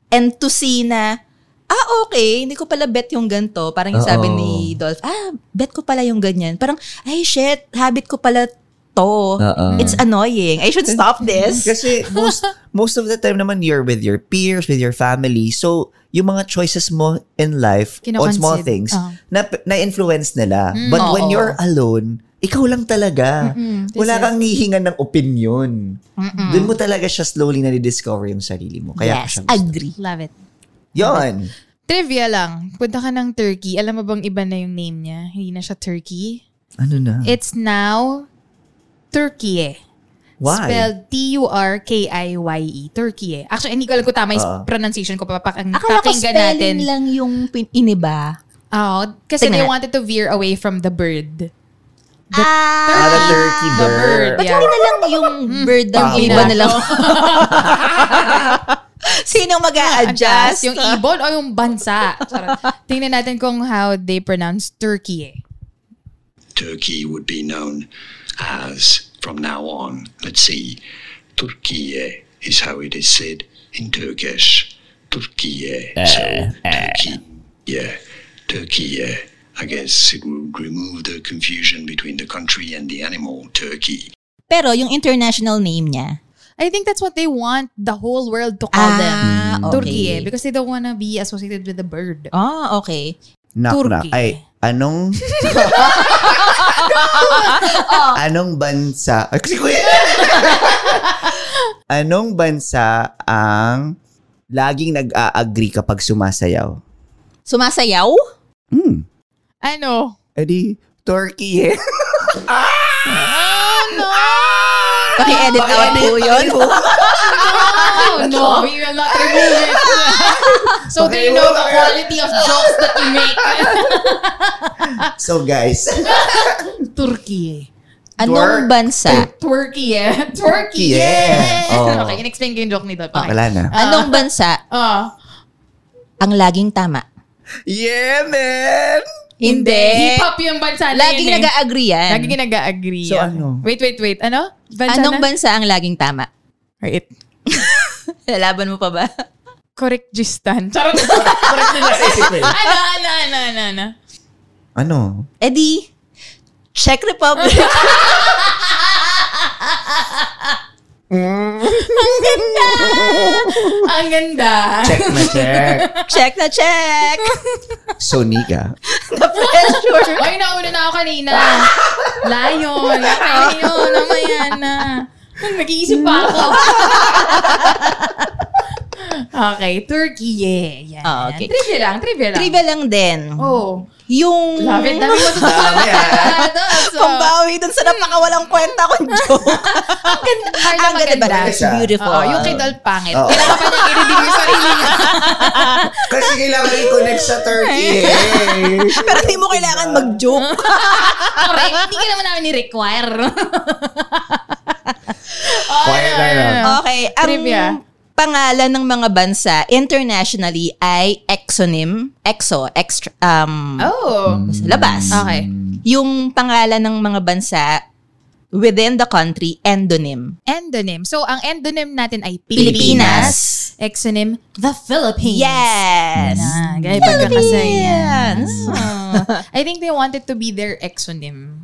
Speaker 3: and to see na, ah, okay, hindi ko pala bet yung ganto. Parang yung sabi
Speaker 5: Oo.
Speaker 3: ni Dolph, ah, bet ko pala yung ganyan. Parang, ay, shit, habit ko pala to.
Speaker 5: Oo.
Speaker 3: It's annoying. I should stop this.
Speaker 5: Kasi most most of the time naman you're with your peers, with your family. So, yung mga choices mo in life on small
Speaker 2: Kinoconsid-
Speaker 5: things
Speaker 2: Oo.
Speaker 5: na na-influence nila. But when
Speaker 3: oo.
Speaker 5: you're alone, ikaw lang talaga. Wala
Speaker 2: This
Speaker 5: kang hihingan ng opinion. Doon mo talaga siya slowly na discover yung sarili mo. Kaya ko
Speaker 3: yes,
Speaker 5: siya gusto.
Speaker 3: agree.
Speaker 2: Love it.
Speaker 5: Yun.
Speaker 2: Trivia lang. Punta ka ng Turkey. Alam mo bang iba na yung name niya? Hindi na siya Turkey.
Speaker 5: Ano na?
Speaker 2: It's now Turkey.
Speaker 5: Why?
Speaker 2: Spelled T-U-R-K-I-Y-E. E. Turkey. Actually, hindi ko alam kung tama yung
Speaker 5: Oo.
Speaker 2: pronunciation ko. Papakang,
Speaker 3: Akala ko
Speaker 2: pakinggan natin.
Speaker 3: spelling lang yung pin- iniba.
Speaker 2: Oo, kasi
Speaker 3: Tingnan
Speaker 2: they
Speaker 3: na.
Speaker 2: wanted to veer away from the bird.
Speaker 5: Ah, the turkey
Speaker 2: The
Speaker 5: bird.
Speaker 2: bird.
Speaker 3: Ba't
Speaker 2: Yeah.
Speaker 3: hindi na lang yung bird ang
Speaker 5: Tama.
Speaker 3: iba na lang? Sino mag adjust
Speaker 2: Adjust yung ibon o yung bansa. Charot. Tingnan natin kung how they pronounce Turkey. eh.
Speaker 7: Turkey would be known as, from now on, let's see, Turkiye is how it is said in Turkish. Turkiye. so, Turkey. Yeah. Turkiye. I guess it would remove the confusion between the country and the animal, turkey.
Speaker 3: Pero yung international name niya.
Speaker 2: I think that's what they want the whole world
Speaker 3: Ah,
Speaker 2: to call them. Turkey eh, because they don't wanna be associated with the bird.
Speaker 3: Ah, okay.
Speaker 5: Knock,
Speaker 2: Turkey.
Speaker 5: knock. Ay, anong... Oh. anong bansa... Ay, kasi kuya! anong bansa ang laging nag-a-agree kapag sumasayaw?
Speaker 3: Sumasayaw?
Speaker 5: Hmm.
Speaker 2: Ano?
Speaker 5: Eh di, turkey eh.
Speaker 3: Paki-edit out po yun.
Speaker 6: Oh, no, we will not remove it.
Speaker 2: So they know the quality of jokes that you make.
Speaker 5: so guys,
Speaker 2: Turkey eh.
Speaker 3: Anong bansa?
Speaker 6: Twerky, eh.
Speaker 5: turkey eh. Oh,
Speaker 2: Okay, in-explain ko yung joke nito. Okay.
Speaker 5: wala na.
Speaker 3: Anong bansa
Speaker 2: Ah.
Speaker 3: ang laging tama?
Speaker 5: Yeah, man!
Speaker 3: Hindi.
Speaker 6: Hip-hop yung bansa na
Speaker 3: Laging
Speaker 6: yun, eh.
Speaker 3: nag-agree yan.
Speaker 2: Lagi nag-agree.
Speaker 5: So, ano?
Speaker 2: Wait, wait, wait. Ano? Bansa
Speaker 3: Anong
Speaker 2: na?
Speaker 3: bansa ang laging tama?
Speaker 2: Wait.
Speaker 3: Lalaban mo pa ba?
Speaker 2: Correctistan. Charot.
Speaker 5: Correct na sa isip eh.
Speaker 2: ano, ano, ano, ano, ano?
Speaker 5: Ano?
Speaker 3: Eh di, Czech Republic.
Speaker 6: Ang ganda.
Speaker 5: Check na check.
Speaker 3: check na check.
Speaker 5: So, Nika,
Speaker 3: Pressure.
Speaker 2: Ay, nauna na ako kanina. Layo. Layo. Namayan na.
Speaker 6: Nag-iisip pa ako.
Speaker 2: Okay, Turkey. Yeah. Yan.
Speaker 3: Ah, okay.
Speaker 2: Trivia lang, trivia lang.
Speaker 3: Trivia lang din.
Speaker 2: Oh.
Speaker 3: Yung...
Speaker 2: Love it. Dami mo
Speaker 5: Dami, ah.
Speaker 3: Pambawi dun sa napakawalang kwenta kong joke. ang ganda.
Speaker 2: Carla,
Speaker 3: ang ganda.
Speaker 2: maganda.
Speaker 3: ba? It's beautiful.
Speaker 2: Oo, yung kay Dal pangit.
Speaker 5: Oo.
Speaker 2: Kailangan pa niya i-redeem yung sarili niya.
Speaker 5: Kasi kailangan i-connect sa turkey eh.
Speaker 3: Pero hindi mo kailangan mag-joke.
Speaker 6: Correct. Hindi ka naman namin ni-require.
Speaker 5: Quiet na lang.
Speaker 3: okay. Ang
Speaker 2: Trivia.
Speaker 3: pangalan ng mga bansa internationally ay exonym. Exo. Extra, um,
Speaker 2: Oh.
Speaker 3: sa labas.
Speaker 2: Okay.
Speaker 3: Yung pangalan ng mga bansa within the country, endonym.
Speaker 2: Endonym. So, ang endonym natin ay Pilipinas.
Speaker 3: Pilipinas.
Speaker 2: Exonym, the Philippines.
Speaker 3: Yes.
Speaker 2: Ah, gaya pagkakasaya.
Speaker 3: Yes.
Speaker 2: Ah. I think they wanted to be their exonym.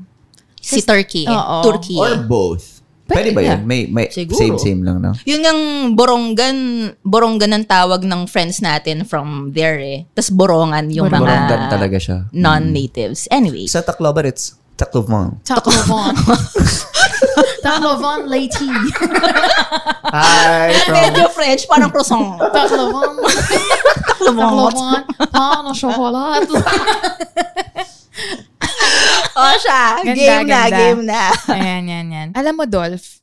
Speaker 3: Si Turkey.
Speaker 2: Oo.
Speaker 3: Turkey.
Speaker 5: Or both. Pwede, ba yun? May, may
Speaker 3: Siguro.
Speaker 5: same-same lang, no?
Speaker 3: Yun ang borongan, borongan ang tawag ng friends natin from there eh. Tapos borongan yung
Speaker 5: Borongan
Speaker 3: mga
Speaker 5: talaga siya.
Speaker 3: non-natives. Anyway.
Speaker 5: Sa Tacloban, it's Tacloban.
Speaker 2: Tacloban. Tacloban lady.
Speaker 5: Hi from
Speaker 3: medyo French, parang croissant.
Speaker 2: Tacloban. Tacloban. Paano chocolate?
Speaker 3: o Oh, siya,
Speaker 2: Ganda,
Speaker 3: game na,
Speaker 2: ganda.
Speaker 3: game na.
Speaker 2: Ayan, yan, yan. Alam mo, Dolph,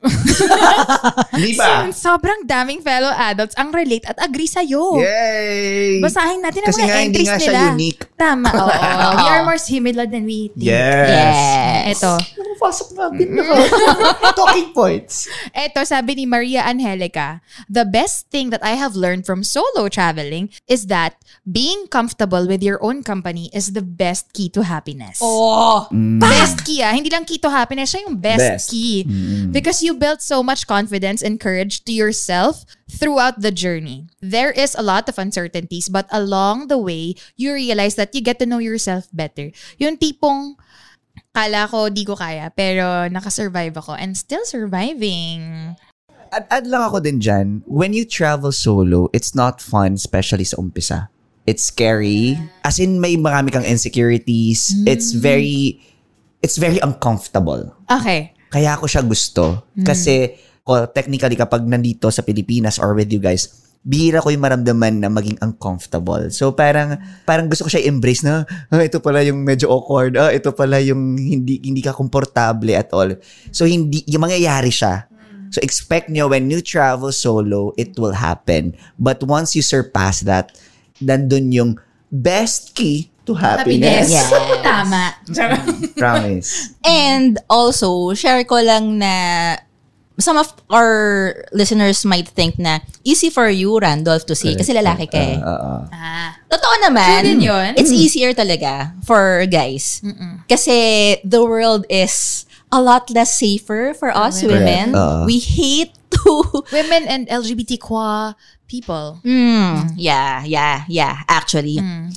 Speaker 5: Liba.
Speaker 2: sobrang daming fellow adults ang relate at agree sa'yo.
Speaker 5: Yay!
Speaker 2: Basahin natin ang mga
Speaker 5: Kasi nga, hindi
Speaker 2: entries
Speaker 5: nga
Speaker 2: nila.
Speaker 5: siya unique.
Speaker 2: Tama, oo. we are more similar than we think.
Speaker 5: Yes.
Speaker 2: Eto.
Speaker 5: Pasok natin na. Talking points.
Speaker 2: Eto, sabi ni Maria Angelica, the best thing that I have learned from solo traveling is that being comfortable with your own company is the best key to happiness.
Speaker 3: Oh,
Speaker 2: Best key ah. Hindi lang key to happiness, siya yung best,
Speaker 5: Best.
Speaker 2: key. Because you built so much confidence and courage to yourself throughout the journey. There is a lot of uncertainties, but along the way, you realize that you get to know yourself better. Yung tipong, kala ko di ko kaya, pero nakasurvive ako and still surviving.
Speaker 5: Add, add lang ako din dyan, when you travel solo, it's not fun, especially sa umpisa. It's scary. As in, may marami kang insecurities. It's very, it's very uncomfortable.
Speaker 2: Okay.
Speaker 5: Kaya ako siya gusto. Kasi, ko technically, kapag nandito sa Pilipinas or with you guys, bihira ko yung maramdaman na maging uncomfortable. So, parang, parang gusto ko siya embrace na, ah, ito pala yung medyo awkward, ah, ito pala yung hindi, hindi ka komportable at all. So, hindi, yung mangyayari siya. So, expect nyo when you travel solo, it will happen. But once you surpass that, nandun yung best key to happiness.
Speaker 3: Yes.
Speaker 2: Tama.
Speaker 5: Promise.
Speaker 3: And also, share ko lang na some of our listeners might think na easy for you, Randolph, to say. Kasi lalaki ka eh.
Speaker 5: Ah, ah, ah.
Speaker 3: Totoo naman.
Speaker 2: True din yun.
Speaker 3: It's easier talaga for guys. Kasi the world is a lot less safer for us women.
Speaker 5: Correct. Oo.
Speaker 3: We hate to...
Speaker 2: Women and LGBTQA people.
Speaker 3: Mm, yeah, yeah, yeah. Actually.
Speaker 2: Mm.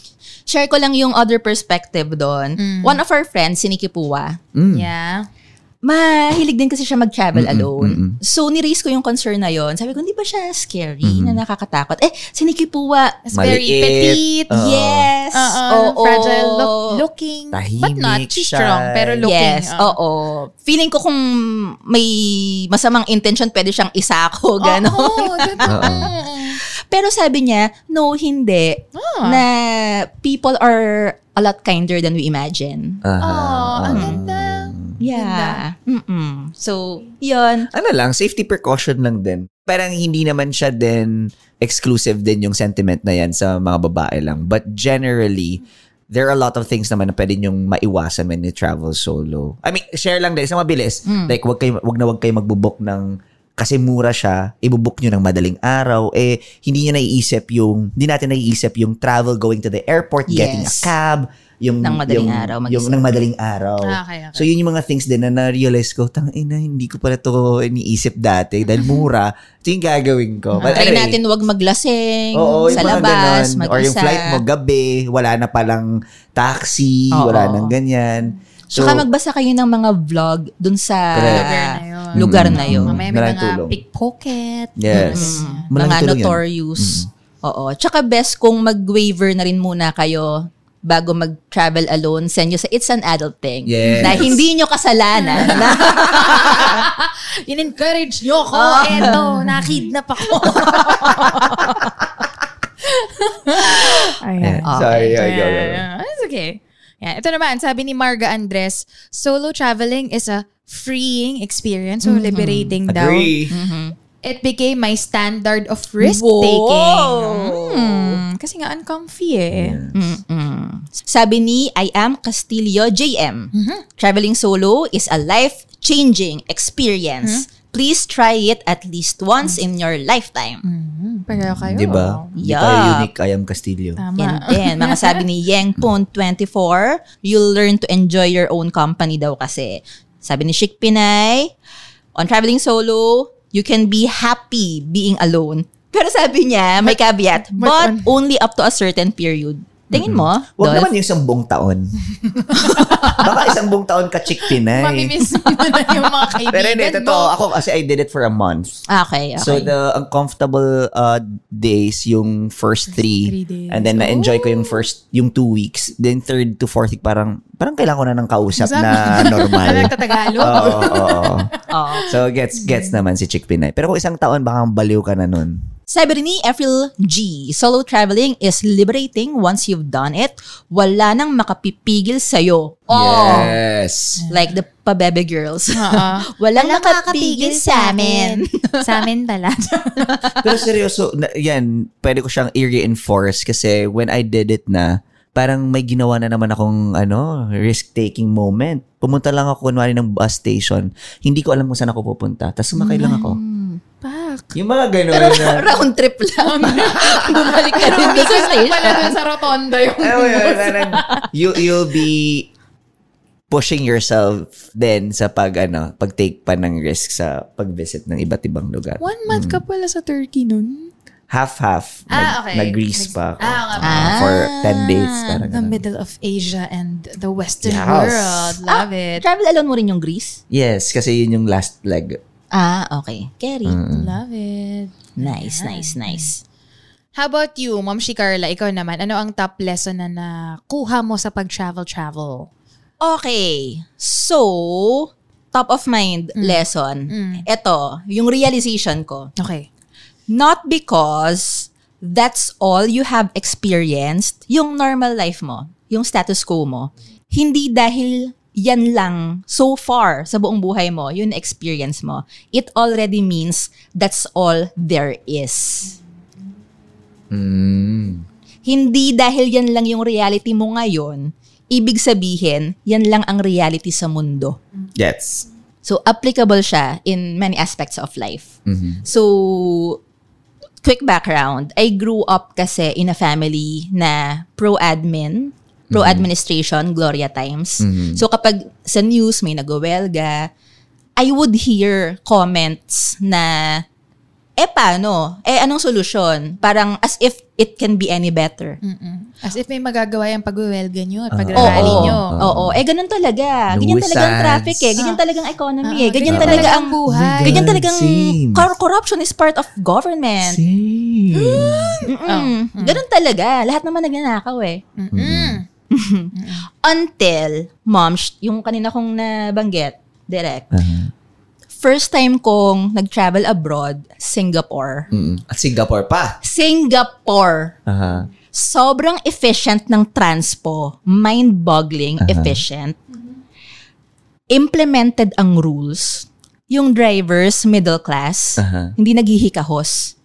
Speaker 3: Share ko lang yung other perspective doon. One of our friends, si Nikki Pua,
Speaker 2: Yeah.
Speaker 3: mahilig din kasi siya mag-travel alone. So, niraise ko yung concern na yon. Sabi ko, hindi ba siya scary na nakakatakot? Eh, si Nikki Pua,
Speaker 2: It's very
Speaker 5: Maliit.
Speaker 2: petite.
Speaker 3: yes.
Speaker 2: Uh-uh,
Speaker 3: oo.
Speaker 2: fragile look- looking. but not.
Speaker 5: Tahimik
Speaker 2: She's
Speaker 5: siya.
Speaker 2: strong, pero looking.
Speaker 3: yes,
Speaker 2: uh.
Speaker 3: oo. Feeling ko kung may masamang intention, pwede siyang isako, gano'n.
Speaker 2: Oo, oo, ganun.
Speaker 5: Oo.
Speaker 3: Pero sabi niya, no, hindi.
Speaker 2: Ah.
Speaker 3: Na people are a lot kinder than we imagine.
Speaker 5: Ah.
Speaker 2: Oh,
Speaker 5: Um,
Speaker 2: ang ganda.
Speaker 3: Yeah. Mm-mm. So, yun.
Speaker 5: ano lang, safety precaution lang din. Parang hindi naman siya din exclusive din yung sentiment na yan sa mga babae lang. But generally, there are a lot of things naman na pwede niyong maiwasan when you travel solo. I mean, share lang din. Isang mabilis.
Speaker 3: Hmm.
Speaker 5: Like, wag, kayo, wag na wag kayo magbubok ng kasi mura siya, ibubok nyo ng madaling araw, eh, hindi nyo naiisip yung, hindi natin naiisip yung travel going to the airport, getting a
Speaker 3: Yes.
Speaker 5: cab, yung,
Speaker 3: Ng madaling
Speaker 5: yung,
Speaker 3: araw,
Speaker 5: yung
Speaker 3: mag-isa.
Speaker 5: ng madaling araw.
Speaker 3: Ah,
Speaker 2: Okay, okay.
Speaker 5: So yun yung mga things din na na-realize ko, tang ina, hindi ko pala to iniisip dati dahil mura. Ito yung gagawin ko.
Speaker 3: Mm-hmm. Ah,
Speaker 5: But
Speaker 3: Try
Speaker 5: anyway,
Speaker 3: natin wag maglasing
Speaker 5: oo, yung
Speaker 3: sa
Speaker 5: mga
Speaker 3: labas,
Speaker 5: ganun.
Speaker 3: mag
Speaker 5: Or yung flight mo gabi, wala na palang taxi,
Speaker 3: Oo.
Speaker 5: wala nang ganyan. So,
Speaker 3: Tsaka magbasa kayo ng mga vlog dun sa
Speaker 5: Correct.
Speaker 2: Lugar na yun.
Speaker 3: lugar na
Speaker 2: Mm,
Speaker 3: yun.
Speaker 2: Mamaya may
Speaker 5: Maraming
Speaker 2: mga
Speaker 5: tulong.
Speaker 2: pickpocket.
Speaker 5: yes.
Speaker 3: Mm. mga
Speaker 5: Malaking tulong yun. Mm.
Speaker 3: notorious. Oo. Tsaka best kung mag-waiver na rin muna kayo bago mag-travel alone, send nyo sa It's an Adult Thing.
Speaker 5: Yes.
Speaker 3: Na hindi nyo kasalanan. na,
Speaker 2: In-encourage nyo ko.
Speaker 6: Eto, nakidnap ako.
Speaker 2: Ayan.
Speaker 3: Ah,
Speaker 5: Sorry, yeah, yeah, yeah, yeah.
Speaker 2: Ah, It's okay. Yeah, ito naman, sabi ni Marga Andres, solo traveling is a freeing experience or liberating daw.
Speaker 5: Mm-hmm. Agree.
Speaker 3: Mm-hmm.
Speaker 2: It became my standard of risk taking.
Speaker 3: Whoa!
Speaker 2: Hmm, kasi nga uncomfy eh.
Speaker 3: Sabi ni I am Castillo JM. Traveling solo is a life-changing experience. Please try it at least once in your lifetime.
Speaker 2: Pero kayo.
Speaker 5: Di ba? Hindi
Speaker 3: Yeah. Um,
Speaker 5: tayo unique, I am Castillo.
Speaker 3: And then, mga sabi ni Yang Pon 24, you'll learn to enjoy your own company daw kasi. Sabi ni Chic Pinay, on traveling solo, you can be happy being alone. Pero sabi niya, may caveat, but, only up to a certain period. Tingin mo, Dolph?
Speaker 5: Huwag Mm-hmm. naman yung isang buong taon. Baka isang buong taon ka chick Pinay.
Speaker 2: Mamimiss mo na yung mga kaibigan
Speaker 5: Pero hindi, totoo.
Speaker 2: mo.
Speaker 5: Ako kasi I did it for a month.
Speaker 3: Ah, Okay, okay.
Speaker 5: So the uncomfortable uh, days, yung first
Speaker 2: three
Speaker 5: three,
Speaker 2: days.
Speaker 5: and then na-enjoy ko yung first, yung two weeks. Then third to fourth week, parang, parang kailangan ko na ng kausap na normal.
Speaker 2: Nagtatagalog.
Speaker 5: Oo, oo, oo.
Speaker 3: Oh.
Speaker 5: So gets gets naman si Chick Pinay. Pero kung isang taon, baka baliw ka na nun.
Speaker 3: Sabi ni April G, solo traveling is liberating once you've done it. Wala nang makapipigil sa'yo. Oh,
Speaker 5: Yes.
Speaker 3: like the pabebe girls.
Speaker 2: Oo.
Speaker 3: Walang makapigil sa amin.
Speaker 2: sa amin pala.
Speaker 5: Pero seryoso, na, yan, pwede ko siyang i-reinforce kasi when I did it na, parang may ginawa na naman akong ano, risk-taking moment. Pumunta lang ako kunwari ng bus station. Hindi ko alam kung saan ako pupunta. Tapos sumakay lang ako.
Speaker 2: Hmm, Pak.
Speaker 5: Yung mga ganun na.
Speaker 3: Round trip
Speaker 2: Oh,
Speaker 3: lang. Bumalik ka rin doon sa
Speaker 2: Kasi
Speaker 3: station.
Speaker 2: pala dun sa rotonda yung
Speaker 5: Alam mo yun, parang you, you'll be pushing yourself then sa pag ano, pag take pa ng risk sa pag-visit ng iba't ibang lugar.
Speaker 2: One month
Speaker 5: Hmm.
Speaker 2: ka pala sa Turkey nun.
Speaker 5: Half-half.
Speaker 2: Ah, okay.
Speaker 5: Nag-Greece pa ako.
Speaker 2: Ah, okay. Ah,
Speaker 5: Ah, for 10 days. Parang
Speaker 2: The
Speaker 5: ganun.
Speaker 2: middle of Asia and the Western
Speaker 5: Yes. Ah,
Speaker 2: world. Love it.
Speaker 3: Ah, Travel alone mo rin yung Greece?
Speaker 5: Yes, kasi yun yung last leg.
Speaker 3: Ah, okay. Carry.
Speaker 2: Love it.
Speaker 3: Nice, nice, nice.
Speaker 2: How about you, Mom Shi Carla? Ikaw naman, ano ang top lesson na nakuha mo sa pag-travel-travel?
Speaker 3: Okay. So, top of mind
Speaker 2: Mm.
Speaker 3: lesson. Ito, yung realization ko.
Speaker 2: Okay.
Speaker 3: Not because that's all you have experienced, yung normal life mo, yung status quo mo. Hindi dahil yan lang so far sa buong buhay mo, yun experience mo. It already means that's all there is. Hindi dahil yan lang yung reality mo ngayon, ibig sabihin, yan lang ang reality sa mundo.
Speaker 5: Yes.
Speaker 3: So, applicable siya in many aspects of life. So, quick background. I grew up kasi in a family na pro-admin, pro-administration, Gloria Times. So, kapag sa news may nagwawelga, I would hear comments na, eh paano? Eh anong solusyon? Parang as if it can be any better.
Speaker 2: As if may magagawa yung pag-welga nyo
Speaker 5: Ah.
Speaker 2: at
Speaker 3: Oo,
Speaker 2: pag-rally nyo.
Speaker 3: oo, oo. Eh ganun talaga. Ganyan
Speaker 5: Luwisan.
Speaker 3: talaga ang traffic eh. Ganyan talaga ang economy eh. Ganyan
Speaker 2: Ah. ganyan
Speaker 3: talaga
Speaker 2: talaga
Speaker 3: ang
Speaker 2: ang buhay.
Speaker 3: Ganyan talagang
Speaker 5: Same.
Speaker 3: cor- corruption is part of government.
Speaker 5: Hmm.
Speaker 2: Oh.
Speaker 3: Mm. Ganun talaga. Lahat naman nagnanakaw eh. Mm-hmm. Until, mom, sh- yung kanina kong nabanggit, direct. first time kong nag-travel abroad, Singapore.
Speaker 5: Mm. At Singapore pa.
Speaker 3: Singapore.
Speaker 5: Aha.
Speaker 3: Sobrang efficient ng transpo. Mind-boggling efficient. Implemented ang rules. Yung drivers, middle class,
Speaker 5: Aha.
Speaker 3: hindi naghihikahos.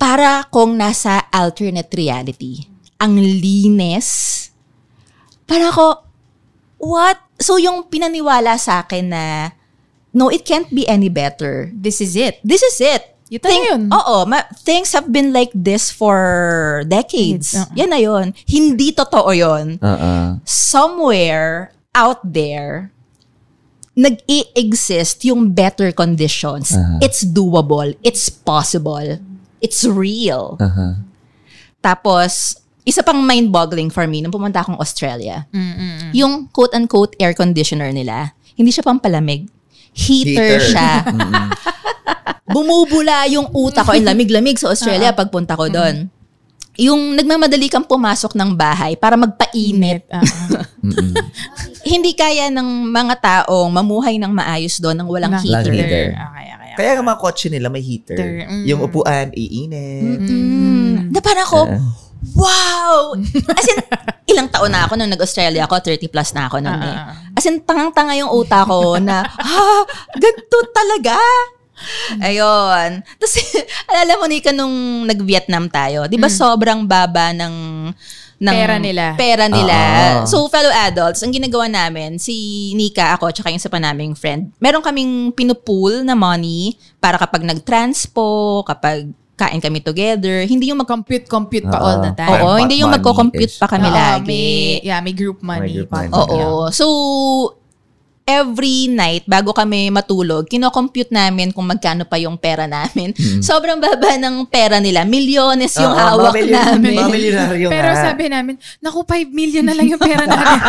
Speaker 3: Para kung nasa alternate reality. Ang linis. Para ko, what? So yung pinaniwala sa akin na, no, it can't be any better
Speaker 2: This is it.
Speaker 3: this is it.
Speaker 2: Yun talaga yun.
Speaker 3: Oo, ma- things have been like this for decades.
Speaker 2: Decades, uh-uh. oo.
Speaker 3: Yan na yun. Hindi totoo yun.
Speaker 5: uh
Speaker 3: Somewhere out there, nag-i-exist yung better conditions. It's doable. It's possible. It's real. Tapos, isa pang mind-boggling for me nung pumunta akong Australia. Yung quote-unquote air conditioner nila, hindi siya pampalamig. Heater,
Speaker 5: Heater.
Speaker 3: siya. Bumubula yung utak ko. Ang lamig-lamig sa Australia pagpunta ko doon. Yung nagmamadali kang pumasok ng bahay para magpainit.
Speaker 2: ah.
Speaker 3: Hindi kaya ng mga taong mamuhay ng maayos doon nang walang
Speaker 2: Nang-
Speaker 5: Walang
Speaker 3: heater.
Speaker 5: heater.
Speaker 2: Okay, okay, okay.
Speaker 5: Kaya ang mga kotse nila may heater.
Speaker 2: Heater, mm.
Speaker 5: Yung upuan, iinit.
Speaker 3: Mm. Na parang ako, wow! As in, ilang taon na ako nung nag-Australia ako, 30 plus na ako noon eh.
Speaker 2: Ah,
Speaker 3: As in, tangang-tanga yung utak ko na, ha, ganito talaga? Ayun. Tapos, alala mo, Nika, nung nag-Vietnam tayo, di ba sobrang baba ng ng
Speaker 2: Mm. Pera nila.
Speaker 3: Pera nila.
Speaker 5: Oo.
Speaker 3: So, fellow adults, ang ginagawa namin, si Nika, ako, tsaka yung sa pa naming friend, meron kaming pinupool na money para kapag nag-transpo, kapag kain kami together, hindi yung mag-
Speaker 2: Compute, compute pa
Speaker 5: Oo.
Speaker 2: all the time.
Speaker 5: Parang
Speaker 3: Oo, hindi yung
Speaker 5: pot
Speaker 3: magko-compute
Speaker 5: money-ish.
Speaker 3: pa kami
Speaker 2: Oo,
Speaker 3: lagi.
Speaker 2: May, yeah, may group money.
Speaker 5: May group
Speaker 2: pa.
Speaker 5: money.
Speaker 3: Oo. So, every night, bago kami matulog, kinocompute namin kung magkano pa yung pera namin. Sobrang baba ng pera nila. Milyones yung
Speaker 5: Oo,
Speaker 3: hawak
Speaker 5: mamili-
Speaker 3: namin.
Speaker 5: mamilyonaryo
Speaker 2: Pero
Speaker 5: nga.
Speaker 2: sabi namin, naku, 5 million na lang yung pera natin.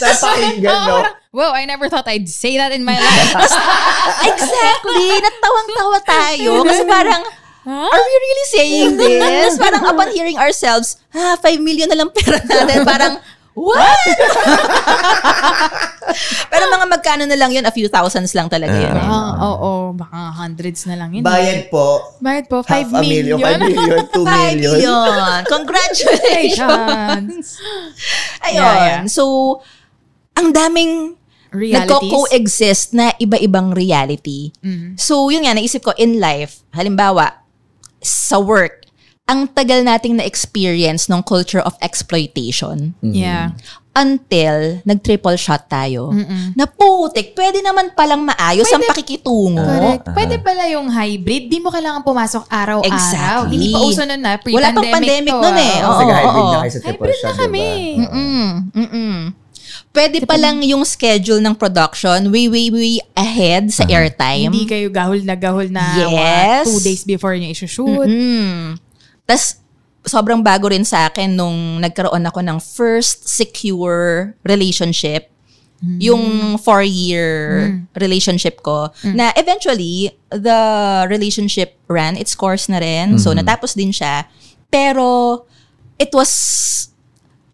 Speaker 5: Sa pakinggan, no?
Speaker 2: Wow, I never thought I'd say that in my life.
Speaker 3: exactly. Natawang-tawa tayo. Kasi parang, Are we really saying this? Parang upon hearing ourselves, ah, 5 million na lang pera natin. Parang, what? Pero mga magkano na lang yun, a few thousands lang talaga yun. eh.
Speaker 2: Ah, Oo, oh, baka hundreds na lang yun. eh.
Speaker 5: Bayad po.
Speaker 2: Bayad po,
Speaker 5: Half
Speaker 2: 5
Speaker 5: a million, 5 million,
Speaker 3: 5
Speaker 5: 2 million.
Speaker 3: million. Congratulations.
Speaker 2: Congratulations.
Speaker 3: Ayun.
Speaker 2: Yeah, yeah.
Speaker 3: So, ang daming
Speaker 2: Realities.
Speaker 3: nagko-coexist na iba-ibang reality.
Speaker 2: Mm-hmm.
Speaker 3: So, yun nga, naisip ko, in life, halimbawa, sa work, ang tagal nating na-experience ng culture of exploitation
Speaker 5: Mm.
Speaker 2: Yeah.
Speaker 3: until nag-triple shot tayo. Na putik, pwede naman palang maayos ang pakikitungo.
Speaker 2: Correct. Pwede pala yung hybrid. Di mo kailangan pumasok araw-araw.
Speaker 3: Exactly.
Speaker 2: Hindi pa uso nun na.
Speaker 3: Wala pang pandemic
Speaker 2: to,
Speaker 3: nun eh.
Speaker 2: ah.
Speaker 3: Oo,
Speaker 5: Kasi hybrid
Speaker 3: oo.
Speaker 5: na kayo sa triple
Speaker 2: Hybrid na
Speaker 5: shot,
Speaker 2: kami.
Speaker 5: diba? Oo.
Speaker 3: Mm, mm-mm. Pwede palang yung schedule ng production way, way, way ahead sa airtime.
Speaker 2: Hindi kayo gahol na gahol na
Speaker 3: Mm. Yes.
Speaker 2: mga two days before nyo isushoot.
Speaker 3: Mm. Tapos, sobrang bago rin sa akin nung nagkaroon ako ng first secure relationship.
Speaker 2: Hmm.
Speaker 3: Yung four-year relationship ko.
Speaker 2: Hmm.
Speaker 3: Na eventually, the relationship ran its course na rin. So, natapos din siya. Pero, it was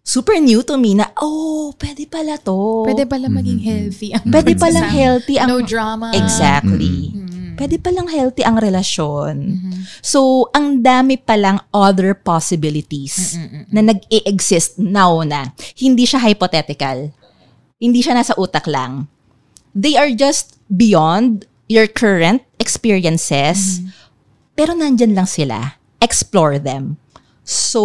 Speaker 3: super new to me na, oh, pwede pala to.
Speaker 2: Pwede pala maging healthy. Ang
Speaker 3: Pwede palang healthy ang
Speaker 2: No drama.
Speaker 3: Exactly. Pwede palang healthy ang relasyon. So, ang dami palang other possibilities na nag-i-exist now na. Hindi siya hypothetical. Hindi siya nasa utak lang. They are just beyond your current experiences. Pero nandyan lang sila. Explore them. So,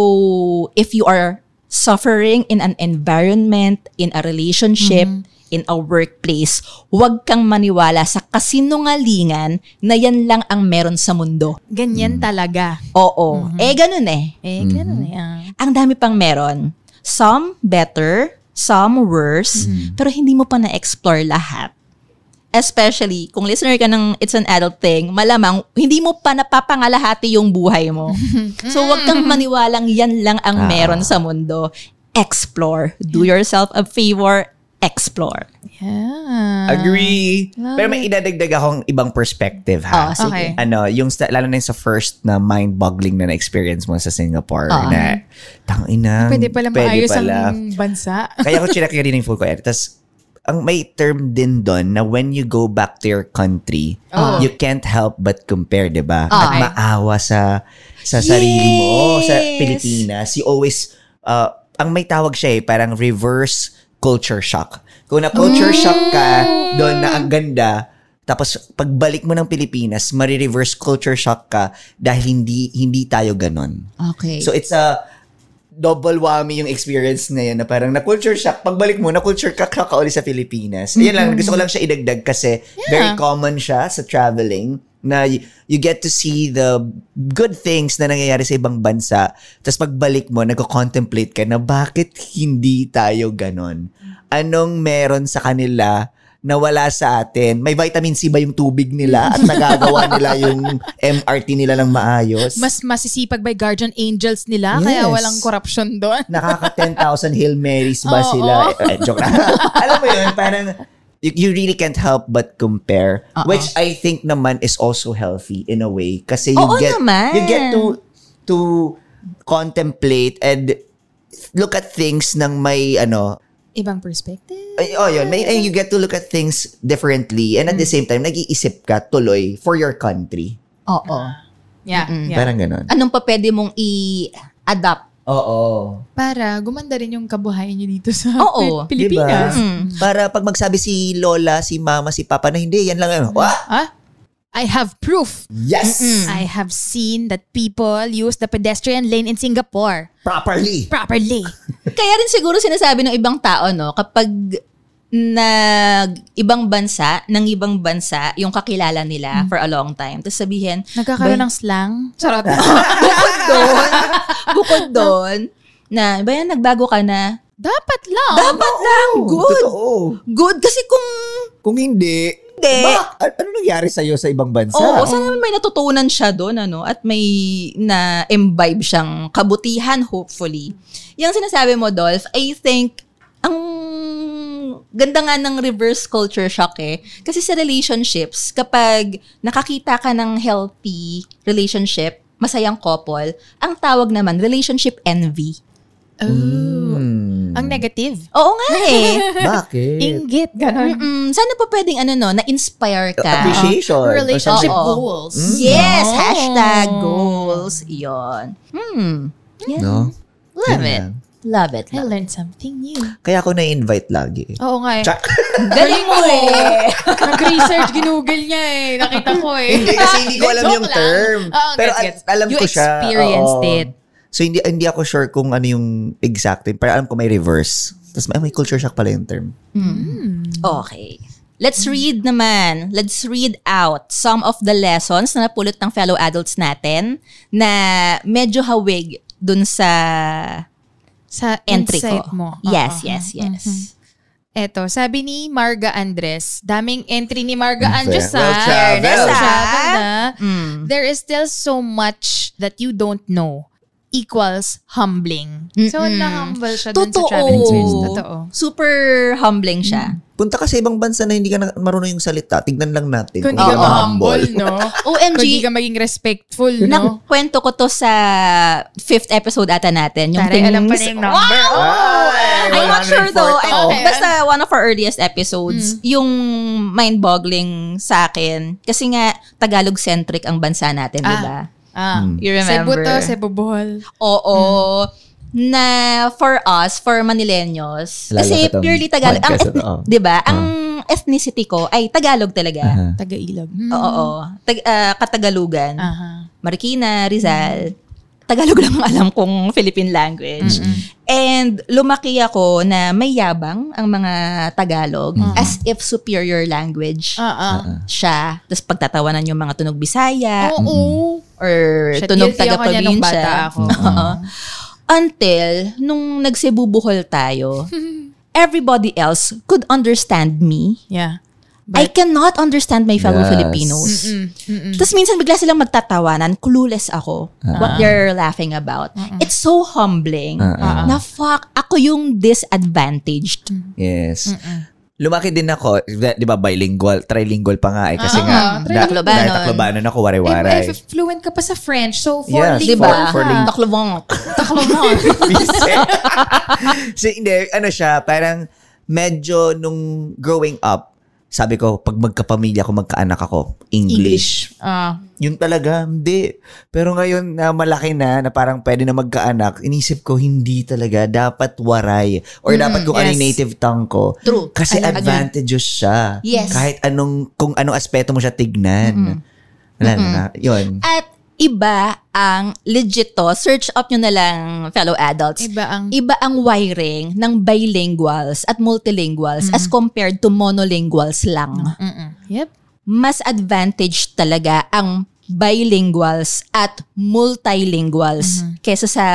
Speaker 3: if you are suffering in an environment, in a relationship, in a workplace, huwag kang maniwala sa kasinungalingan na yan lang ang meron sa mundo.
Speaker 2: Ganyan
Speaker 3: Mm.
Speaker 2: talaga.
Speaker 3: Oo. Eh, ganun eh.
Speaker 2: Eh, ganun eh. ah.
Speaker 3: Ang dami pang meron. Some better, some worse, pero hindi mo pa na-explore lahat. Especially, kung listener ka ng It's an Adult Thing, malamang hindi mo pa napapangalahati yung buhay mo. so, wag kang maniwalang yan lang ang meron sa mundo. Explore. Do yourself a favor. Explore.
Speaker 2: Yeah.
Speaker 5: Agree.
Speaker 2: Ah.
Speaker 5: Pero may idadagdag akong ibang perspective ha.
Speaker 3: Oh, sige.
Speaker 2: Okay.
Speaker 5: Ano, yung sta- lalo na yung sa first na mind-boggling na na-experience mo sa Singapore na tang ina.
Speaker 2: Ah. Pwede pala maayos
Speaker 5: pala.
Speaker 2: ang bansa.
Speaker 5: Kaya ko chinak yung rin yung phone ko. Tapos ang may term din doon na when you go back to your country,
Speaker 2: Oh.
Speaker 5: you can't help but compare, 'di ba? At
Speaker 2: Okay.
Speaker 5: maawa sa sa sarili mo, oh, sa
Speaker 3: Yes.
Speaker 5: Pilipinas. You always uh, ang may tawag siya eh, parang reverse culture shock. Kung na culture shock ka doon na ang ganda, tapos pagbalik mo ng Pilipinas, marireverse culture shock ka dahil hindi hindi tayo ganon.
Speaker 3: Okay.
Speaker 5: So it's a double whammy yung experience na yan na parang na-culture shock. Pagbalik mo, na-culture ka ka uli sa Pilipinas. Ayun lang, gusto ko lang siya idagdag kasi very common siya sa traveling na y- you get to see the good things na nangyayari sa ibang bansa. Tapos pagbalik mo, nagko-contemplate ka na bakit hindi tayo ganon? Anong meron sa kanila na wala sa atin? May vitamin C ba yung tubig nila at nagagawa nila yung MRT nila ng maayos?
Speaker 2: Mas masisipag by guardian angels nila, kaya
Speaker 5: Yes.
Speaker 2: walang corruption doon.
Speaker 5: nakaka 10,000 Hail Marys ba
Speaker 2: Oo.
Speaker 5: sila? Eh, eh, joke lang. Alam mo yun, parang you, you really can't help but compare. Which I think naman is also healthy in a way. Kasi you
Speaker 3: Oo
Speaker 5: get
Speaker 3: naman.
Speaker 5: you get to to contemplate and look at things ng may ano
Speaker 2: Ibang perspective.
Speaker 5: ay, oh yun may, ay, you get to look at things differently and at the same time nag-iisip ka tuloy for your country
Speaker 3: Oo.
Speaker 2: Yeah. yeah.
Speaker 5: parang ganun
Speaker 3: Anong pa pwede mong i-adapt?
Speaker 5: oo
Speaker 2: Para gumanda rin yung kabuhayan nyo dito sa
Speaker 3: Oo.
Speaker 2: Pil- Pilipinas.
Speaker 5: Diba? para pag magsabi si lola si mama si papa na hindi yan lang yun Wah!
Speaker 2: Ah, I have proof.
Speaker 3: Mm-hmm.
Speaker 5: yes
Speaker 2: I have seen that people use the pedestrian lane in Singapore
Speaker 5: properly
Speaker 2: properly.
Speaker 3: Kaya rin siguro sinasabi ng ibang tao, no, kapag nag ibang bansa, ng ibang bansa, yung kakilala nila for a long time. Tapos sabihin,
Speaker 2: Nagkakaroon ng slang. Charot.
Speaker 3: bukod doon, bukod doon, na, ba yan, nagbago ka na?
Speaker 2: Dapat lang.
Speaker 3: Dapat lang, good.
Speaker 5: Totoo.
Speaker 3: Good, kasi kung,
Speaker 5: Kung hindi,
Speaker 3: Hindi.
Speaker 5: Ba, a- ano nangyari sa'yo sa ibang bansa?
Speaker 3: oo, sana may natutunan siya doon, ano, at may na-imbibe siyang kabutihan, hopefully. Yung sinasabi mo, Dolph, I think, ang ganda nga ng reverse culture shock eh. Kasi sa relationships, kapag nakakita ka ng healthy relationship, masayang couple, ang tawag naman, relationship envy.
Speaker 5: Hmm.
Speaker 2: Oh. Ang negative.
Speaker 3: Oo nga eh.
Speaker 5: Bakit?
Speaker 2: Inggit. Ganon.
Speaker 3: Mm, sana pa pwedeng ano no, na-inspire ka.
Speaker 5: Appreciation. or
Speaker 2: Relationship Oh,
Speaker 5: something.
Speaker 3: Oo.
Speaker 2: goals.
Speaker 5: Hmm?
Speaker 2: Oh.
Speaker 3: Yes, hashtag goals. Yun. Hmm. Yeah.
Speaker 5: No?
Speaker 3: Love
Speaker 5: Yun
Speaker 3: it.
Speaker 5: lang.
Speaker 3: Love it.
Speaker 2: I learned something new.
Speaker 5: Kaya ako na-invite lagi.
Speaker 2: Oo nga eh.
Speaker 5: Chak.
Speaker 2: Galing mo eh. Nag-research, ginugol niya eh. Nakita ko eh.
Speaker 5: hindi kasi hindi ko alam
Speaker 2: Joke
Speaker 5: yung
Speaker 2: lang.
Speaker 5: term.
Speaker 2: Oo,
Speaker 5: Pero
Speaker 2: gets, gets.
Speaker 5: al- alam
Speaker 2: You
Speaker 5: ko siya.
Speaker 2: experienced
Speaker 5: oo.
Speaker 2: it.
Speaker 5: So hindi hindi ako sure kung ano yung exact term. Pero alam ko may reverse. Tapos may, may culture shock pala yung term.
Speaker 3: Okay. Let's read naman. Let's read out some of the lessons na napulot ng fellow adults natin na medyo hawig dun sa
Speaker 2: Sa
Speaker 3: entry
Speaker 2: insight
Speaker 3: ko.
Speaker 2: mo.
Speaker 3: Yes,
Speaker 2: Oo. Mm-hmm.
Speaker 3: yes, yes.
Speaker 2: Eto, sabi ni Marga Andres, daming entry ni Marga
Speaker 5: Fair.
Speaker 2: Andres ah. ha.
Speaker 5: Well traveled.
Speaker 2: Fairness,
Speaker 3: Well
Speaker 2: travel
Speaker 3: Mm.
Speaker 2: na. ah. There is still so much that you don't know equals humbling. So,
Speaker 3: Mm-mm.
Speaker 2: na-humble siya dun sa
Speaker 3: Totoo.
Speaker 2: travel experience. Totoo.
Speaker 3: Super humbling siya.
Speaker 5: Punta ka sa ibang bansa na hindi ka na- marunong yung salita. Tignan lang natin.
Speaker 2: Kung di ka
Speaker 5: gaano
Speaker 2: ma-humble, no? Kung
Speaker 3: OMG,
Speaker 2: di ka maging respectful, no?
Speaker 3: nakwento ko to sa fifth episode ata natin. Yung
Speaker 2: Taray, alam pa
Speaker 3: things-
Speaker 2: na yung number. Oh, eh,
Speaker 5: Ay,
Speaker 3: I'm not sure though.
Speaker 5: 104.
Speaker 3: I,
Speaker 2: Okay.
Speaker 3: Basta one of our earliest
Speaker 2: Mm.
Speaker 3: episodes, yung mind-boggling sa akin. Kasi nga, Tagalog-centric ang bansa natin, diba? di ba?
Speaker 2: Ah,
Speaker 3: You
Speaker 2: Cebu
Speaker 3: remember?
Speaker 2: to, Cebu Bohol.
Speaker 3: Oo.
Speaker 2: Mm.
Speaker 3: Na for us, for Manileños,
Speaker 5: Lalo
Speaker 3: kasi
Speaker 5: ka tong
Speaker 3: purely Tagalog. Ang,
Speaker 5: podcast
Speaker 3: eth-
Speaker 5: na to, oh.
Speaker 3: di ba? Ang ethnicity ko ay Tagalog talaga.
Speaker 2: Taga-ilag.
Speaker 3: Oo. Tag, ah, Katagalugan.
Speaker 2: Mm-hmm. Aha. Mm-hmm.
Speaker 3: Marikina, Rizal. Tagalog lang ang alam kong Philippine language. And lumaki ako na may yabang ang mga Tagalog as if superior language
Speaker 2: Mm-hmm. Ah, ah.
Speaker 3: siya. Tapos pagtatawanan yung mga tunog Bisaya
Speaker 2: Oo.
Speaker 3: or
Speaker 2: Oh. Shit,
Speaker 3: tunog
Speaker 2: guilty ako niya nung
Speaker 3: taga-probinsya.
Speaker 2: bata ako.
Speaker 3: Oo. Until nung nagsibubuhol tayo, everybody else could understand me.
Speaker 2: Yeah.
Speaker 3: I cannot understand my fellow
Speaker 5: Yes.
Speaker 3: Filipinos. Tapos minsan bigla silang magtatawanan, clueless ako what they're laughing about. It's so humbling
Speaker 5: Ah,
Speaker 3: na fuck, ako yung disadvantaged.
Speaker 5: Yes. Lumaki din ako, di di ba bilingual, trilingual pa nga eh. Kasi
Speaker 2: Ah,
Speaker 5: nga, da-
Speaker 3: Taclobanon.
Speaker 5: dahil Taclobanon ako,
Speaker 2: Eh,
Speaker 5: wari-waray.
Speaker 2: eh, fluent ka pa sa French, so Ah.
Speaker 5: Yes,
Speaker 2: foreign
Speaker 5: Di
Speaker 3: Di
Speaker 2: language.
Speaker 3: ba?
Speaker 5: ba? For- for ling-
Speaker 3: Taklobong.
Speaker 5: Vincent. so, hindi, ano siya, parang medyo nung growing up, sabi ko, pag magkapamilya ko, magkaanak ako, English.
Speaker 2: Ah.
Speaker 5: Yun talaga, hindi. Pero ngayon na malaki na, na parang pwede na magkaanak, inisip ko, hindi talaga. Dapat waray. Or dapat kung ano yung
Speaker 2: Mm, yes. Ano,
Speaker 5: native tongue ko.
Speaker 3: True.
Speaker 5: Kasi
Speaker 3: Alam-
Speaker 5: advantageous siya.
Speaker 3: Yes.
Speaker 5: Kahit anong, kung anong aspeto mo siya tignan. Wala na. Yun.
Speaker 3: At iba ang legit to. Search up nyo na lang, fellow adults.
Speaker 2: Iba ang...
Speaker 3: Iba ang wiring ng bilinguals at multilinguals as compared to monolinguals lang.
Speaker 2: Mm-mm. Yep.
Speaker 3: Mas advantage talaga ang bilinguals at multilinguals
Speaker 2: Mm-hmm.
Speaker 3: kesa sa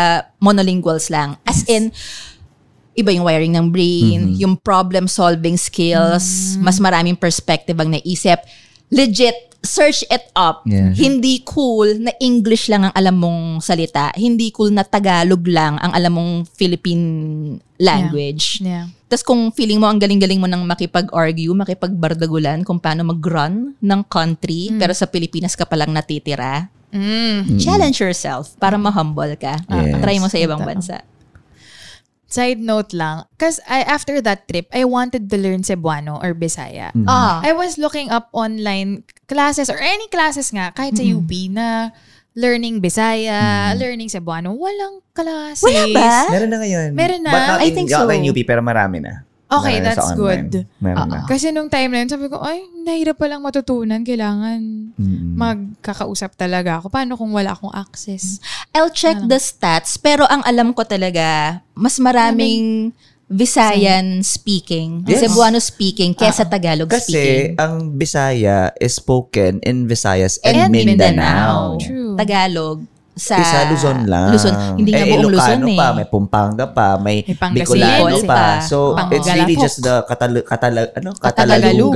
Speaker 3: monolinguals lang. As in, iba yung wiring ng brain, yung problem-solving
Speaker 2: Mm-hmm.
Speaker 3: skills, mas maraming perspective ang naisip. Legit, search it up.
Speaker 5: Yeah.
Speaker 3: Hindi cool na English lang ang alam mong salita. Hindi cool na Tagalog lang ang alam mong Philippine language.
Speaker 2: Yeah.
Speaker 3: Tapos kung feeling mo ang galing-galing mo ng makipag-argue, makipagbardagulan kung paano mag-run ng country,
Speaker 2: Mm.
Speaker 3: pero sa Pilipinas ka palang natitira, challenge yourself para ma-humble ka.
Speaker 5: Yes.
Speaker 3: Try mo sa ibang
Speaker 2: Totoo.
Speaker 3: bansa.
Speaker 2: Side note lang, because I after that trip, I wanted to learn Cebuano or Bisaya.
Speaker 3: Ah.
Speaker 2: I was looking up online classes or any classes nga, kahit sa UP na learning Bisaya, learning Cebuano, walang classes.
Speaker 3: Wala ba?
Speaker 5: Meron na ngayon.
Speaker 2: Meron na.
Speaker 5: But not
Speaker 3: I
Speaker 5: in-
Speaker 3: think so.
Speaker 5: not in UP, pero marami na.
Speaker 2: Okay,
Speaker 5: Marami na sa
Speaker 2: that's
Speaker 5: online.
Speaker 2: good. Ah,
Speaker 5: Meron
Speaker 3: Ah.
Speaker 5: na.
Speaker 2: Kasi nung time na yun, sabi ko, ay, nahirap palang matutunan. Kailangan
Speaker 5: Mm.
Speaker 2: magkakausap talaga ako. Paano kung wala akong access?
Speaker 3: I'll check the stats, pero ang alam ko talaga, mas maraming Visayan speaking,
Speaker 5: Yes.
Speaker 3: Cebuano speaking, kesa Tagalog
Speaker 5: Kasi
Speaker 3: speaking.
Speaker 5: ang Bisaya is spoken uh, in Visayas
Speaker 3: And
Speaker 5: and, Mindanao.
Speaker 2: True.
Speaker 3: Tagalog sa...
Speaker 5: Eh, sa Luzon lang.
Speaker 3: Luzon. Hindi nga
Speaker 5: eh,
Speaker 3: buong Luzon
Speaker 5: Ilocano
Speaker 3: eh.
Speaker 5: pa, may Pampanga pa, may,
Speaker 2: May Pangasinan
Speaker 5: Bicolano
Speaker 3: pa.
Speaker 5: pa. So,
Speaker 3: Oo.
Speaker 5: it's really
Speaker 2: Galapok.
Speaker 5: just the katal- katal- ano,
Speaker 2: Katagalugan.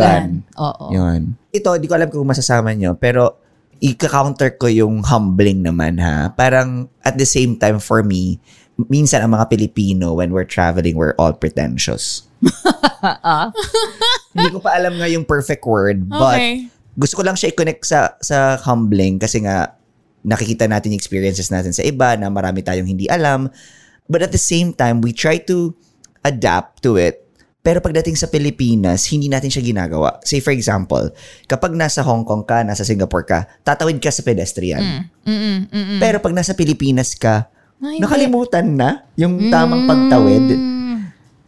Speaker 5: katalalugan.
Speaker 3: Oo.
Speaker 5: Yun. Ito, di ko alam kung masasama nyo, pero ika-counter ko yung humbling naman ha. Parang at the same time for me, minsan ang mga Pilipino when we're traveling, we're all pretentious. Hindi ko pa alam nga yung perfect word, but
Speaker 2: Okay.
Speaker 5: gusto ko lang siya i-connect sa, sa humbling kasi nga nakikita natin yung experiences natin sa iba na marami tayong hindi alam. But at the same time, we try to adapt to it. Pero pagdating sa Pilipinas, hindi natin siya ginagawa. Say for example, kapag nasa Hong Kong ka, nasa Singapore ka, tatawid ka sa pedestrian.
Speaker 2: Mm-mm, mm-mm.
Speaker 5: Pero pag nasa Pilipinas ka,
Speaker 2: Mm. Ay, hindi. Mm.
Speaker 5: nakalimutan na yung tamang pagtawid.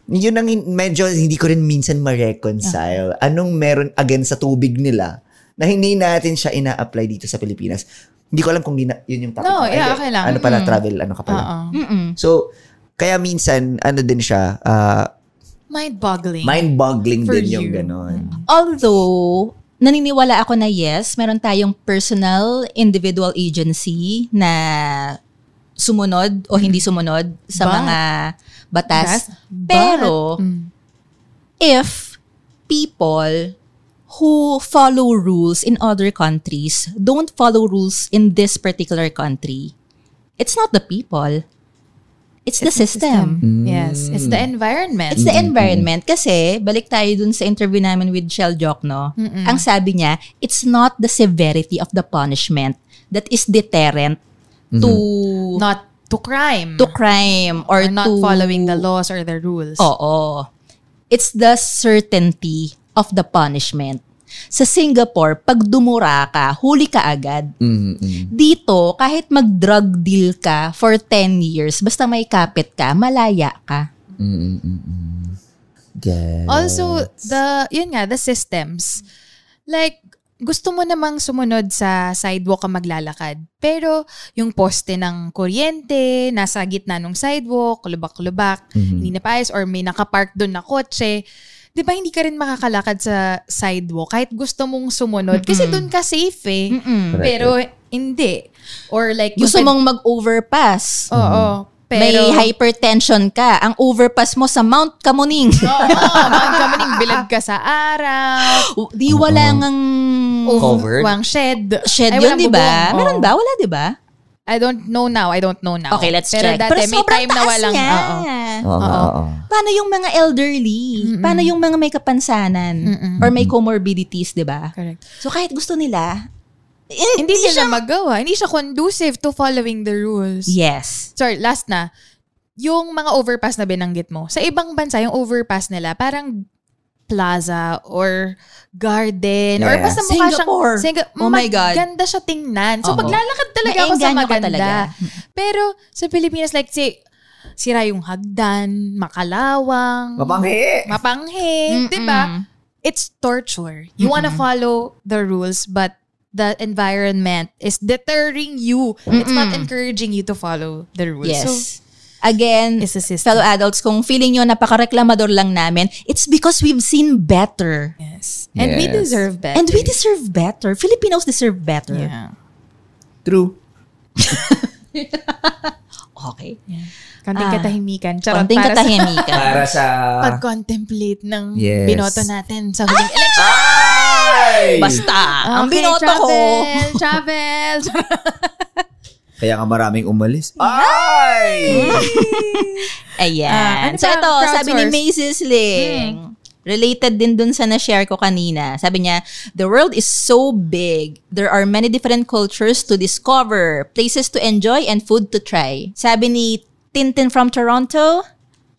Speaker 5: Yun ang hin- medyo hindi ko rin minsan ma-reconcile.
Speaker 2: Ah.
Speaker 5: Anong meron again sa tubig nila na hindi natin siya ina-apply dito sa Pilipinas. Hindi ko alam kung gina- yun yung topic.
Speaker 2: No,
Speaker 5: ko. Ay,
Speaker 2: yeah,
Speaker 5: di.
Speaker 2: okay lang.
Speaker 5: Ano pala,
Speaker 2: Mm.
Speaker 5: travel, ano ka pala.
Speaker 2: Oo.
Speaker 3: Mm-mm.
Speaker 5: So, kaya minsan, ano din siya, ah,
Speaker 2: Mind-boggling.
Speaker 5: mind-boggling
Speaker 2: For
Speaker 5: din yung
Speaker 2: you.
Speaker 5: ganon.
Speaker 3: Although, naniniwala ako na yes, meron tayong personal individual agency na sumunod o hindi sumunod sa
Speaker 2: But-
Speaker 3: mga batas.
Speaker 2: Batas.
Speaker 3: Pero, if people who follow rules in other countries don't follow rules in this particular country, it's not the people. It's, the system.
Speaker 2: Yes, it's the
Speaker 3: Mm.
Speaker 2: environment.
Speaker 3: It's the environment. Kasi, balik tayo dun sa interview namin with Shell Jokno. Ang sabi niya, it's not the severity of the punishment that is deterrent to
Speaker 2: not to crime.
Speaker 3: to crime or,
Speaker 2: Ah. or not
Speaker 3: to...
Speaker 2: following the laws or the rules.
Speaker 3: Oo. It's the certainty of the punishment. Sa Singapore, pag dumura ka, huli ka agad. Dito, kahit mag-drug deal ka for 10 years, basta may kapit ka, malaya ka.
Speaker 5: Mm, Yes.
Speaker 2: Also, the, yun nga, the systems. Like, gusto mo namang sumunod sa sidewalk ka maglalakad. Pero, yung poste ng kuryente, nasa gitna ng sidewalk, kulubak-kulubak, hindi na paayos, or may nakapark doon na kotse. Di ba hindi ka rin makakalakad sa sidewalk kahit gusto mong sumunod? Kasi doon ka safe eh. Pero, hindi. Or like, yung
Speaker 3: Gusto
Speaker 2: ped-
Speaker 3: mong mag-overpass.
Speaker 2: Oo. Pero,
Speaker 3: May hypertension ka. Ang overpass mo sa Mount Kamuning.
Speaker 2: Oo, mga kamaning bilad ka sa araw.
Speaker 3: Di wala ngang
Speaker 5: Covered?
Speaker 2: Wang shed.
Speaker 3: shed
Speaker 2: Ay,
Speaker 3: yun,
Speaker 2: walang
Speaker 3: di ba?
Speaker 2: bubong.
Speaker 3: Meron
Speaker 2: Oo.
Speaker 3: ba? Wala, di ba?
Speaker 2: I don't know now. I don't know
Speaker 3: Oh.
Speaker 2: now.
Speaker 3: Okay, let's
Speaker 2: Pero
Speaker 3: check. Oh. Pero
Speaker 2: Dati, may
Speaker 3: sobrang
Speaker 2: time na
Speaker 3: taas
Speaker 2: walang,
Speaker 3: niya.
Speaker 2: oo.
Speaker 5: Oo, nga, oo.
Speaker 3: Paano yung mga elderly? Paano yung mga may kapansanan? Or may comorbidities, di ba?
Speaker 2: Correct.
Speaker 3: So kahit gusto nila, eh,
Speaker 2: Hindi nila magawa. Hindi siya conducive to following the rules.
Speaker 3: Yes.
Speaker 2: Sorry, last na. yung mga overpass na binanggit mo, sa ibang bansa, yung overpass nila, parang plaza or garden or
Speaker 5: Yeah.
Speaker 2: basta mukha siyang
Speaker 3: Singapore.
Speaker 2: Singa-
Speaker 3: Oh my God.
Speaker 2: Maganda siya tingnan. So
Speaker 3: Oo.
Speaker 2: paglalakad talaga ako sa
Speaker 3: Maengganyo ka
Speaker 2: maganda.
Speaker 3: talaga.
Speaker 2: Pero sa Pilipinas like si sira yung hagdan, makalawang,
Speaker 5: Mapanghi!
Speaker 2: mapanghe, 'di ba? it's torture. You wanna follow the rules, but the environment is deterring you. It's not encouraging you to follow the rules.
Speaker 3: Yes.
Speaker 2: So,
Speaker 3: Again,
Speaker 2: It's a system.
Speaker 3: fellow adults, kung feeling nyo napakareklamador lang namin, it's because we've seen better.
Speaker 2: yes. And we
Speaker 5: Yes.
Speaker 2: deserve better.
Speaker 3: And we deserve better. Filipinos deserve better.
Speaker 2: Yeah.
Speaker 5: True.
Speaker 3: Okay.
Speaker 2: Konting
Speaker 3: Ah.
Speaker 2: katahimikan. Charot
Speaker 3: Konting
Speaker 2: para sa
Speaker 3: katahimikan.
Speaker 5: Para sa...
Speaker 2: pag-contemplate
Speaker 3: Ah.
Speaker 2: ng
Speaker 5: Yes.
Speaker 2: binoto natin sa huling election.
Speaker 5: Ay!
Speaker 3: Basta. ang
Speaker 2: Okay, eh.
Speaker 3: binoto ko.
Speaker 2: travel, Travel,
Speaker 5: Kaya nga maraming umalis. Ay!
Speaker 2: Ah,
Speaker 3: Ayan.
Speaker 2: ano
Speaker 3: so
Speaker 2: pa,
Speaker 3: ito, sabi ni
Speaker 2: crowdsource?
Speaker 3: Macy's Ling,
Speaker 2: Hmm.
Speaker 3: related din dun sa na-share ko kanina. Sabi niya, the world is so big. There are many different cultures to discover, places to enjoy, and food to try. Sabi ni Tintin from Toronto,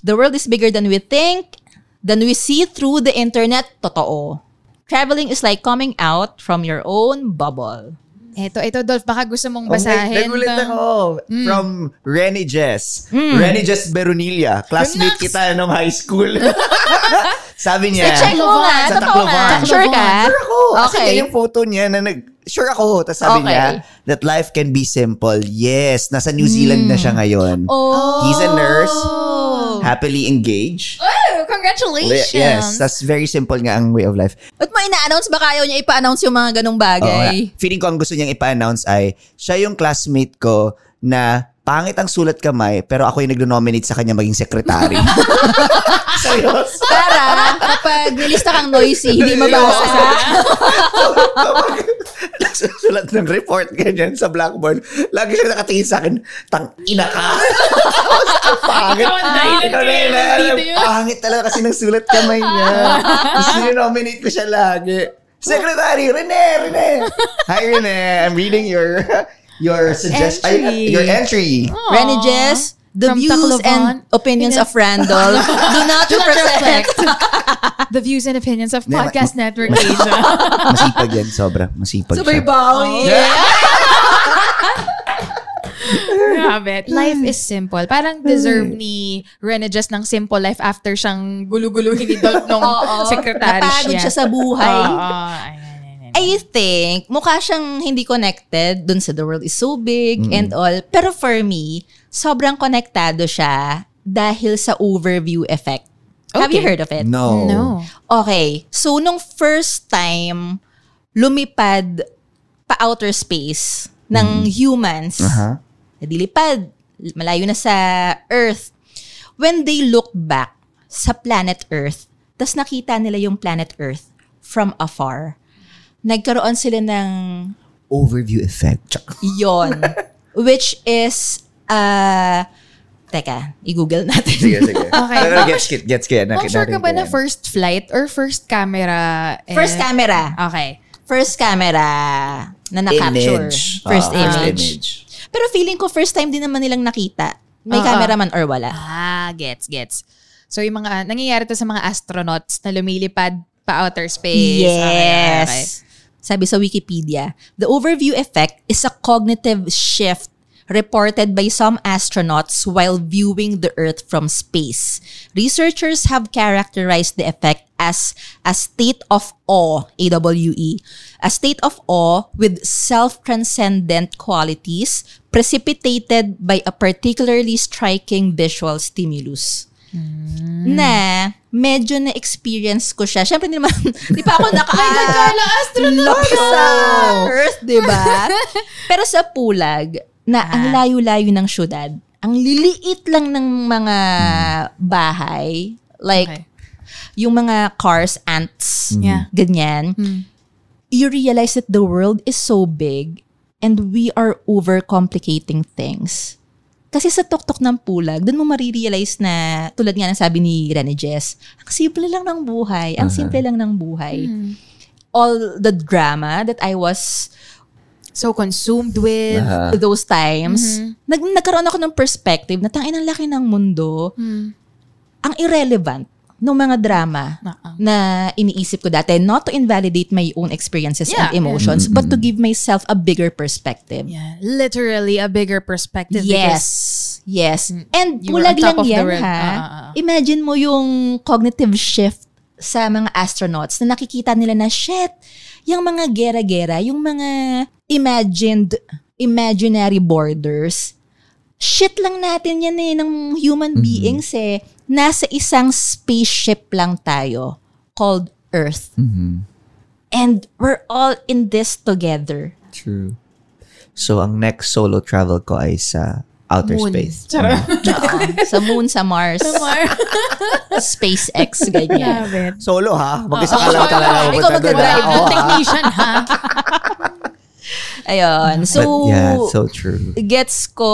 Speaker 3: the world is bigger than we think, than we see through the internet. Totoo. Traveling is like coming out from your own bubble.
Speaker 2: Ito, ito, Dolph, baka gusto mong
Speaker 5: Okay,
Speaker 2: basahin.
Speaker 5: Oh, nagulat
Speaker 2: to.
Speaker 5: ako.
Speaker 3: Mm.
Speaker 5: From Renny Jess. Renny Jess Berunilia. Classmate kita nung high school. Sabi niya.
Speaker 3: Check mo nga.
Speaker 5: Sa
Speaker 3: Totoo nga.
Speaker 5: Tacloban.
Speaker 3: Sure ka?
Speaker 5: Sure ako. Kasi
Speaker 3: Okay.
Speaker 5: yun yung photo niya na nag... Sure ako. Tapos sabi
Speaker 3: Okay.
Speaker 5: niya, that life can be simple. Yes. Nasa New Zealand na siya
Speaker 3: Mm.
Speaker 5: ngayon.
Speaker 3: Oh.
Speaker 5: He's a nurse. Happily engaged.
Speaker 6: Oh, congratulations.
Speaker 5: Yes. That's very simple nga ang way of life.
Speaker 3: Ba't mo ina-announce? Baka ayaw niya ipa-announce yung mga ganong
Speaker 5: Oo nga.
Speaker 3: bagay.
Speaker 5: Feeling ko ang gusto niyang ipa-announce ay, siya yung classmate ko na pangit ang sulat kamay, pero ako yung nag-nominate sa kanya maging secretary. Serious?
Speaker 3: Para kapag nilista kang noisy, hindi mabasa.
Speaker 5: Kapag nagsusulat ng report ganyan sa blackboard, lagi siya nakatingin sa akin, tang ina ka. ang pangit.
Speaker 6: Ikaw ang dahilan
Speaker 5: Ikaw na
Speaker 6: kaya
Speaker 5: yun,
Speaker 6: nandito
Speaker 5: alam.
Speaker 6: yun.
Speaker 5: Pangit talaga kasi ng sulat kamay niya. Gusto niya nominate ko siya lagi. Secretary, Rene, Rene. Hi, Rene. I'm reading your your suggestion.
Speaker 2: Entry.
Speaker 5: your entry.
Speaker 3: Renny Jess, the
Speaker 2: From
Speaker 3: views
Speaker 2: Tacloban.
Speaker 3: and opinions of Randall do not represent.
Speaker 2: The views and opinions of
Speaker 5: Hindi, ma-
Speaker 2: Podcast Network Asia.
Speaker 5: Masipag yan, sobra. Masipag siya.
Speaker 3: bawi.
Speaker 2: Grabe. Life is simple. Parang deserve ni Rene just ng simple life after siyang guluguluhin ni Dolph nung secretary
Speaker 3: Napagod siya sa
Speaker 2: Oo.
Speaker 3: buhay.
Speaker 2: ayan, ayan, ayan.
Speaker 3: I think, mukha siyang hindi connected dun sa The World is So Big and all. Pero for me, sobrang konektado siya dahil sa overview effect. Have you heard of it?
Speaker 5: No.
Speaker 2: No.
Speaker 3: Okay. So, nung first time lumipad pa outer space ng humans,
Speaker 5: Aha.
Speaker 3: nadilipad, malayo na sa Earth, when they looked back sa planet Earth, tas nakita nila yung planet Earth from afar, nagkaroon sila ng
Speaker 5: Overview effect. Tsak.
Speaker 3: yon, which is, uh, teka, i-google natin.
Speaker 5: Sige, sige.
Speaker 2: Okay.
Speaker 5: Pero gets kit, gets kit.
Speaker 2: Ma'am, sure ka ba na first flight or first camera? eh,
Speaker 3: First camera.
Speaker 2: Okay.
Speaker 3: First camera na na-capture.
Speaker 5: Image.
Speaker 3: First
Speaker 5: Ah, first
Speaker 3: image.
Speaker 5: image.
Speaker 3: Pero feeling ko first time din naman nilang nakita. May
Speaker 2: Oo.
Speaker 3: cameraman or wala.
Speaker 2: Ah, gets, gets. So, yung mga, nangyayari to sa mga astronauts na lumilipad pa outer space. Okay, okay, okay.
Speaker 3: Yes. Sabi sa Wikipedia, the overview effect is a cognitive shift reported by some astronauts while viewing the Earth from space. Researchers have characterized the effect as a state of awe, AWE, a state of awe with self-transcendent qualities precipitated by a particularly striking visual stimulus.
Speaker 2: Mm.
Speaker 3: na medyo na-experience ko siya. Siyempre, hindi naman, di pa ako naka- astronaut sa Earth, di ba? Pero sa pulag, na
Speaker 2: Ah.
Speaker 3: ang layo-layo ng syudad, ang liliit lang ng mga bahay, like,
Speaker 2: Okay. Mm.
Speaker 3: yung mga cars, ants,
Speaker 2: Yeah. Mm.
Speaker 3: ganyan, you realize that the world is so big and we are overcomplicating things. Kasi sa tuktok ng pulag, doon mo marirealize na, tulad nga ng sabi ni Rene Jess, ang simple lang ng buhay.
Speaker 2: Mm-hmm.
Speaker 3: Ang simple lang ng buhay. All the drama that I was
Speaker 2: so consumed with.
Speaker 3: those times,
Speaker 2: Mm-hmm.
Speaker 3: nag, nagkaroon ako ng perspective na tangin ang laki ng mundo,
Speaker 2: Mm-hmm.
Speaker 3: ang irrelevant ng mga drama
Speaker 2: Uh-uh.
Speaker 3: na iniisip ko dati. Not to invalidate my own experiences
Speaker 2: Yeah.
Speaker 3: and emotions, but to give myself a bigger perspective.
Speaker 2: Yeah, literally a bigger perspective. because-
Speaker 3: Yes. Yes. And
Speaker 2: you were
Speaker 3: bulag
Speaker 2: on top
Speaker 3: lang
Speaker 2: of the
Speaker 3: yan,
Speaker 2: world.
Speaker 3: ha?
Speaker 2: Ah, ah, ah.
Speaker 3: Imagine mo yung cognitive shift sa mga astronauts na nakikita nila na, shit, yung mga gera-gera, yung mga imagined, imaginary borders, shit lang natin yan eh, ng human beings eh. Nasa isang spaceship lang tayo called Earth. And we're all in this together.
Speaker 5: True. So, ang next solo travel ko ay sa outer space.
Speaker 3: sa moon, sa Mars. Sa Mars. SpaceX, ganyan.
Speaker 5: Solo
Speaker 2: Ah.
Speaker 5: ha? Mag-isa ka lang talaga.
Speaker 3: Ikaw
Speaker 5: pupunta doon, ha?
Speaker 3: magdadrive.
Speaker 5: Oo, ha?
Speaker 2: Technician, ha?
Speaker 3: Ayun. So,
Speaker 5: But yeah, so true.
Speaker 3: gets ko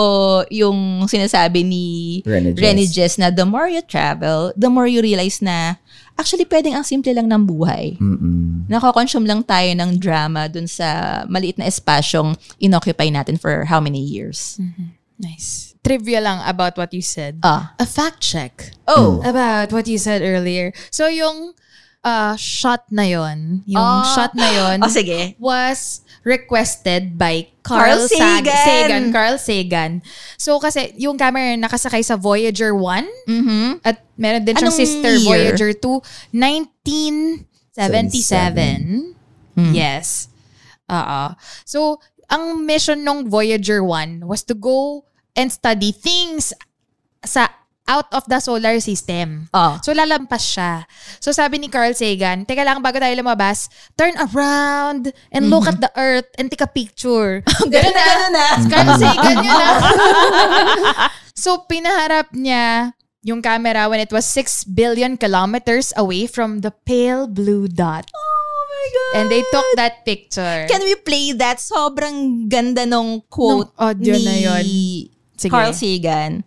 Speaker 3: yung sinasabi ni
Speaker 5: Rene Jess.
Speaker 3: Rene Jess na the more you travel, the more you realize na actually pwedeng ang simple lang ng buhay.
Speaker 5: Mm-mm.
Speaker 3: Nakakonsume lang tayo ng drama dun sa maliit na espasyong inoccupy natin for how many years.
Speaker 2: Nice. Trivia lang about what you said.
Speaker 3: Ah.
Speaker 2: a fact check.
Speaker 3: Oh.
Speaker 2: About what you said earlier. So yung uh, shot na yon,
Speaker 3: Ah.
Speaker 2: yung shot na
Speaker 3: O
Speaker 2: yon
Speaker 3: sige.
Speaker 2: was requested by
Speaker 3: Carl
Speaker 2: Carl, Sag-
Speaker 3: Sagan.
Speaker 2: Sagan. Carl Sagan. So kasi yung camera nakasakay sa Voyager 1
Speaker 3: Mhm.
Speaker 2: at meron din siyang
Speaker 3: Anong
Speaker 2: sister
Speaker 3: year?
Speaker 2: Voyager 2 1977.
Speaker 3: Mm.
Speaker 2: Yes. Oo. So, ang mission ng Voyager 1 was to go and study things sa out of the solar system.
Speaker 3: Ah.
Speaker 2: So, lalampas siya. So, sabi ni Carl Sagan, teka lang, bago tayo lumabas, turn around and look
Speaker 3: Mhm.
Speaker 2: at the Earth and take a picture.
Speaker 3: Ganun na, ganun na.
Speaker 5: Mm.
Speaker 2: Carl Sagan yun ah. so, pinaharap niya yung camera when it was 6 billion kilometers away from the pale blue dot.
Speaker 3: Oh my God.
Speaker 2: And they took that picture.
Speaker 3: Can we play that? Sobrang ganda nung quote
Speaker 2: Nung audio
Speaker 3: ni
Speaker 2: na yun. Sige.
Speaker 3: Carl Sagan.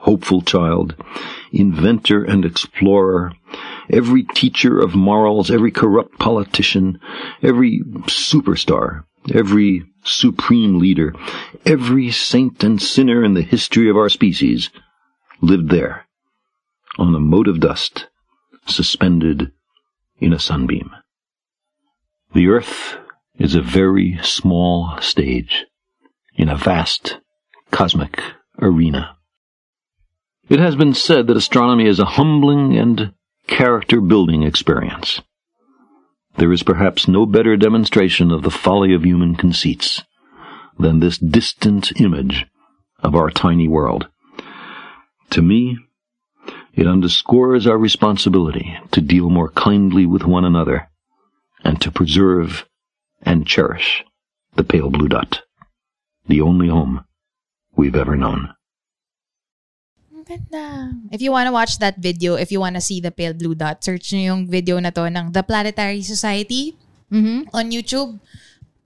Speaker 8: Hopeful child. Inventor and explorer every teacher of morals, every corrupt politician, every superstar, every supreme leader, every saint and sinner in the history of our species lived there on a mote of dust suspended in a sunbeam. The earth is a very small stage in a vast cosmic arena. It has been said that astronomy is a humbling and character building experience. There is perhaps no better demonstration of the folly of human conceits than this distant image of our tiny world. To me, it underscores our responsibility to deal more kindly with one another and to preserve and cherish the pale blue dot, the only home we've ever known.
Speaker 2: Ganda. If you wanna watch that video, if you wanna see the pale blue dot, search nyo yung video na to ng The Planetary Society on YouTube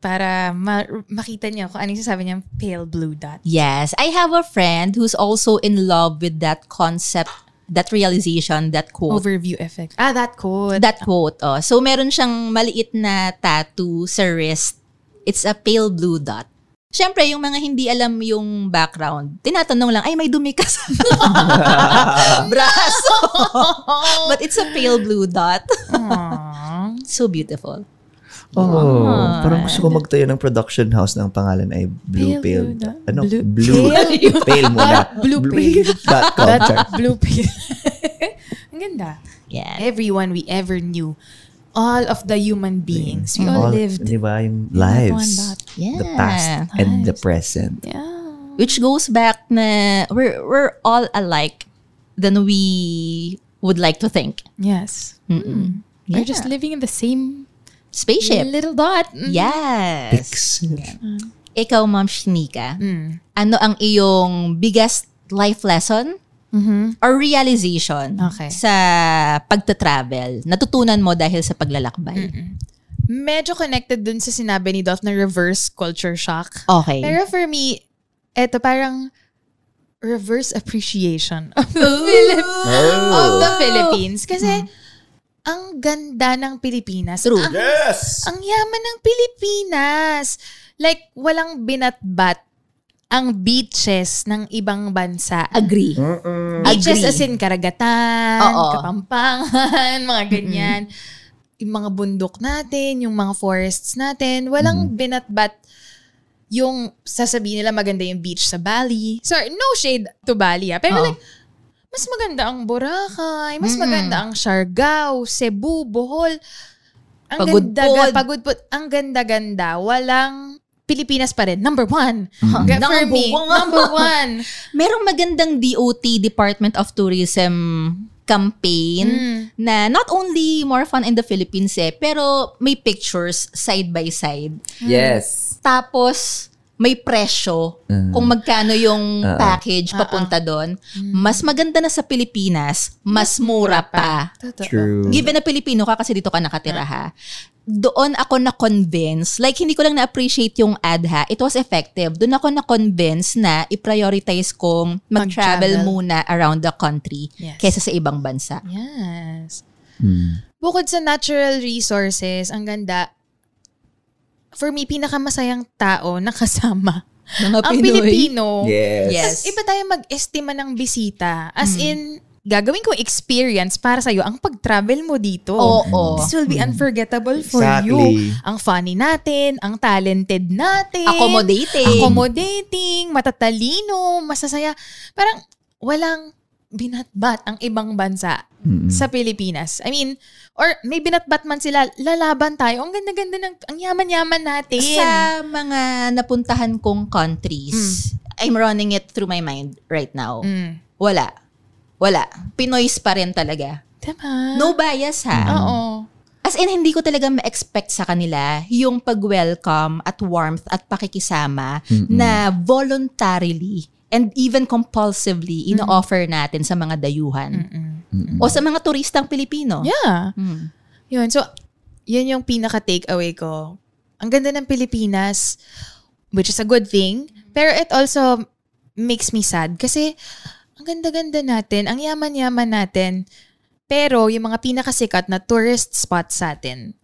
Speaker 2: para ma- makita niyo kung ano yung sasabi niyang pale blue dot.
Speaker 3: Yes, I have a friend who's also in love with that concept, that realization, that quote.
Speaker 2: Overview effect. Ah, that quote.
Speaker 3: That quote. Oh. So meron siyang maliit na tattoo sa wrist. It's a pale blue dot. Siyempre, yung mga hindi alam yung background, tinatanong lang, ay, may dumi ka sa braso. But it's a pale blue dot. so beautiful.
Speaker 5: Oh, parang gusto ko magtayo ng production house ng pangalan ay Blue
Speaker 2: Pale
Speaker 5: Pale.
Speaker 2: Blue-
Speaker 5: ano?
Speaker 2: Blue-
Speaker 5: Blue, pale. muna.
Speaker 2: Blue Pale.
Speaker 5: Dot com. Check.
Speaker 2: blue pale. Ang ganda.
Speaker 3: Yeah.
Speaker 2: Everyone we ever knew. All of the human beings. We all,
Speaker 5: All,
Speaker 2: lived.
Speaker 5: Di ba? Yung
Speaker 2: Ano
Speaker 5: lives.
Speaker 2: ba?
Speaker 5: The past
Speaker 3: Yeah,
Speaker 5: and the present.
Speaker 3: Which goes back na we're, we're all alike than we would like to think.
Speaker 2: Yes.
Speaker 3: Yeah.
Speaker 2: We're just living in the same
Speaker 3: Spaceship.
Speaker 2: little dot. Mm.
Speaker 3: Yes.
Speaker 5: Pixel.
Speaker 3: Ikaw, Ma'am Shinika,
Speaker 2: Mm.
Speaker 3: ano ang iyong biggest life lesson or realization
Speaker 2: Mm-hmm. Okay.
Speaker 3: sa pagta-travel? Natutunan mo dahil sa paglalakbay.
Speaker 2: Medyo connected dun sa sinabi ni Dolph na reverse culture shock.
Speaker 3: Okay.
Speaker 2: Pero for me, eto parang reverse appreciation of the, Philip- of the Philippines. Mm-hmm. Kasi, ang ganda ng Pilipinas.
Speaker 3: True.
Speaker 2: Ang, yes! Ang yaman ng Pilipinas. Like, walang binatbat ang beaches ng ibang bansa.
Speaker 3: Agree.
Speaker 2: Beaches
Speaker 3: Agree.
Speaker 2: as in Karagatan,
Speaker 3: Oo.
Speaker 2: Kapampangan, mga ganyan. Yung mga bundok natin, yung mga forests natin, walang binatbat yung sasabihin nila maganda yung beach sa Bali. Sorry, no shade to Bali ah. Pero
Speaker 3: Oo.
Speaker 2: like, mas maganda ang Boracay, mas maganda ang Siargao, Cebu, Bohol. Ang
Speaker 3: Pagudpod.
Speaker 2: ganda, pagudpod. Ang ganda-ganda. Walang Pilipinas pa rin. Number one. For
Speaker 3: Number
Speaker 2: me,
Speaker 3: one.
Speaker 2: number one.
Speaker 3: Merong magandang DOT, Department of Tourism campaign na not only more fun in the Philippines eh, pero may pictures side by side.
Speaker 5: Yes.
Speaker 3: Tapos, may presyo kung magkano yung package papunta doon. Mas maganda na sa Pilipinas, mas mura pa.
Speaker 5: True.
Speaker 3: Mm-hmm. Given na Pilipino ka kasi dito ka nakatira ha. Doon ako na-convince, like hindi ko lang na-appreciate yung ad ha, it was effective. Doon ako na-convince na i-prioritize kong mag-travel
Speaker 2: Mag-travel.
Speaker 3: muna around the country
Speaker 2: Yes.
Speaker 3: kesa sa ibang bansa.
Speaker 2: Yes. Bukod sa natural resources, ang ganda, for me, pinakamasayang tao na kasama.
Speaker 3: Mga
Speaker 2: Ang Pilipino.
Speaker 5: Yes.
Speaker 3: Yes.
Speaker 2: Iba tayo mag-estima ng bisita. As in, gagawin kong experience para sa'yo ang pag-travel mo dito.
Speaker 3: Oo.
Speaker 2: This will be unforgettable for
Speaker 5: Exactly.
Speaker 2: you. Ang funny natin, ang talented natin.
Speaker 3: Accommodating.
Speaker 2: Accommodating, matatalino, masasaya. Parang walang binatbat ang ibang bansa sa Pilipinas. I mean, or may binatbat man sila, lalaban tayo. Ang ganda-ganda ng, ang yaman-yaman natin.
Speaker 3: Sa mga napuntahan kong countries, I'm running it through my mind right now.
Speaker 2: Mm.
Speaker 3: Wala. Wala. Pinoy's pa rin talaga.
Speaker 2: Diba?
Speaker 3: No bias ha.
Speaker 2: Oo.
Speaker 3: As in, hindi ko talaga ma-expect sa kanila yung pag-welcome at warmth at pakikisama na voluntarily and even compulsively ino-offer natin sa mga dayuhan. O sa mga turistang Pilipino.
Speaker 2: Yeah.
Speaker 3: Mm.
Speaker 2: Yun. So, yun yung pinaka-takeaway ko. Ang ganda ng Pilipinas, which is a good thing, pero it also makes me sad kasi ang ganda-ganda natin, ang yaman-yaman natin, pero yung mga pinakasikat na tourist spots sa atin,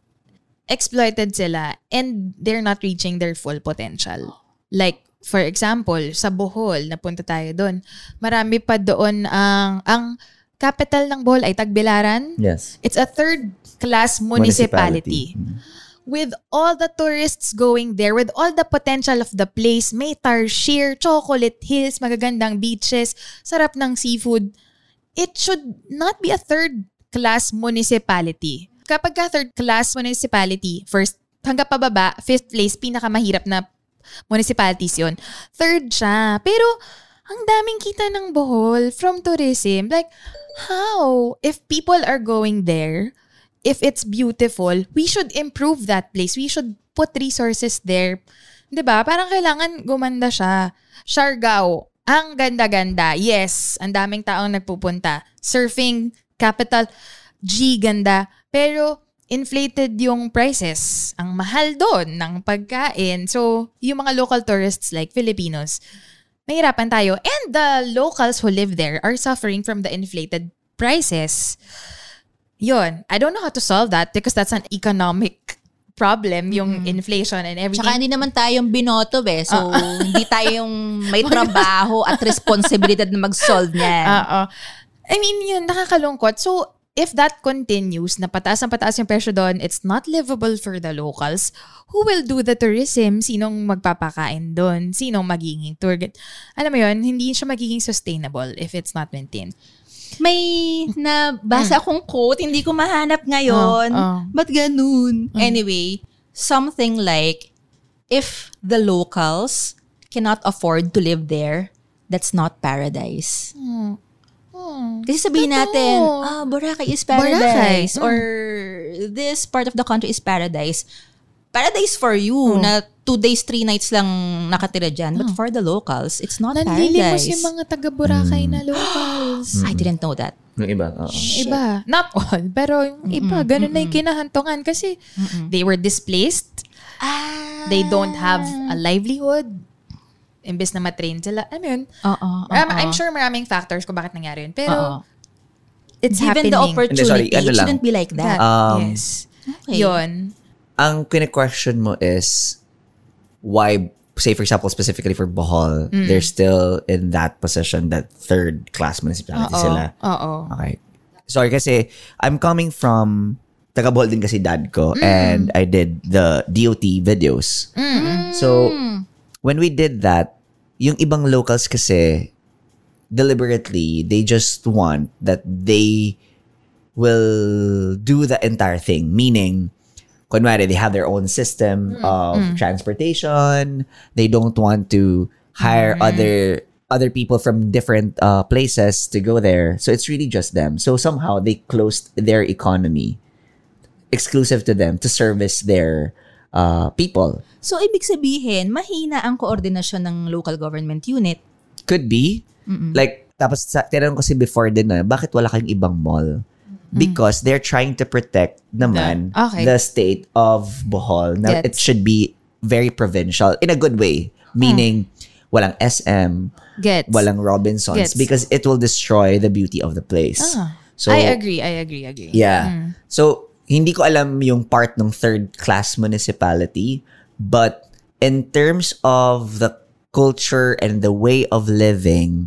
Speaker 2: exploited sila and they're not reaching their full potential. Like, for example, sa Bohol, napunta tayo doon, marami pa doon ang, ang capital ng Bohol ay Tagbilaran.
Speaker 5: Yes.
Speaker 2: It's a third class municipality. With all the tourists going there, with all the potential of the place, may tarsier, chocolate hills, magagandang beaches, sarap ng seafood. It should not be a third class municipality. Kapag ka third class municipality, first hanggang pababa, fifth place, pinakamahirap na municipalities yon. Third siya. Pero, ang daming kita ng Bohol from tourism. Like, how? If people are going there, if it's beautiful, we should improve that place. We should put resources there. 'Di ba? Parang kailangan gumanda siya. Siargao, ang ganda-ganda. Yes, ang daming taong nagpupunta. Surfing, capital, G, ganda. Pero inflated yung prices. Ang mahal doon ng pagkain. So, yung mga local tourists like Filipinos, mahirapan tayo. And the locals who live there are suffering from the inflated prices. Yun. I don't know how to solve that because that's an economic problem, yung inflation and everything.
Speaker 3: Tsaka hindi naman tayong binoto eh. So, hindi tayong may trabaho at responsibilidad na mag-solve
Speaker 9: Ah,
Speaker 3: niyan.
Speaker 2: Oo. I mean, yun, nakakalungkot. So, if that continues, na pataas ang pataas yung presyo doon, it's not livable for the locals. Who will do the tourism? Sinong magpapakain doon? Sinong magiging tour guide? Alam mo yun, hindi siya magiging sustainable if it's not maintained.
Speaker 3: may nabasa akong quote, hindi ko mahanap ngayon.
Speaker 9: Mm. Oh, Mm. oh.
Speaker 3: But ganun. Anyway, something like, if the locals cannot afford to live there, that's not paradise.
Speaker 9: Hmm.
Speaker 3: Kasi sabihin natin, ah, Boracay is paradise.
Speaker 9: Boracay, mm.
Speaker 3: Or this part of the country is paradise. Paradise for
Speaker 9: Hmm.
Speaker 3: you na two days, three nights lang nakatira dyan. But for the locals, it's not
Speaker 9: Nanlilimos
Speaker 3: paradise.
Speaker 9: Hmm. yung mga taga-Boracay na locals.
Speaker 3: I didn't know that.
Speaker 5: Yung iba, oo.
Speaker 9: Yung Iba. Not all, pero yung iba, ganun na yung kinahantungan kasi they were displaced. They don't have a livelihood. Imbes na matrain sila. I mean,
Speaker 3: Oo.
Speaker 9: I'm
Speaker 3: Uh-huh.
Speaker 9: sure maraming factors kung bakit nangyari yun. Pero
Speaker 3: Oo.
Speaker 9: it's
Speaker 3: Uh-huh. Given
Speaker 9: happening.
Speaker 3: the
Speaker 5: Hindi, sorry,
Speaker 3: opportunity,
Speaker 5: ano
Speaker 3: it
Speaker 5: lang.
Speaker 3: shouldn't be like that.
Speaker 5: Um,
Speaker 9: yes. Yun.
Speaker 5: ang kine-question mo is why say for example specifically for Bohol they're still in that position that third class municipality sila
Speaker 9: Oo.
Speaker 5: okay sorry kasi I'm coming from taga Bohol din kasi dad ko and I did the DOT videos so when we did that yung ibang locals kasi deliberately they just want that they will do the entire thing meaning kunwari, they have their own system of transportation. They don't want to hire other other people from different uh, places to go there. So it's really just them. So somehow they closed their economy exclusive to them to service their uh, people.
Speaker 3: So, ibig sabihin, mahina ang koordinasyon ng local government unit.
Speaker 5: Could be. Like, tapos sa, tinanong ko si before din na, bakit wala kayong ibang mall? Because they're trying to protect naman
Speaker 9: The- okay.
Speaker 5: the state of Bohol. Now, it
Speaker 3: Gets.
Speaker 5: should be very provincial in a good way.
Speaker 9: Ah.
Speaker 5: Meaning, walang SM,
Speaker 9: Gets.
Speaker 5: walang Robinsons.
Speaker 9: Gets.
Speaker 5: Because it will destroy the beauty of the place.
Speaker 9: Ah.
Speaker 5: So,
Speaker 9: I agree, I agree, agree.
Speaker 5: Yeah. So, hindi ko alam yung part ng third class municipality, but in terms of the culture and the way of living,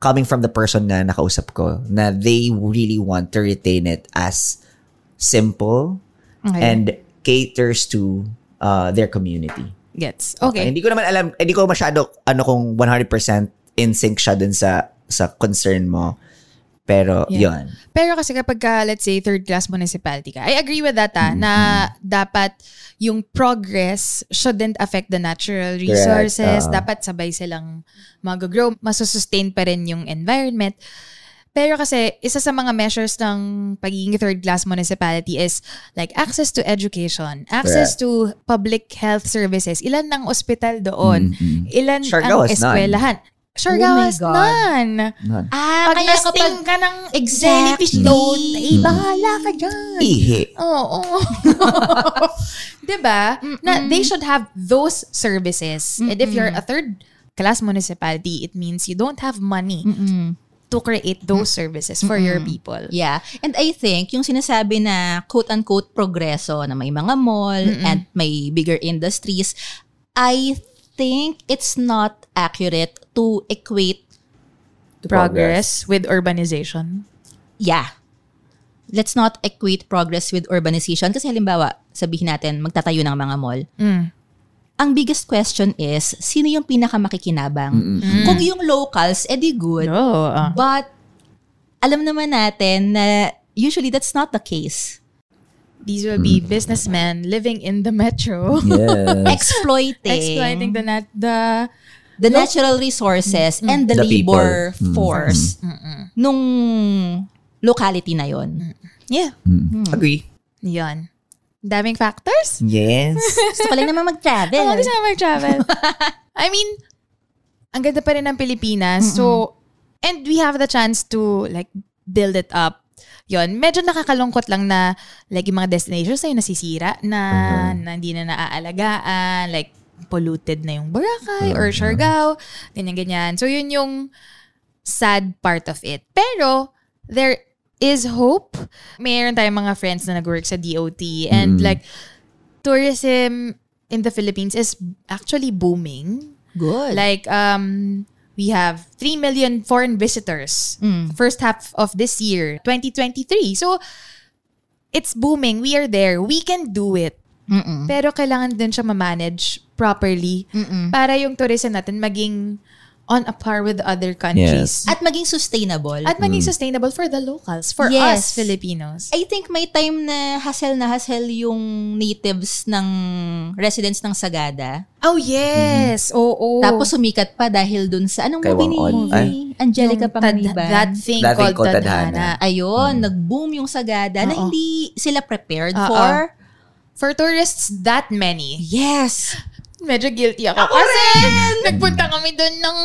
Speaker 5: coming from the person na nakausap ko, na they really want to retain it as simple
Speaker 9: Okay.
Speaker 5: and caters to uh, their community.
Speaker 9: Gets. Okay.
Speaker 5: Hindi ko naman alam, hindi ko masyado ano kung 100% in sync siya dun sa sa concern mo. Pero, yun.
Speaker 9: Pero kasi kapag ka, let's say, third class municipality ka, I agree with that ah, na
Speaker 5: Mm-hmm.
Speaker 9: dapat yung progress shouldn't affect the natural resources.
Speaker 5: ah.
Speaker 9: Dapat sabay silang mag-grow. Masusustain pa rin yung environment. Pero kasi, isa sa mga measures ng pagiging third class municipality is like access to education, access to public health services. Ilan ng ospital doon? Ilan
Speaker 5: Mm-hmm. Siargao
Speaker 9: ang
Speaker 5: has none.
Speaker 9: eskwelahan? Siargao has
Speaker 3: Oh God.
Speaker 9: none.
Speaker 5: None.
Speaker 9: Ah, Pag
Speaker 3: kaya
Speaker 9: na-sting
Speaker 3: kapag-
Speaker 9: ka ng
Speaker 3: Exactly.
Speaker 9: jellyfish doon, eh, bahala ka dyan.
Speaker 5: Ihi.
Speaker 9: Oo. Oh, diba? Na, they should have those services. And if you're a third class municipality, it means you don't have money to create those services for your people.
Speaker 3: Yeah. And I think, yung sinasabi na quote-unquote progreso na may mga mall and may bigger industries, I think it's not accurate to equate
Speaker 9: Progress with urbanization.
Speaker 3: yeah, let's not equate progress with urbanization. Kasi halimbawa, sabihin natin, magtatayo ng mga mall.
Speaker 9: Mm.
Speaker 3: Ang biggest question is, sino yung pinakamakikinabang? Kung yung locals, edi good.
Speaker 9: No. ah.
Speaker 3: But, alam naman natin na usually that's not the case.
Speaker 9: These will be businessmen living in the metro.
Speaker 5: Yeah.
Speaker 3: Exploiting,
Speaker 9: Exploiting the, nat- the
Speaker 3: the natural resources and the,
Speaker 5: The people.
Speaker 3: labor force nung locality na yon.
Speaker 9: yeah.
Speaker 5: Agree.
Speaker 9: Yun. Daming factors.
Speaker 5: Yes.
Speaker 3: Gusto ko lang naman mag-travel.
Speaker 9: Ako gusto ko mag-travel. I mean, ang ganda pa rin ng Pilipinas. So, and we have the chance to like build it up. Yun, medyo nakakalungkot lang na like yung mga destinations na yun nasisira na, na hindi na naaalagaan, like polluted na yung Boracay or Siargao, ganyan-ganyan. So, yun yung sad part of it. Pero, there is hope. Mayroon tayong mga friends na nag-work sa DOT and like, tourism in the Philippines is actually booming.
Speaker 3: Good.
Speaker 9: Like, um, we have 3 million foreign visitors first half of this year, 2023. So, it's booming. We are there. We can do it. Pero kailangan din siya ma-manage properly para yung tourism natin maging on a par with other countries.
Speaker 5: Yes.
Speaker 3: At maging sustainable.
Speaker 9: At maging sustainable for the locals, for
Speaker 3: Yes.
Speaker 9: us Filipinos.
Speaker 3: I think may time na hassle na hassle yung natives ng residents ng Sagada.
Speaker 9: Oh, yes. Oo.
Speaker 3: Tapos sumikat pa dahil dun sa anong
Speaker 5: Kay
Speaker 3: movie ni
Speaker 5: Wang On.
Speaker 3: movie? Angelica
Speaker 9: Yung tad-
Speaker 3: Panganiban.
Speaker 9: That thing
Speaker 5: That thing
Speaker 9: called
Speaker 5: called Mm.
Speaker 9: Tadhana.
Speaker 3: Ayun, nag-boom yung Sagada na
Speaker 9: Oo.
Speaker 3: hindi sila prepared
Speaker 9: Oo.
Speaker 3: for.
Speaker 9: For tourists, that many.
Speaker 3: Yes.
Speaker 9: Medyo guilty ako. kasi nagpunta kami doon ng,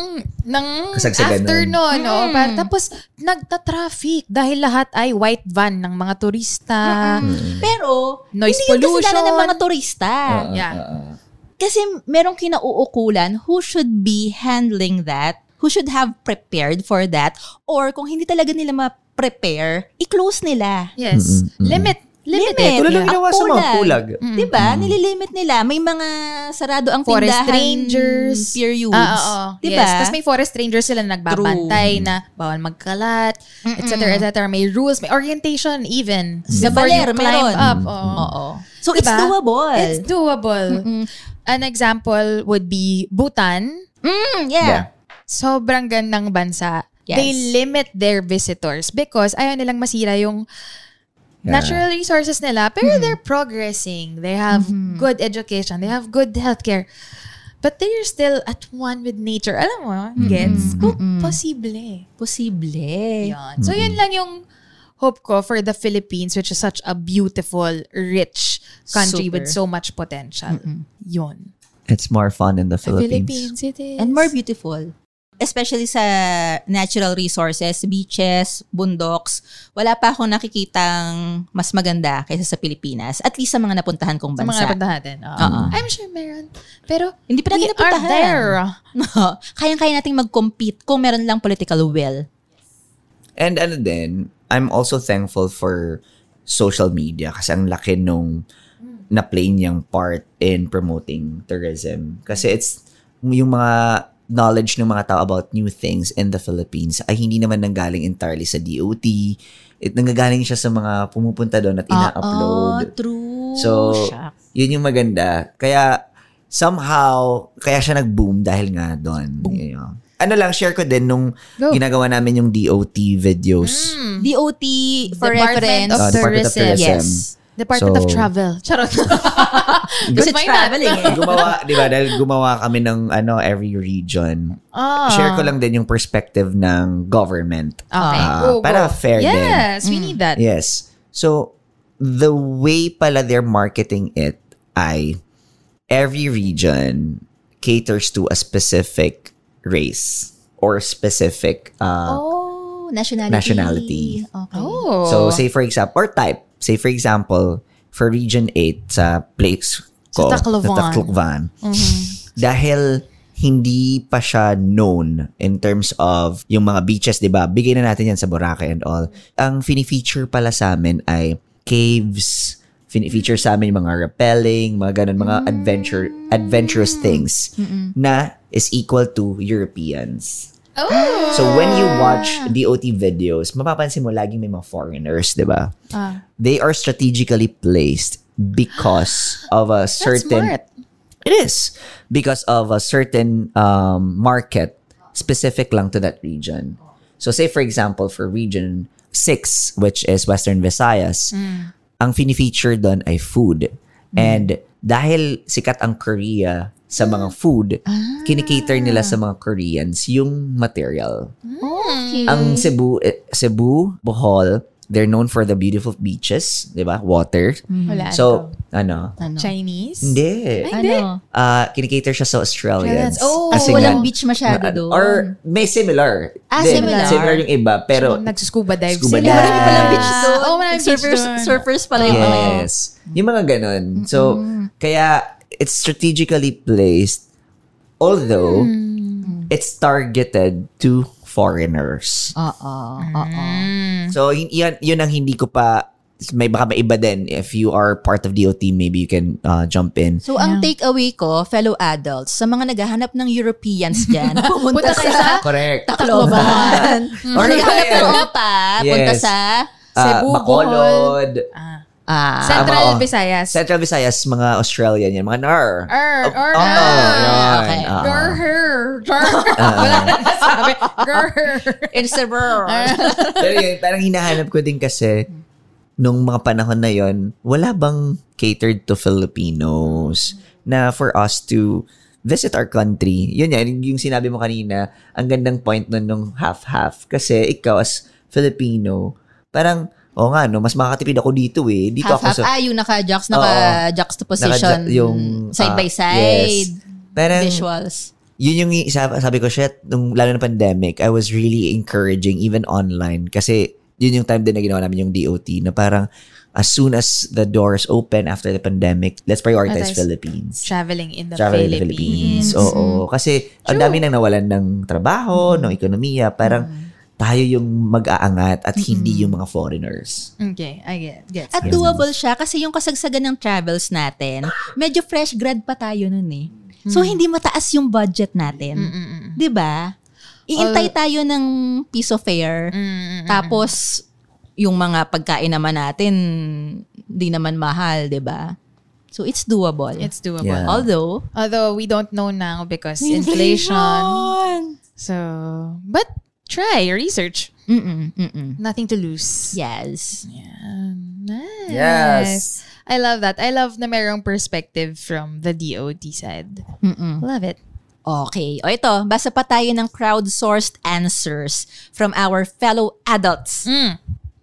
Speaker 9: ng
Speaker 5: Kasagsagan
Speaker 9: after
Speaker 5: nun.
Speaker 9: noon. oo.
Speaker 3: Hmm.
Speaker 9: Par- tapos nagta-traffic dahil lahat ay white van ng mga turista. Ah,
Speaker 5: Mm.
Speaker 3: Pero,
Speaker 9: Noise
Speaker 3: hindi yun
Speaker 9: pollution.
Speaker 3: kasalanan ng mga turista.
Speaker 9: Yeah.
Speaker 3: Uh, Kasi merong kinauukulan who should be handling that, who should have prepared for that, or kung hindi talaga nila ma-prepare, i-close nila.
Speaker 9: Yes. Limit. Limit.
Speaker 3: Limit.
Speaker 5: Tulad ng
Speaker 3: Ang
Speaker 5: ginawa sa mga
Speaker 3: kulag.
Speaker 5: kulag.
Speaker 3: Diba? Nililimit nila. May mga sarado ang
Speaker 9: Forest
Speaker 3: tindahan
Speaker 9: rangers.
Speaker 3: periods.
Speaker 9: Ah, oo.
Speaker 3: Diba?
Speaker 9: Yes. Tapos may forest rangers sila na nagbabantay na bawal magkalat, etc. etc. May rules, may orientation even.
Speaker 3: Sa
Speaker 9: Before you
Speaker 3: Baler,
Speaker 9: climb
Speaker 3: meron.
Speaker 9: up. oo.
Speaker 3: Oo. So, it's
Speaker 9: Diba?
Speaker 3: doable.
Speaker 9: It's doable. An example would be Bhutan.
Speaker 3: Mm, yeah.
Speaker 9: Sobrang gandang bansa.
Speaker 3: Yes.
Speaker 9: They limit their visitors because ayaw nilang masira yung natural resources nila. Pero
Speaker 3: Mm-hmm.
Speaker 9: they're progressing. They have good education. They have good healthcare. But they're still at one with nature. Alam mo,
Speaker 3: Mm-hmm.
Speaker 9: gets? Kung posible.
Speaker 3: Posible.
Speaker 9: Yun. So, yun lang yung hope ko for the Philippines, which is such a beautiful, rich country
Speaker 3: Super. Mm-hmm.
Speaker 9: with so much potential. Yun.
Speaker 5: It's more fun in the Philippines.
Speaker 9: it is.
Speaker 3: And more beautiful. Especially sa natural resources, beaches, bundoks. Wala pa akong nakikitang mas maganda kaysa sa Pilipinas. At least sa mga napuntahan kong
Speaker 9: Sa mga
Speaker 3: bansa.
Speaker 9: napunta natin. Oo.
Speaker 3: Oo.
Speaker 9: I'm sure meron. Pero,
Speaker 3: Hindi pa natin
Speaker 9: we are
Speaker 3: napuntahan.
Speaker 9: there.
Speaker 3: No, kayang-kaya nating mag-compete kung meron lang political will.
Speaker 5: And ano din, I'm also thankful for social media kasi ang laki nung na-play niyang part in promoting tourism. Kasi it's yung mga knowledge ng mga tao about new things in the Philippines ay hindi naman nanggaling entirely sa DOT. It, nanggagaling siya sa mga pumupunta doon at ina-upload.
Speaker 3: Oo, true.
Speaker 5: So,
Speaker 9: Oh,
Speaker 3: Shucks.
Speaker 5: yun yung maganda. Kaya, somehow, kaya siya nag-boom dahil nga doon. Yun yung- Ano lang, share ko din nung
Speaker 9: Go.
Speaker 5: ginagawa namin yung DOT videos.
Speaker 9: Mm.
Speaker 3: DOT for
Speaker 9: Department
Speaker 3: reference.
Speaker 9: of
Speaker 5: Ah, Department of
Speaker 9: Tourism.
Speaker 5: Tourism.
Speaker 3: Yes.
Speaker 9: Department of
Speaker 5: So-
Speaker 9: Travel. Charot.
Speaker 3: Kasi
Speaker 9: Why not?
Speaker 3: traveling eh.
Speaker 5: gumawa, di ba? Dahil gumawa kami ng ano, every region.
Speaker 9: Ah.
Speaker 5: Share ko lang din yung perspective ng government.
Speaker 9: Okay.
Speaker 5: Ah,
Speaker 9: Go, go.
Speaker 5: para fair din.
Speaker 9: Yes,
Speaker 3: Mm.
Speaker 9: we need that.
Speaker 5: Yes. So, the way pala they're marketing it ay every region caters to a specific race or specific uh,
Speaker 3: Oh, nationality.
Speaker 5: Nationality.
Speaker 3: Okay.
Speaker 9: Oh.
Speaker 5: so say for example or type say for example for region 8 sa place ko
Speaker 9: Sa Tacloban.
Speaker 5: sa Tacloban, dahil hindi pa siya known in terms of yung mga beaches, di ba? Bigay na natin yan sa Boracay and all. Ang fini-feature pala sa amin ay caves, fini-feature sa amin yung mga rappelling, mga ganun, mga adventure, adventurous things na is equal to Europeans. So
Speaker 9: Ah.
Speaker 5: when you watch DOT videos, mapapansin mo laging may mga foreigners, di ba?
Speaker 9: Ah.
Speaker 5: They are strategically placed because of a
Speaker 9: That's
Speaker 5: certain
Speaker 9: smart.
Speaker 5: It is because of a certain um, market specific lang to that region. So say for example for region 6 which is Western Visayas,
Speaker 3: Mm.
Speaker 5: ang fini-feature doon ay food. And dahil sikat ang Korea sa mga
Speaker 3: Ah.
Speaker 5: food, kinikater nila sa mga Koreans yung material.
Speaker 3: Mm,
Speaker 5: Ang Cebu, eh, Cebu, Bohol, they're known for the beautiful beaches, di ba? Water.
Speaker 9: Wala
Speaker 5: So, ano?
Speaker 3: Mm. Ano?
Speaker 9: Chinese?
Speaker 5: Hindi
Speaker 3: Ano?
Speaker 5: uh, kinikater siya sa
Speaker 9: Australians.
Speaker 5: Australians.
Speaker 9: Oh,
Speaker 5: Kasi
Speaker 3: walang
Speaker 5: nga-
Speaker 3: beach masyado doon.
Speaker 5: Or may similar.
Speaker 3: Ah,
Speaker 5: din.
Speaker 3: similar.
Speaker 5: Similar yung iba. Pero,
Speaker 9: Nagsuscuba dive
Speaker 5: Scuba
Speaker 9: sila.
Speaker 5: dive.
Speaker 3: Marami palang Oh, beach
Speaker 9: Ah,
Speaker 3: doon.
Speaker 9: Oo, marami beach
Speaker 3: surfers,
Speaker 9: doon.
Speaker 3: surfers pala yung mga yun.
Speaker 5: yes. Yung mga ganun. So, kaya, it's strategically placed. Although,
Speaker 3: Mm.
Speaker 5: it's targeted to foreigners.
Speaker 3: Oo, oo.
Speaker 5: So, yun, yun, yun ang hindi ko pa, may baka may iba din. If you are part of DOT, maybe you can uh, jump in.
Speaker 3: So, ang takeaway ko, fellow adults, sa mga naghahanap ng Europeans dyan, pumunta
Speaker 9: Punta kayo
Speaker 3: sa
Speaker 5: Correct.
Speaker 3: Tacloban.
Speaker 5: Or
Speaker 3: Naghahanap ng
Speaker 5: tayo.
Speaker 3: Europa, punta
Speaker 5: Yes.
Speaker 3: sa
Speaker 5: Uh,
Speaker 9: Cebu,
Speaker 5: Bacolod.
Speaker 9: Bohol.
Speaker 3: Ah,
Speaker 9: Central
Speaker 5: oo.
Speaker 9: Visayas.
Speaker 5: Central Visayas, mga Australian yan. Mga NAR.
Speaker 3: Oh,
Speaker 9: Er, or,
Speaker 5: Oo, yun.
Speaker 3: okay.
Speaker 5: Oo.
Speaker 9: Grr, grr.
Speaker 5: Oo.
Speaker 9: Wala na nasabi. Grr.
Speaker 3: it's a burr.
Speaker 5: Pero yun, parang hinahanap ko din kasi nung mga panahon na yon, wala bang catered to Filipinos na for us to visit our country. Yun yan, yung sinabi mo kanina, ang gandang point nun nung half-half. Kasi ikaw as Filipino, parang, o nga no, mas makakatipid ako dito eh. Dito ako
Speaker 3: Half-half.
Speaker 5: sa...
Speaker 3: Ah, yung naka-jux,
Speaker 5: naka-
Speaker 3: naka-juxtaposition.
Speaker 5: yung,
Speaker 3: side
Speaker 5: ah,
Speaker 3: by
Speaker 5: yes.
Speaker 3: side.
Speaker 5: Parang,
Speaker 3: Visuals.
Speaker 5: yun yung i- sabi, sabi ko, shit, nung lalo na pandemic, I was really encouraging even online kasi yun yung time din na ginawa namin yung DOT na parang as soon as the doors open after the pandemic, let's prioritize
Speaker 9: Prioritize.
Speaker 5: Philippines.
Speaker 9: Traveling in the
Speaker 5: Travel in the
Speaker 9: Philippines. Mm-hmm.
Speaker 5: Philippines. Oo. Kasi ang dami nang nawalan ng trabaho, ng ekonomiya. Parang
Speaker 9: Mm-hmm.
Speaker 5: tayo yung mag-aangat at hindi yung mga foreigners.
Speaker 9: Okay, I get, get.
Speaker 3: At doable siya kasi yung kasagsagan ng travels natin, medyo fresh grad pa tayo nun eh. So, hindi mataas yung budget natin.
Speaker 9: Mm-mm.
Speaker 3: 'Di ba? Iintay tayo ng piece of fare.
Speaker 9: Mm-mm.
Speaker 3: Tapos, yung mga pagkain naman natin, di naman mahal, 'di ba? So, it's doable.
Speaker 9: It's doable.
Speaker 5: Yeah.
Speaker 3: Although,
Speaker 9: Although we don't know now because inflation. So, but try research.
Speaker 3: Mm-mm, mm-mm.
Speaker 9: Nothing to lose.
Speaker 3: Yes.
Speaker 9: Yeah. Nice.
Speaker 5: Yes.
Speaker 9: I love that. I love na merong perspective from the DOT side.
Speaker 3: Mm-mm.
Speaker 9: Love it.
Speaker 3: Okay. O ito, basa pa tayo ng crowdsourced answers from our fellow adults.
Speaker 9: Mm.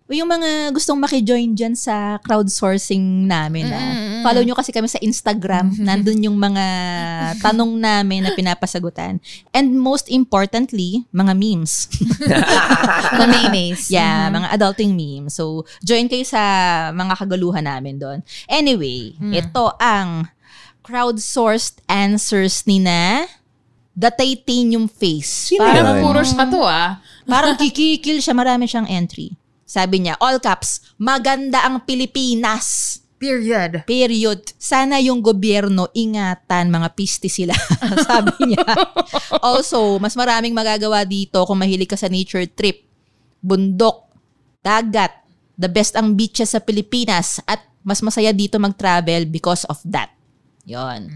Speaker 3: O yung mga gustong makijoin dyan sa crowdsourcing namin. ah. Follow nyo kasi kami sa Instagram. Nandun yung mga tanong namin na pinapasagutan. And most importantly, mga memes.
Speaker 9: The mayonnaise.
Speaker 3: Yeah, mga adulting memes. So, join kayo sa mga kagaluhan namin doon. Anyway, ito ang crowdsourced answers ni na The Titanium Face. Parang,
Speaker 5: yun?
Speaker 9: puro siya to ah.
Speaker 3: parang kikikil siya. Marami siyang entry. Sabi niya, all caps, maganda ang Pilipinas.
Speaker 9: Period.
Speaker 3: Period. Sana yung gobyerno ingatan mga piste sila. Sabi niya. also, mas maraming magagawa dito kung mahilig ka sa nature trip. Bundok, dagat, the best ang beaches sa Pilipinas at mas masaya dito mag-travel because of that. Yon.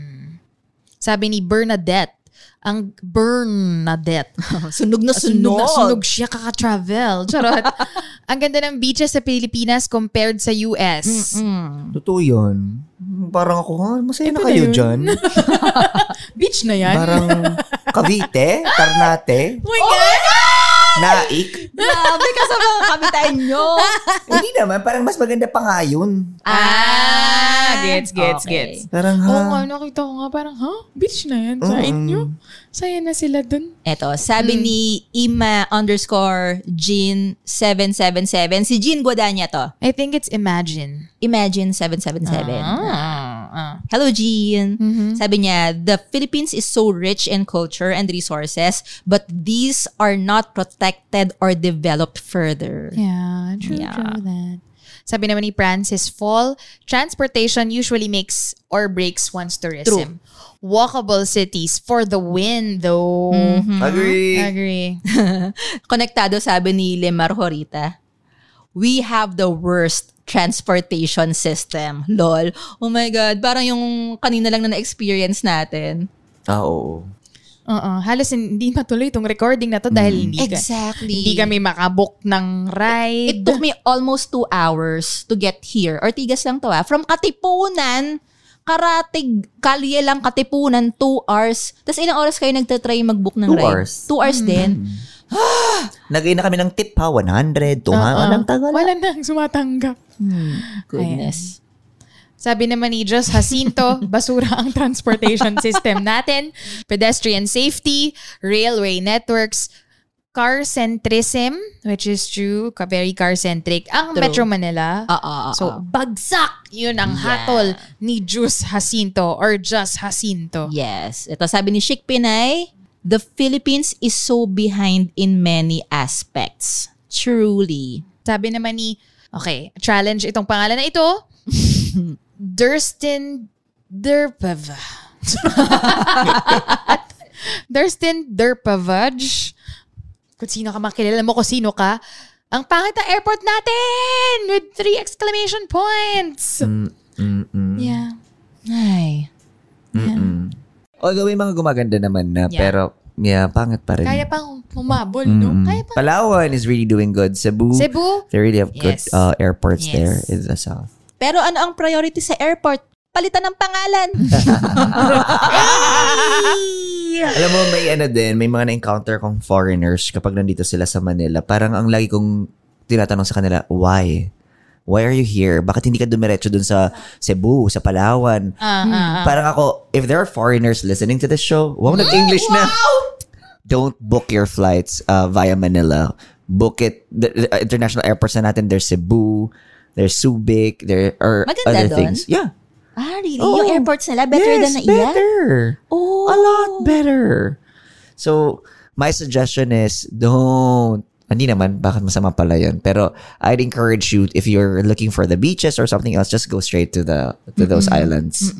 Speaker 9: Sabi ni Bernadette, ang Bernadette.
Speaker 3: Sunog na
Speaker 9: sunog na sunog siya kaka-travel. Charot. ang ganda ng beaches sa Pilipinas compared sa US.
Speaker 5: Totoo yun. Parang ako, ha, masaya na kayo dyan.
Speaker 9: Beach na yan.
Speaker 5: Parang Cavite, Ternate,
Speaker 9: oh my God!
Speaker 5: Naik.
Speaker 3: Grabe ka sa mga kabitain nyo.
Speaker 5: Hindi naman, parang mas maganda pa nga yun.
Speaker 9: Ah, gets, gets,
Speaker 3: Okay.
Speaker 9: gets.
Speaker 5: Parang ha.
Speaker 9: Oo ano? nga, nakita ko nga parang, ha? Beach na yan sa
Speaker 5: Mm-mm.
Speaker 9: inyo? Saya na sila dun.
Speaker 3: Eto, sabi
Speaker 9: Hmm.
Speaker 3: ni Ima underscore Jean 777. Si Jean Guadagna to.
Speaker 9: I think it's imagine.
Speaker 3: Imagine 777.
Speaker 9: Ah, Mm-hmm. ah.
Speaker 3: Hello, Jean. Sabi niya, the Philippines is so rich in culture and resources, but these are not protected or developed further.
Speaker 9: Yeah, true,
Speaker 3: Yeah.
Speaker 9: true that. Sabi naman ni Francis Fall, transportation usually makes or breaks one's tourism. Walkable cities for the win, though.
Speaker 3: Mm-hmm.
Speaker 5: Agree.
Speaker 9: Agree.
Speaker 3: Konektado sabi ni Lemar Horita, we have the worst transportation system. Lol. Oh my God. Parang yung kanina lang na na-experience natin.
Speaker 5: Ah, oo.
Speaker 9: Oo, Uh-uh. halos hindi matuloy itong recording na to dahil hindi,
Speaker 3: Mm.
Speaker 9: ka-
Speaker 3: Exactly.
Speaker 9: hindi kami makabook ng
Speaker 3: It
Speaker 9: ride.
Speaker 3: took me almost two hours to get here. Ortigas lang to ah. From Katipunan, Karatig, Kalye lang Katipunan, two hours. Tapos ilang oras kayo nagtatry mag-book ng
Speaker 5: Two
Speaker 3: ride?
Speaker 5: hours.
Speaker 3: Two hours din.
Speaker 5: Nagay na kami ng tip ha, 100, 200, walang tagal.
Speaker 9: Wala nang sumatanggap.
Speaker 3: Hmm. Goodness.
Speaker 9: Sabi naman ni Diyos Jacinto, basura ang transportation system natin, pedestrian safety, railway networks, car centrism, which is true, ka- very car centric, ang Metro Manila.
Speaker 3: Ah, ah, ah,
Speaker 9: So,
Speaker 3: ah.
Speaker 9: bagsak! Yun ang hatol ni Diyos Jacinto or Just Jacinto.
Speaker 3: Yes. Ito sabi ni Sheik Pinay, The Philippines is so behind in many aspects. Truly.
Speaker 9: Sabi naman ni, okay, challenge itong pangalan na ito. Durstin Derpava. Durstin Derpavaj. Kung sino ka makilala mo, kung sino ka, Ang pangit na airport natin! With three exclamation points! Yeah. Ay.
Speaker 5: Mm-mm. Although may mga gumaganda naman na,
Speaker 9: Yeah.
Speaker 5: pero yeah, pangit pa rin.
Speaker 9: Kaya pang humabol, no?
Speaker 5: Mm-mm.
Speaker 9: Kaya pang...
Speaker 5: Palawan is really doing good. Cebu,
Speaker 9: Cebu?
Speaker 5: they really have good
Speaker 9: Yes.
Speaker 5: uh, airports
Speaker 9: Yes.
Speaker 5: there in the south.
Speaker 3: Pero ano ang priority sa airport? Palitan ng pangalan.
Speaker 5: Alam mo, may ano din, may mga na-encounter kong foreigners kapag nandito sila sa Manila. Parang ang lagi kong tinatanong sa kanila, why? Why are you here? Bakit hindi ka dumiretso dun sa Cebu, sa Palawan?
Speaker 9: Ah, ah, ah.
Speaker 5: Parang ako, if there are foreigners listening to this show, wow, nag-English na. Don't book your flights uh, via Manila. Book it, the, the international airports na natin, there's Cebu, there's Subic, there are
Speaker 3: Maganda
Speaker 5: other
Speaker 3: dun?
Speaker 5: things. Yeah.
Speaker 3: ah, really?
Speaker 5: Oo.
Speaker 3: Yung airports nila better
Speaker 5: yes,
Speaker 3: than na iya?
Speaker 5: better.
Speaker 3: Oh.
Speaker 5: a lot better. So, my suggestion is don't hindi naman, bakit masama pala yun. Pero I'd encourage you, if you're looking for the beaches or something else, just go straight to the to those islands.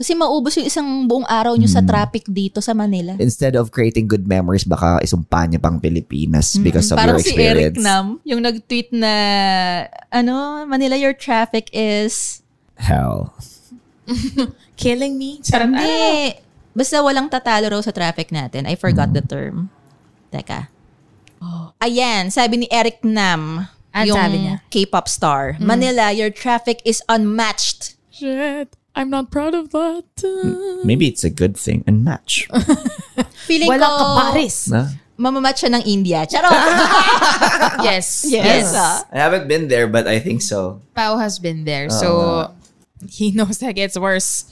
Speaker 3: Kasi maubos yung isang buong araw nyo sa traffic dito sa Manila.
Speaker 5: Instead of creating good memories, baka isumpa niya pang Pilipinas because of
Speaker 3: Parang
Speaker 5: your
Speaker 3: si Eric
Speaker 5: experience.
Speaker 3: Nam, yung nag-tweet na, ano, Manila, your traffic is,
Speaker 5: Hell.
Speaker 9: Killing me. Charot.
Speaker 3: Ah. hindi, Eh, basta walang tatalo raw sa traffic natin. I forgot the term. Teka. Ayan, sabi ni Eric Nam,
Speaker 9: Ano
Speaker 3: yung
Speaker 9: sabi niya?
Speaker 3: K-pop star, Manila, your traffic is unmatched.
Speaker 9: Shit. I'm not proud of that.
Speaker 5: Maybe it's a good thing. And match.
Speaker 3: Feeling
Speaker 9: Walang
Speaker 3: ko,
Speaker 9: kaparis.
Speaker 5: Na?
Speaker 3: mamamatch siya ng India. Charot!
Speaker 9: Yes.
Speaker 3: yes. ah.
Speaker 5: I haven't been there, but I think so.
Speaker 9: Pao has been there. So, he knows that gets worse.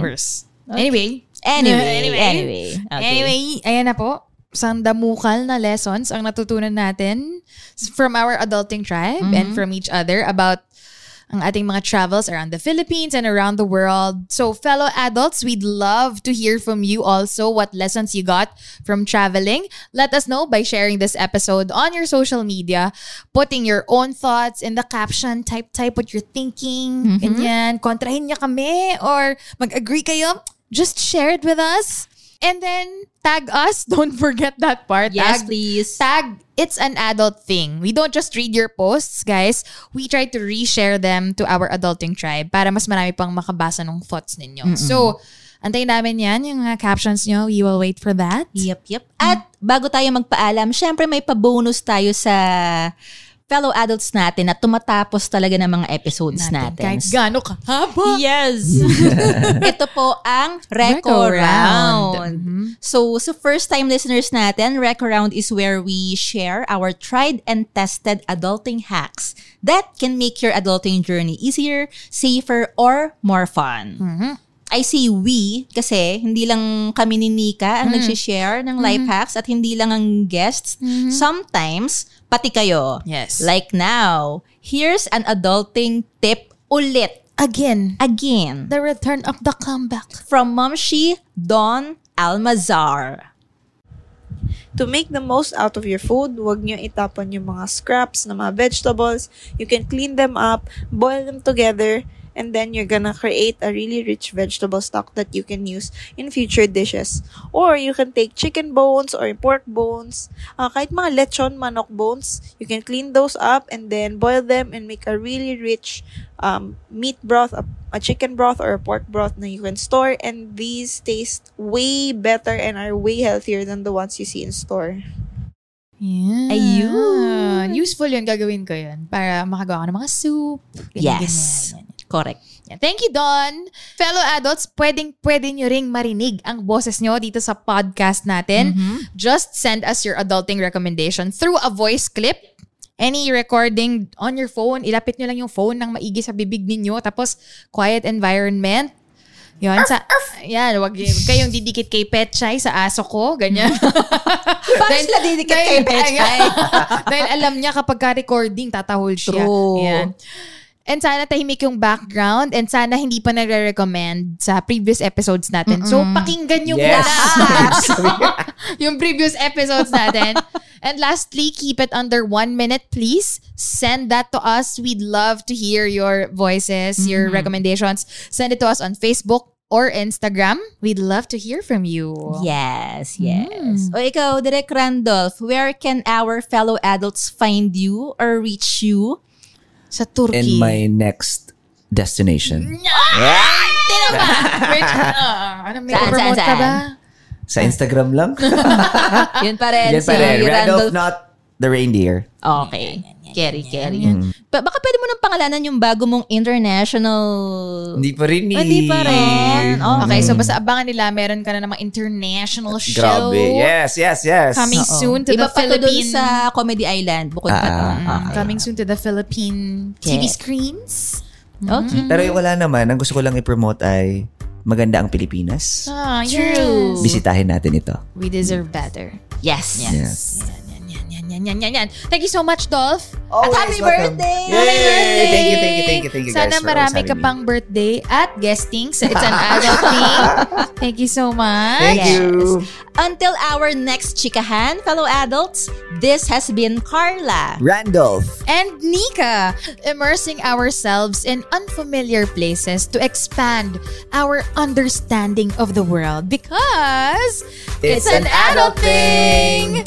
Speaker 9: Worse. Anyway.
Speaker 3: Anyway, anyway. Okay.
Speaker 9: Anyway, ayan na po. Sandamukal na lessons ang natutunan natin from our adulting tribe and from each other about ang ating mga travels around the Philippines and around the world. So, fellow adults, we'd love to hear from you also what lessons you got from traveling. Let us know by sharing this episode on your social media, putting your own thoughts in the caption, type type what you're thinking, ganyan, kontrahin niya kami or mag-agree kayo. Just share it with us. And then tag us. Don't forget that part.
Speaker 3: Yes,
Speaker 9: Tag
Speaker 3: please.
Speaker 9: tag it's an adult thing. We don't just read your posts, guys. We try to reshare them to our adulting tribe para mas marami pang makabasa ng thoughts ninyo. So, antayin namin yan, yung mga captions nyo. We will wait for that.
Speaker 3: Yep, yep. At bago tayo magpaalam, syempre may pa-bonus tayo sa fellow adults natin na tumatapos talaga ng mga episodes natin.
Speaker 9: Kahit gaano kahaba.
Speaker 3: Yes! Ito po ang Reco, Round.
Speaker 9: Reco Round.
Speaker 3: Mm-hmm. So, sa first time listeners natin, Reco Round is where we share our tried and tested adulting hacks that can make your adulting journey easier, safer, or more fun. I say we kasi hindi lang kami ni Nika
Speaker 9: Hmm.
Speaker 3: ang nag-share ng life hacks at hindi lang ang guests. Sometimes, pati kayo.
Speaker 9: Hmm. Yes.
Speaker 3: Like now, here's an adulting tip ulit.
Speaker 9: Again,
Speaker 3: Again,
Speaker 9: the return of the comeback.
Speaker 3: from Momshi Don Almazar.
Speaker 2: To make the most out of your food, huwag niyo itapon yung mga scraps ng mga vegetables. You can clean them up, boil them together, and then you're gonna create a really rich vegetable stock that you can use in future dishes. Or you can take chicken bones or pork bones, uh, kahit mga lechon, manok bones, you can clean those up and then boil them and make a really rich um, meat broth, a, a chicken broth or a pork broth na you can store. And these taste way better and are way healthier than the ones you see in store.
Speaker 9: Yeah.
Speaker 3: Ayun.
Speaker 9: Useful yun, gagawin ko yun. Para makagawa ko ng mga soup. ganyan,
Speaker 3: Yes.
Speaker 9: ganyan.
Speaker 3: Correct.
Speaker 9: Yeah. Thank you, Don. Fellow adults, pwedeng pwede nyo ring marinig ang boses nyo dito sa podcast natin. Just send us your adulting recommendation through a voice clip. Any recording on your phone, ilapit nyo lang yung phone ng maigi sa bibig ninyo. Tapos, quiet environment. Yun, sa, yan, wag, wag kayong didikit kay Petchay sa aso ko, ganyan. Paano
Speaker 3: sila didikit kay Petchay?
Speaker 9: dahil alam niya kapag ka-recording, tatahol siya.
Speaker 3: True.
Speaker 9: Yan. And sana tahimik yung background and sana hindi pa nagre-recommend sa previous episodes natin. So, pakinggan nyo
Speaker 5: Yes.
Speaker 9: muna yung previous episodes natin. and lastly, keep it under one minute, please. Send that to
Speaker 3: Mm-hmm.
Speaker 9: us. We'd love to hear your voices, your recommendations. Send it to us on Facebook
Speaker 2: or Instagram. We'd love to hear from you.
Speaker 3: Yes,
Speaker 9: Hmm.
Speaker 3: yes. O ikaw, Direk Randolph, where can our fellow adults find you or reach you?
Speaker 2: Sa Turkey.
Speaker 5: And my next destination.
Speaker 2: Wait, ah, ano, may
Speaker 3: Saan,
Speaker 2: promote
Speaker 3: saan,
Speaker 2: ka ba?
Speaker 5: Sa Instagram lang.
Speaker 3: Yun pa rin.
Speaker 5: Yan pa rin.
Speaker 3: si
Speaker 5: Randolph,
Speaker 3: Randolph.
Speaker 5: not the reindeer.
Speaker 3: Okay. Kerry, Kerry.
Speaker 5: Mm.
Speaker 2: Mm-hmm.
Speaker 3: Ba- baka pwede mo nang pangalanan yung bago mong international...
Speaker 5: Hindi pa rin eh.
Speaker 2: Oh,
Speaker 3: Hindi pa rin. Oh,
Speaker 2: Okay, so basta abangan nila, meron ka na namang international show.
Speaker 5: Grabe. Yes, yes, yes.
Speaker 2: Coming
Speaker 3: Oo.
Speaker 2: soon to
Speaker 3: Iba
Speaker 2: the
Speaker 3: pa to dun
Speaker 2: Philippines.
Speaker 3: sa Comedy Island. Bukod pa to.
Speaker 5: Ah, ah, ah.
Speaker 2: Coming soon to the Philippine
Speaker 3: Okay.
Speaker 2: TV screens.
Speaker 3: Okay.
Speaker 5: Pero yung wala naman, ang gusto ko lang i-promote ay maganda ang Pilipinas.
Speaker 2: Ah, true.
Speaker 5: Bisitahin natin ito.
Speaker 2: We deserve better.
Speaker 3: Yes.
Speaker 5: Yes.
Speaker 2: Yan, yan, yan, yan, yan, yan, yan. Thank you so much, Dolph.
Speaker 5: Always
Speaker 2: happy
Speaker 5: welcome.
Speaker 2: birthday!
Speaker 5: Yay! Thank you, thank you, thank you, thank you
Speaker 2: Sana
Speaker 5: guys for
Speaker 2: marami
Speaker 5: always
Speaker 2: ka
Speaker 5: having me.
Speaker 2: pang birthday at guesting sa It's an Adult Thing. Thank you so much.
Speaker 5: Thank you.
Speaker 3: Until our next chikahan, fellow adults, this has been Carla.
Speaker 5: Randolph.
Speaker 2: And Nika, immersing ourselves in unfamiliar places to expand our understanding of the world because
Speaker 5: It's an adult thing.